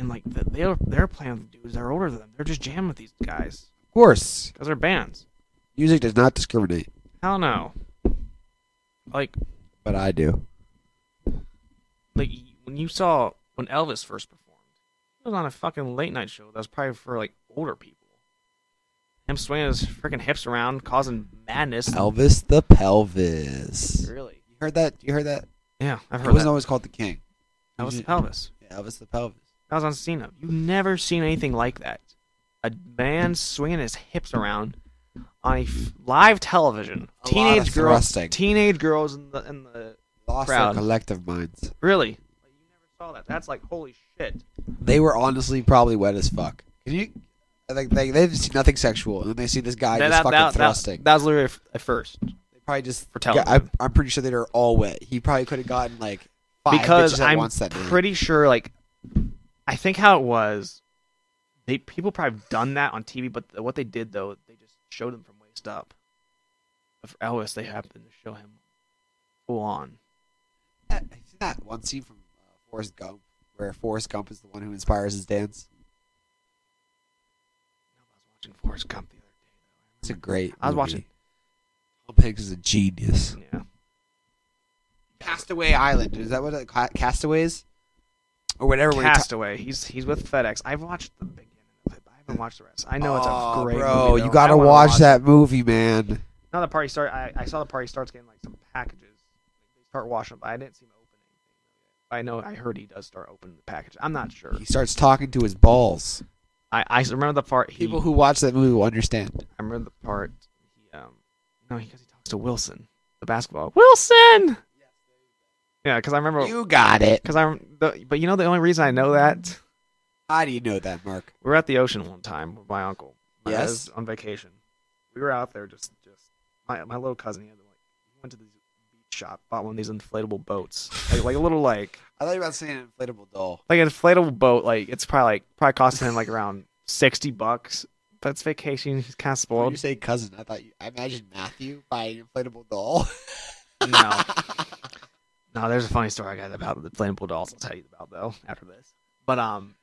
Speaker 1: and like the, they're they're playing with dudes that are older than them. They're just jamming with these guys
Speaker 2: Of course.
Speaker 1: because they're bands.
Speaker 2: Music does not discriminate,
Speaker 1: Hell no. Like
Speaker 2: but I do.
Speaker 1: like when you saw when Elvis first performed, it was on a fucking late night show that was probably for like older people. Him swinging his freaking hips around, causing madness.
Speaker 2: Elvis the pelvis.
Speaker 1: Really?
Speaker 2: You heard that? You heard that?
Speaker 1: Yeah, I've
Speaker 2: He
Speaker 1: heard
Speaker 2: wasn't
Speaker 1: that.
Speaker 2: always called the king.
Speaker 1: That was
Speaker 2: you-
Speaker 1: Elvis.
Speaker 2: Yeah, Elvis the pelvis.
Speaker 1: That was on Cena. You've never seen anything like that. A man swinging his hips around on a f- live television.
Speaker 2: A lot
Speaker 1: teenage
Speaker 2: of
Speaker 1: girls,
Speaker 2: thrusting.
Speaker 1: teenage girls in the in the
Speaker 2: Lost
Speaker 1: Proud.
Speaker 2: their collective minds.
Speaker 1: really. Like, you never saw that. That's like holy shit.
Speaker 2: They were honestly probably wet as fuck. Can you? Like they they've seen nothing sexual, and then they see this guy
Speaker 1: that,
Speaker 2: just
Speaker 1: that,
Speaker 2: fucking
Speaker 1: that,
Speaker 2: thrusting.
Speaker 1: That, that was literally f- at first
Speaker 2: they probably just
Speaker 1: for
Speaker 2: Yeah,
Speaker 1: television.
Speaker 2: I, I'm pretty sure they are all wet. He probably could have gotten like five
Speaker 1: because
Speaker 2: bitches at
Speaker 1: I'm
Speaker 2: once that day.
Speaker 1: pretty sure like I think how it was they people probably have done that on TV but th- what they did though they just showed them from waist up. But for Elvis they happened to show him full on.
Speaker 2: I've seen that one scene from uh, Forrest Gump where Forrest Gump is the one who inspires his dance.
Speaker 1: I was watching Forrest Gump the other day.
Speaker 2: It's a great.
Speaker 1: I was
Speaker 2: movie.
Speaker 1: watching-
Speaker 2: Tom Hanks is a genius.
Speaker 1: Yeah.
Speaker 2: Castaway Island is that what it, ca- Castaways or whatever? when he ta-
Speaker 1: Castaway. He's he's with FedEx. I've watched the beginning of it, but I haven't watched the rest. I know it's a
Speaker 2: Oh,
Speaker 1: great
Speaker 2: bro.
Speaker 1: movie,
Speaker 2: you
Speaker 1: though. I
Speaker 2: gotta
Speaker 1: wanna
Speaker 2: watch, that movie, man.
Speaker 1: it. Now the party start. I, I saw the party starts getting like some packages. They start washing them, but I didn't see him open anything. I know. I heard he does start opening the package. I'm not sure.
Speaker 2: He starts talking to his balls.
Speaker 1: I, I remember the part. He,
Speaker 2: People who watch that movie will understand.
Speaker 1: I remember the part. He, um, no, because he talks to Wilson, the basketball. Wilson. Yeah, because I remember.
Speaker 2: You got it.
Speaker 1: Because I'm. The, but you know the only reason I know that.
Speaker 2: How do you know that, Mark?
Speaker 1: We were at the ocean one time with my uncle. My
Speaker 2: Yes.
Speaker 1: dad's on vacation. We were out there just, just my my little cousin. He had like he went to this beach shop, bought one of these inflatable boats, like, like a little like
Speaker 2: I thought you were about saying an inflatable doll.
Speaker 1: like an inflatable boat. Like it's probably like probably costing him like around sixty bucks. But it's vacation. He's kind of
Speaker 2: When you
Speaker 1: spoiled.
Speaker 2: say cousin, I thought you, I imagined Matthew buying an inflatable doll.
Speaker 1: No, no. There's a funny story I got about the inflatable dolls. I'll tell you about though after this. But um,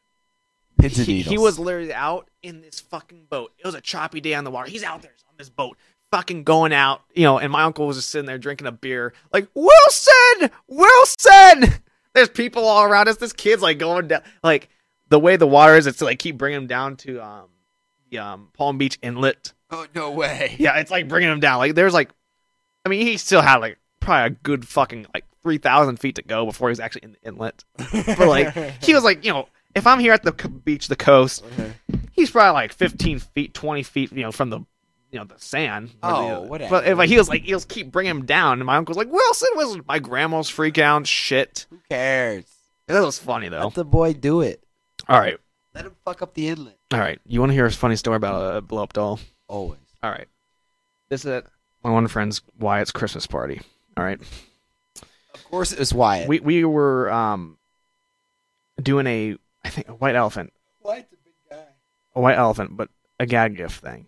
Speaker 2: Pins
Speaker 1: he, he was literally out in this fucking boat. It was a choppy day on the water. He's out there on this boat, fucking going out, you know. And my uncle was just sitting there drinking a beer, like Wilson, Wilson. There's people all around us. This kid's like going down, like the way the water is. It's like keep bringing him down to um the um Palm Beach Inlet.
Speaker 2: Oh no way!
Speaker 1: Yeah, it's like bringing him down. Like there's like, I mean, he still had like probably a good fucking like three thousand feet to go before he was actually in the inlet. But like he was like you know if I'm here at the c- beach, the coast,
Speaker 2: Okay.
Speaker 1: he's probably like 15 feet, 20 feet, you know, from the you know the sand. or the-
Speaker 2: Oh, whatever.
Speaker 1: But if like, he was like, he'll keep bringing him down, and my uncle's like, Wilson, Wilson. My grandma's freak out. Shit,
Speaker 2: Who cares?
Speaker 1: that was funny though.
Speaker 2: Let the boy do it.
Speaker 1: All right,
Speaker 2: Let him fuck up the inlet.
Speaker 1: all right. You want to hear a funny story about a blow up doll?
Speaker 2: Always.
Speaker 1: All right. This is at my one friend's Wyatt's Christmas party. All right.
Speaker 2: Of course it was Wyatt.
Speaker 1: We we were um doing a I think a white elephant.
Speaker 3: Wyatt's a big guy.
Speaker 1: A white elephant, but a gag gift thing.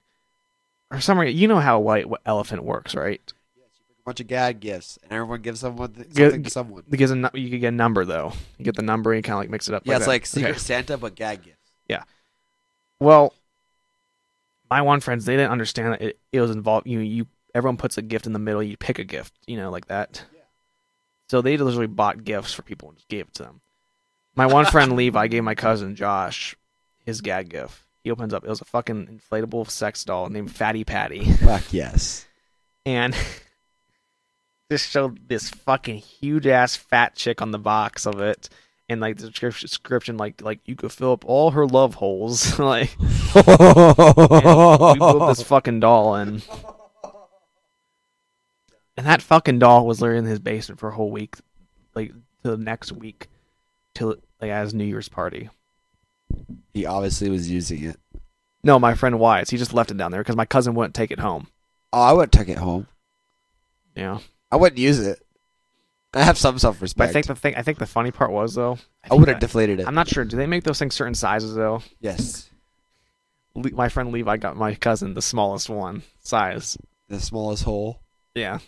Speaker 1: Or summary, you know how a white wa- elephant works, right?
Speaker 2: a bunch of gag gifts, and everyone gives someone th-
Speaker 1: Gi-
Speaker 2: something
Speaker 1: gi-
Speaker 2: to someone.
Speaker 1: Because a, nu- you could get a number though. You get the number and kind of like mix it up.
Speaker 2: Yeah, it's
Speaker 1: that.
Speaker 2: like Secret
Speaker 1: Okay.
Speaker 2: Santa, but gag gifts.
Speaker 1: Well, my one friends they didn't understand that it, it was involved. You you everyone puts a gift in the middle. You pick a gift, you know, like that. So they literally bought gifts for people and just gave it to them. My one friend Levi gave my cousin Josh his gag gift. He opens up. It was a fucking inflatable sex doll named Fatty Patty,
Speaker 2: Fuck yes.
Speaker 1: and this showed this fucking huge ass fat chick on the box of it, and like the description, description like like you could fill up all her love holes, like we built this fucking doll and and that fucking doll was literally in his basement for a whole week like till the next week till like at his new year's party
Speaker 2: He obviously was using it.
Speaker 1: no my friend wise he just left it down there because my cousin wouldn't take it home
Speaker 2: Oh, I wouldn't take it home.
Speaker 1: yeah
Speaker 2: I wouldn't use it. I have some self
Speaker 1: but
Speaker 2: respect.
Speaker 1: i think the thing i think the funny part was though
Speaker 2: I would have
Speaker 1: think
Speaker 2: deflated
Speaker 1: that-
Speaker 2: it.
Speaker 1: i'm not sure do they make those things certain sizes though
Speaker 2: yes.
Speaker 1: Le- my friend levi got my cousin the smallest one size
Speaker 2: The smallest hole.
Speaker 1: yeah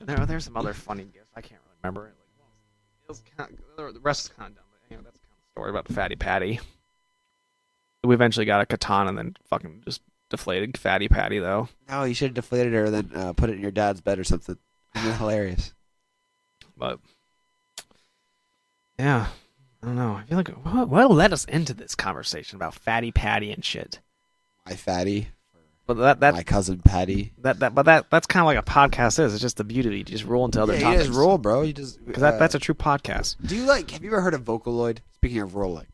Speaker 1: there, there's some other funny gifts i can't really remember it, like, it was kind of, the rest is kind of dumb but anyway that's kind of the story about the fatty patty we eventually got a katana and then fucking just deflated fatty patty though
Speaker 2: no, you should have deflated her and then uh, put it in your dad's bed or something. Isn't that hilarious?
Speaker 1: But yeah, I don't know. I feel like what, what led us into this conversation about fatty patty and shit.
Speaker 2: My fatty.
Speaker 1: But that that
Speaker 2: my cousin Patty.
Speaker 1: that, that but that that's kind of like a podcast is. It's just the beauty of it. You just roll into other
Speaker 2: yeah, you
Speaker 1: topics.
Speaker 2: just roll, bro. You just
Speaker 1: 'Cause that,
Speaker 2: uh,
Speaker 1: that's a true podcast.
Speaker 2: Do you like? Have you ever heard of Vocaloid? Speaking of rolling,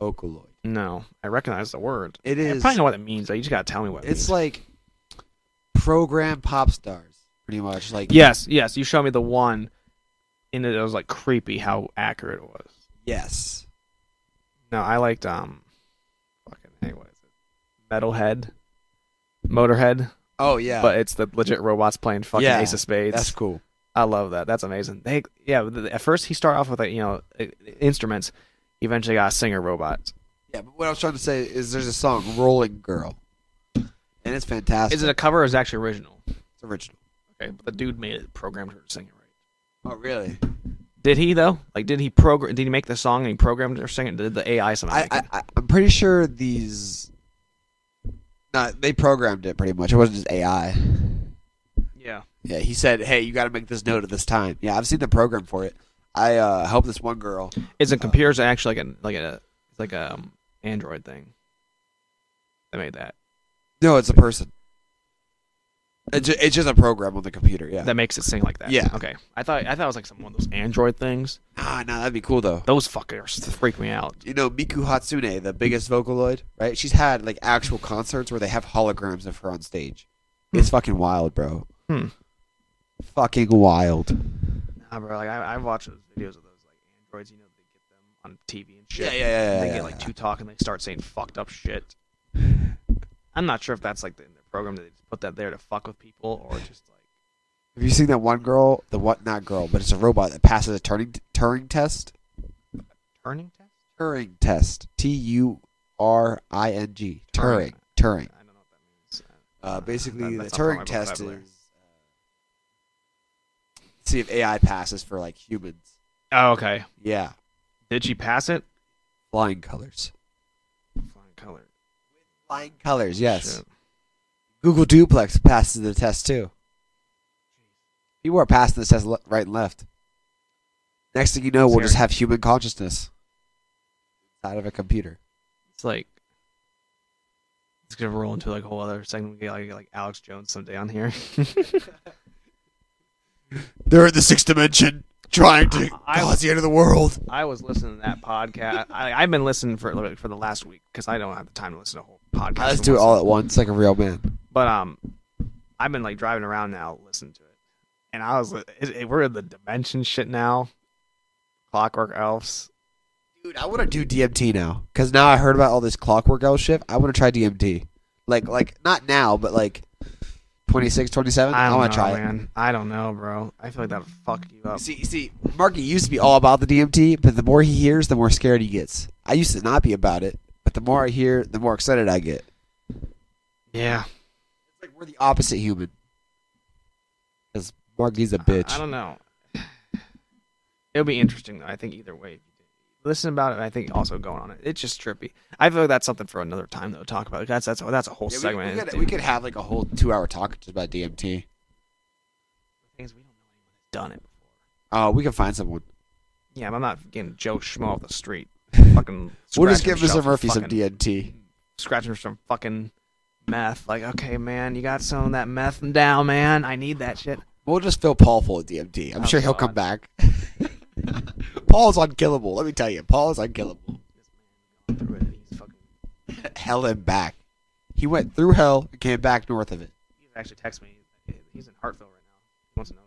Speaker 2: Vocaloid.
Speaker 1: No, I recognize the word.
Speaker 2: It
Speaker 1: I
Speaker 2: is.
Speaker 1: probably know what it means. Though. You just gotta tell me what. It
Speaker 2: It's
Speaker 1: means.
Speaker 2: like program pop stars, pretty much. Like
Speaker 1: yes, yes. You showed me the one, and it was like creepy how accurate it was.
Speaker 2: yes.
Speaker 1: No, I liked um, fucking hey, what is it? Metalhead, Motorhead.
Speaker 2: Oh yeah,
Speaker 1: but it's the legit robots playing fucking
Speaker 2: Yeah,
Speaker 1: Ace of Spades.
Speaker 2: that's cool.
Speaker 1: I love that. That's amazing. They yeah. th- At first he started off with like you know i- instruments. He eventually got a singer robot.
Speaker 2: Yeah, but what I was trying to say is there's a song "Rolling Girl," and it's fantastic.
Speaker 1: Is it a cover or is it actually original?
Speaker 2: It's original?
Speaker 1: Okay, but the dude made it programmed her to sing it right.
Speaker 2: Oh really?
Speaker 1: Did he though? Like did he program? Did he make the song and he programmed her singing? Did the AI somehow?
Speaker 2: I,
Speaker 1: make
Speaker 2: I,
Speaker 1: it?
Speaker 2: I I'm pretty sure these. Nah, they programmed it pretty much. It wasn't just AI.
Speaker 1: yeah.
Speaker 2: Yeah, he said, "Hey, you got to make this note at this time." Yeah, I've seen the program for it. I uh, helped this one girl.
Speaker 1: Is it computers actually like a like a it's like a um, Android thing? They made that.
Speaker 2: No, it's a person. It's just, it's just a program on the computer. Yeah.
Speaker 1: That makes it sing like that.
Speaker 2: Yeah.
Speaker 1: Okay. I thought I thought it was like some one of those Android things.
Speaker 2: Ah, no, that'd be cool though.
Speaker 1: Those fuckers freak me out.
Speaker 2: You know, Miku Hatsune, the biggest Vocaloid, right? She's had like actual concerts where they have holograms of her on stage. It's fucking wild, bro.
Speaker 1: Hmm.
Speaker 2: Fucking wild.
Speaker 1: Nah, bro. Like I, I've watched those videos of those like androids. You know, they get them on TV and shit.
Speaker 2: Yeah, yeah, yeah,
Speaker 1: And they
Speaker 2: yeah,
Speaker 1: get
Speaker 2: yeah,
Speaker 1: like
Speaker 2: yeah.
Speaker 1: two talk and they start saying fucked up shit. I'm not sure if that's like the, in their program that they just put that there to fuck with people or just like.
Speaker 2: Have you seen that one girl? The what? Not girl, but it's a robot that passes a Turing Turing test.
Speaker 1: Turning test?
Speaker 2: Turing test. T U R I N G. Turing. Turing.
Speaker 1: I don't know what that means.
Speaker 2: Uh, basically,
Speaker 1: That- that's
Speaker 2: the
Speaker 1: not part of my
Speaker 2: Turing test is
Speaker 1: vocabulary.
Speaker 2: uh, see if AI passes for like humans.
Speaker 1: Oh, okay.
Speaker 2: Yeah,
Speaker 1: Did she pass it?
Speaker 2: flying colors.
Speaker 1: Flying color.
Speaker 2: Flying colors. Yes.
Speaker 1: Shit.
Speaker 2: Google Duplex passes the test too. People are passing this test le- right and left. Next thing you know, we'll just
Speaker 1: Scary.
Speaker 2: have human consciousness out of a computer.
Speaker 1: It's like. It's gonna roll into like a whole other segment. We get like, like Alex Jones someday on here.
Speaker 2: They're in the sixth dimension.
Speaker 3: trying to
Speaker 1: I-
Speaker 3: cause the end of the world.
Speaker 1: I was listening to that podcast. I, I've been listening for like, for the last week because I don't have the time to listen to a whole podcast.
Speaker 2: Let's
Speaker 1: in
Speaker 2: do it
Speaker 1: one
Speaker 2: all at once, like a real man.
Speaker 1: But um, I've been like driving around now, listening to it, and I was it, it, we're in the dimension shit now. Clockwork elves.
Speaker 2: Dude, I want to do DMT now because now I heard about all this clockwork elf shit. I want to try DMT. Like, like not now, but like 26, 27.
Speaker 1: I
Speaker 2: I,
Speaker 1: don't
Speaker 2: want
Speaker 1: know,
Speaker 2: to try it.
Speaker 1: man. I don't know, bro. I feel like that would fuck you up.
Speaker 2: See, see, Marky used to be all about the DMT, but the more he hears, the more scared he gets. I used to not be about it, but the more I hear, the more excited I get.
Speaker 1: Yeah,
Speaker 2: It's like we're the opposite human. Because Marky's a bitch.
Speaker 1: I, I don't know. It'll be interesting though. I think either way, listen about it. and I think also going on it. It's just trippy. I feel like that's something for another time though. to Talk about that's that's that's a whole
Speaker 2: Yeah, we-
Speaker 1: segment.
Speaker 2: we, could, we could have like a whole two-hour talk just about DMT.
Speaker 1: things we don't know anyone that's done it before.
Speaker 2: Oh, we can find someone.
Speaker 1: Yeah, I'm not getting Joe Schmo off the street. Fucking.
Speaker 2: We'll just
Speaker 1: scratching
Speaker 2: give
Speaker 1: himself
Speaker 2: Mr.
Speaker 1: for
Speaker 2: Murphy some
Speaker 1: fucking-
Speaker 2: DMT.
Speaker 1: Scratching some fucking meth. Like, okay, man, you got some of that meth down, man. I need that shit.
Speaker 2: We'll just fill Paul full of DMT. I'm
Speaker 1: Oh,
Speaker 2: sure he'll
Speaker 1: God.
Speaker 2: come back. Paul's unkillable. Let me tell you, Paul's unkillable.
Speaker 1: Through it, and He's fucking.
Speaker 2: Hell and back. He went through hell and came back north of it.
Speaker 1: He actually texted me. He's in Hartville right now. He wants to know.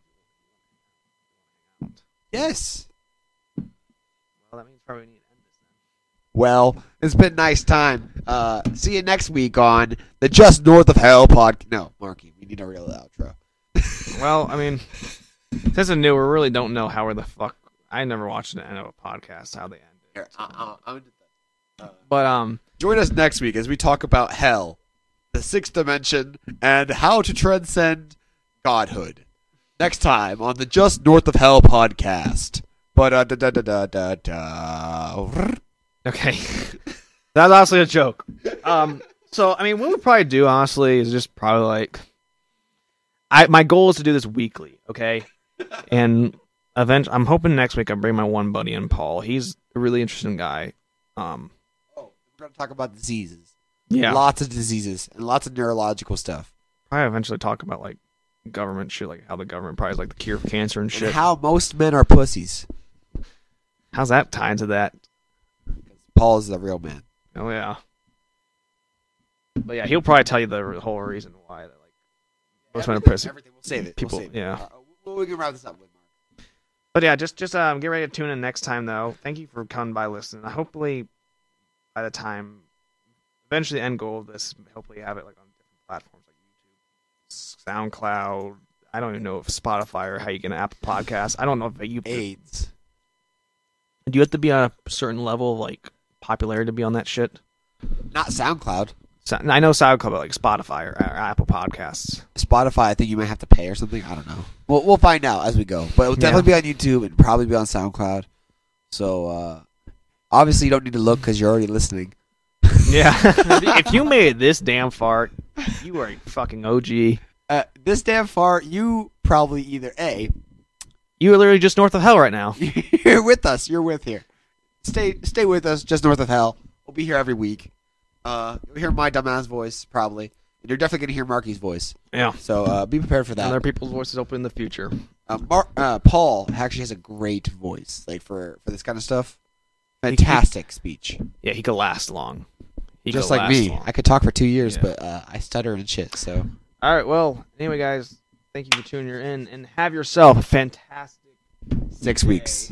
Speaker 1: if you want to hang
Speaker 2: Yes.
Speaker 1: out. Well, that means probably we need to end this then.
Speaker 2: Well, it's been a nice time. Uh, see you next week on the Just North of Hell podcast. No, Marky, we need a real outro.
Speaker 1: Well, I mean, since it's new, we really don't know how or the fuck. I never watched the end of a podcast how they end it.
Speaker 2: Here, I- I- I'm-
Speaker 1: But um,
Speaker 2: Join us next week as we talk about hell, the sixth dimension, and how to transcend godhood. Next time on the Just North of Hell podcast. But uh, da da da da da da. Oh,
Speaker 1: Okay. That's honestly a joke. Um, so I mean, what we probably do honestly is just probably like, I my goal is to do this weekly, okay, and eventually I'm hoping next week I bring my one buddy in, Paul. He's a really interesting guy. Um,
Speaker 2: Oh, we're gonna talk about diseases.
Speaker 1: yeah,
Speaker 2: Lots of diseases and lots of neurological stuff.
Speaker 1: probably eventually talk about like government shit, like how the government probably is like the cure for cancer and shit.
Speaker 2: And how most men are pussies.
Speaker 1: How's that tied to that?
Speaker 2: Paul is the real man.
Speaker 1: Oh yeah. But yeah, he'll probably tell you the whole reason why that like most men are pussy.
Speaker 2: Everything. We'll save it.
Speaker 1: People-
Speaker 2: we'll save
Speaker 1: yeah.
Speaker 2: It. Uh, we- we can wrap this up with Mark.
Speaker 1: But yeah, just just um, get ready to tune in next time though. Thank you for coming by listening. Hopefully, by the time, eventually, the end goal of this, hopefully, have it like on different platforms like YouTube, SoundCloud. I don't even know if Spotify or how you get an Apple Podcast. I don't know if you
Speaker 2: AIDS.
Speaker 1: do you have to be on a certain level of like popularity to be on that shit.
Speaker 2: Not SoundCloud.
Speaker 1: So, I know SoundCloud, but like Spotify or, or Apple Podcasts.
Speaker 2: Spotify, I think you might have to pay or something. I don't know. We'll we'll find out as we go. But it'll definitely be on YouTube and probably be on SoundCloud. So uh, obviously, you don't need to look because you're already listening.
Speaker 1: Yeah, if you made it this damn far, you are a fucking OG. You
Speaker 2: Uh, this damn far, you probably either a
Speaker 1: are literally just north of hell right now.
Speaker 2: you're with us, you're with here. Stay stay with us, just north of hell. We'll be here every week. Uh, you'll hear my dumbass voice probably, and you're definitely gonna hear Marky's voice.
Speaker 1: Yeah.
Speaker 2: So uh, be prepared for that.
Speaker 1: And other people's voices open in the future.
Speaker 2: Uh, Mar- uh, Paul actually has a great voice, like for for this kind of stuff. Fantastic speech,
Speaker 1: Yeah, he could last long. He
Speaker 2: just
Speaker 1: could last
Speaker 2: like me.
Speaker 1: long.
Speaker 2: I could talk for two years,
Speaker 1: Yeah.
Speaker 2: but uh, I stutter and shit. So
Speaker 1: All right. Well, anyway, guys, thank you for tuning in, and have yourself a fantastic
Speaker 2: six weeks.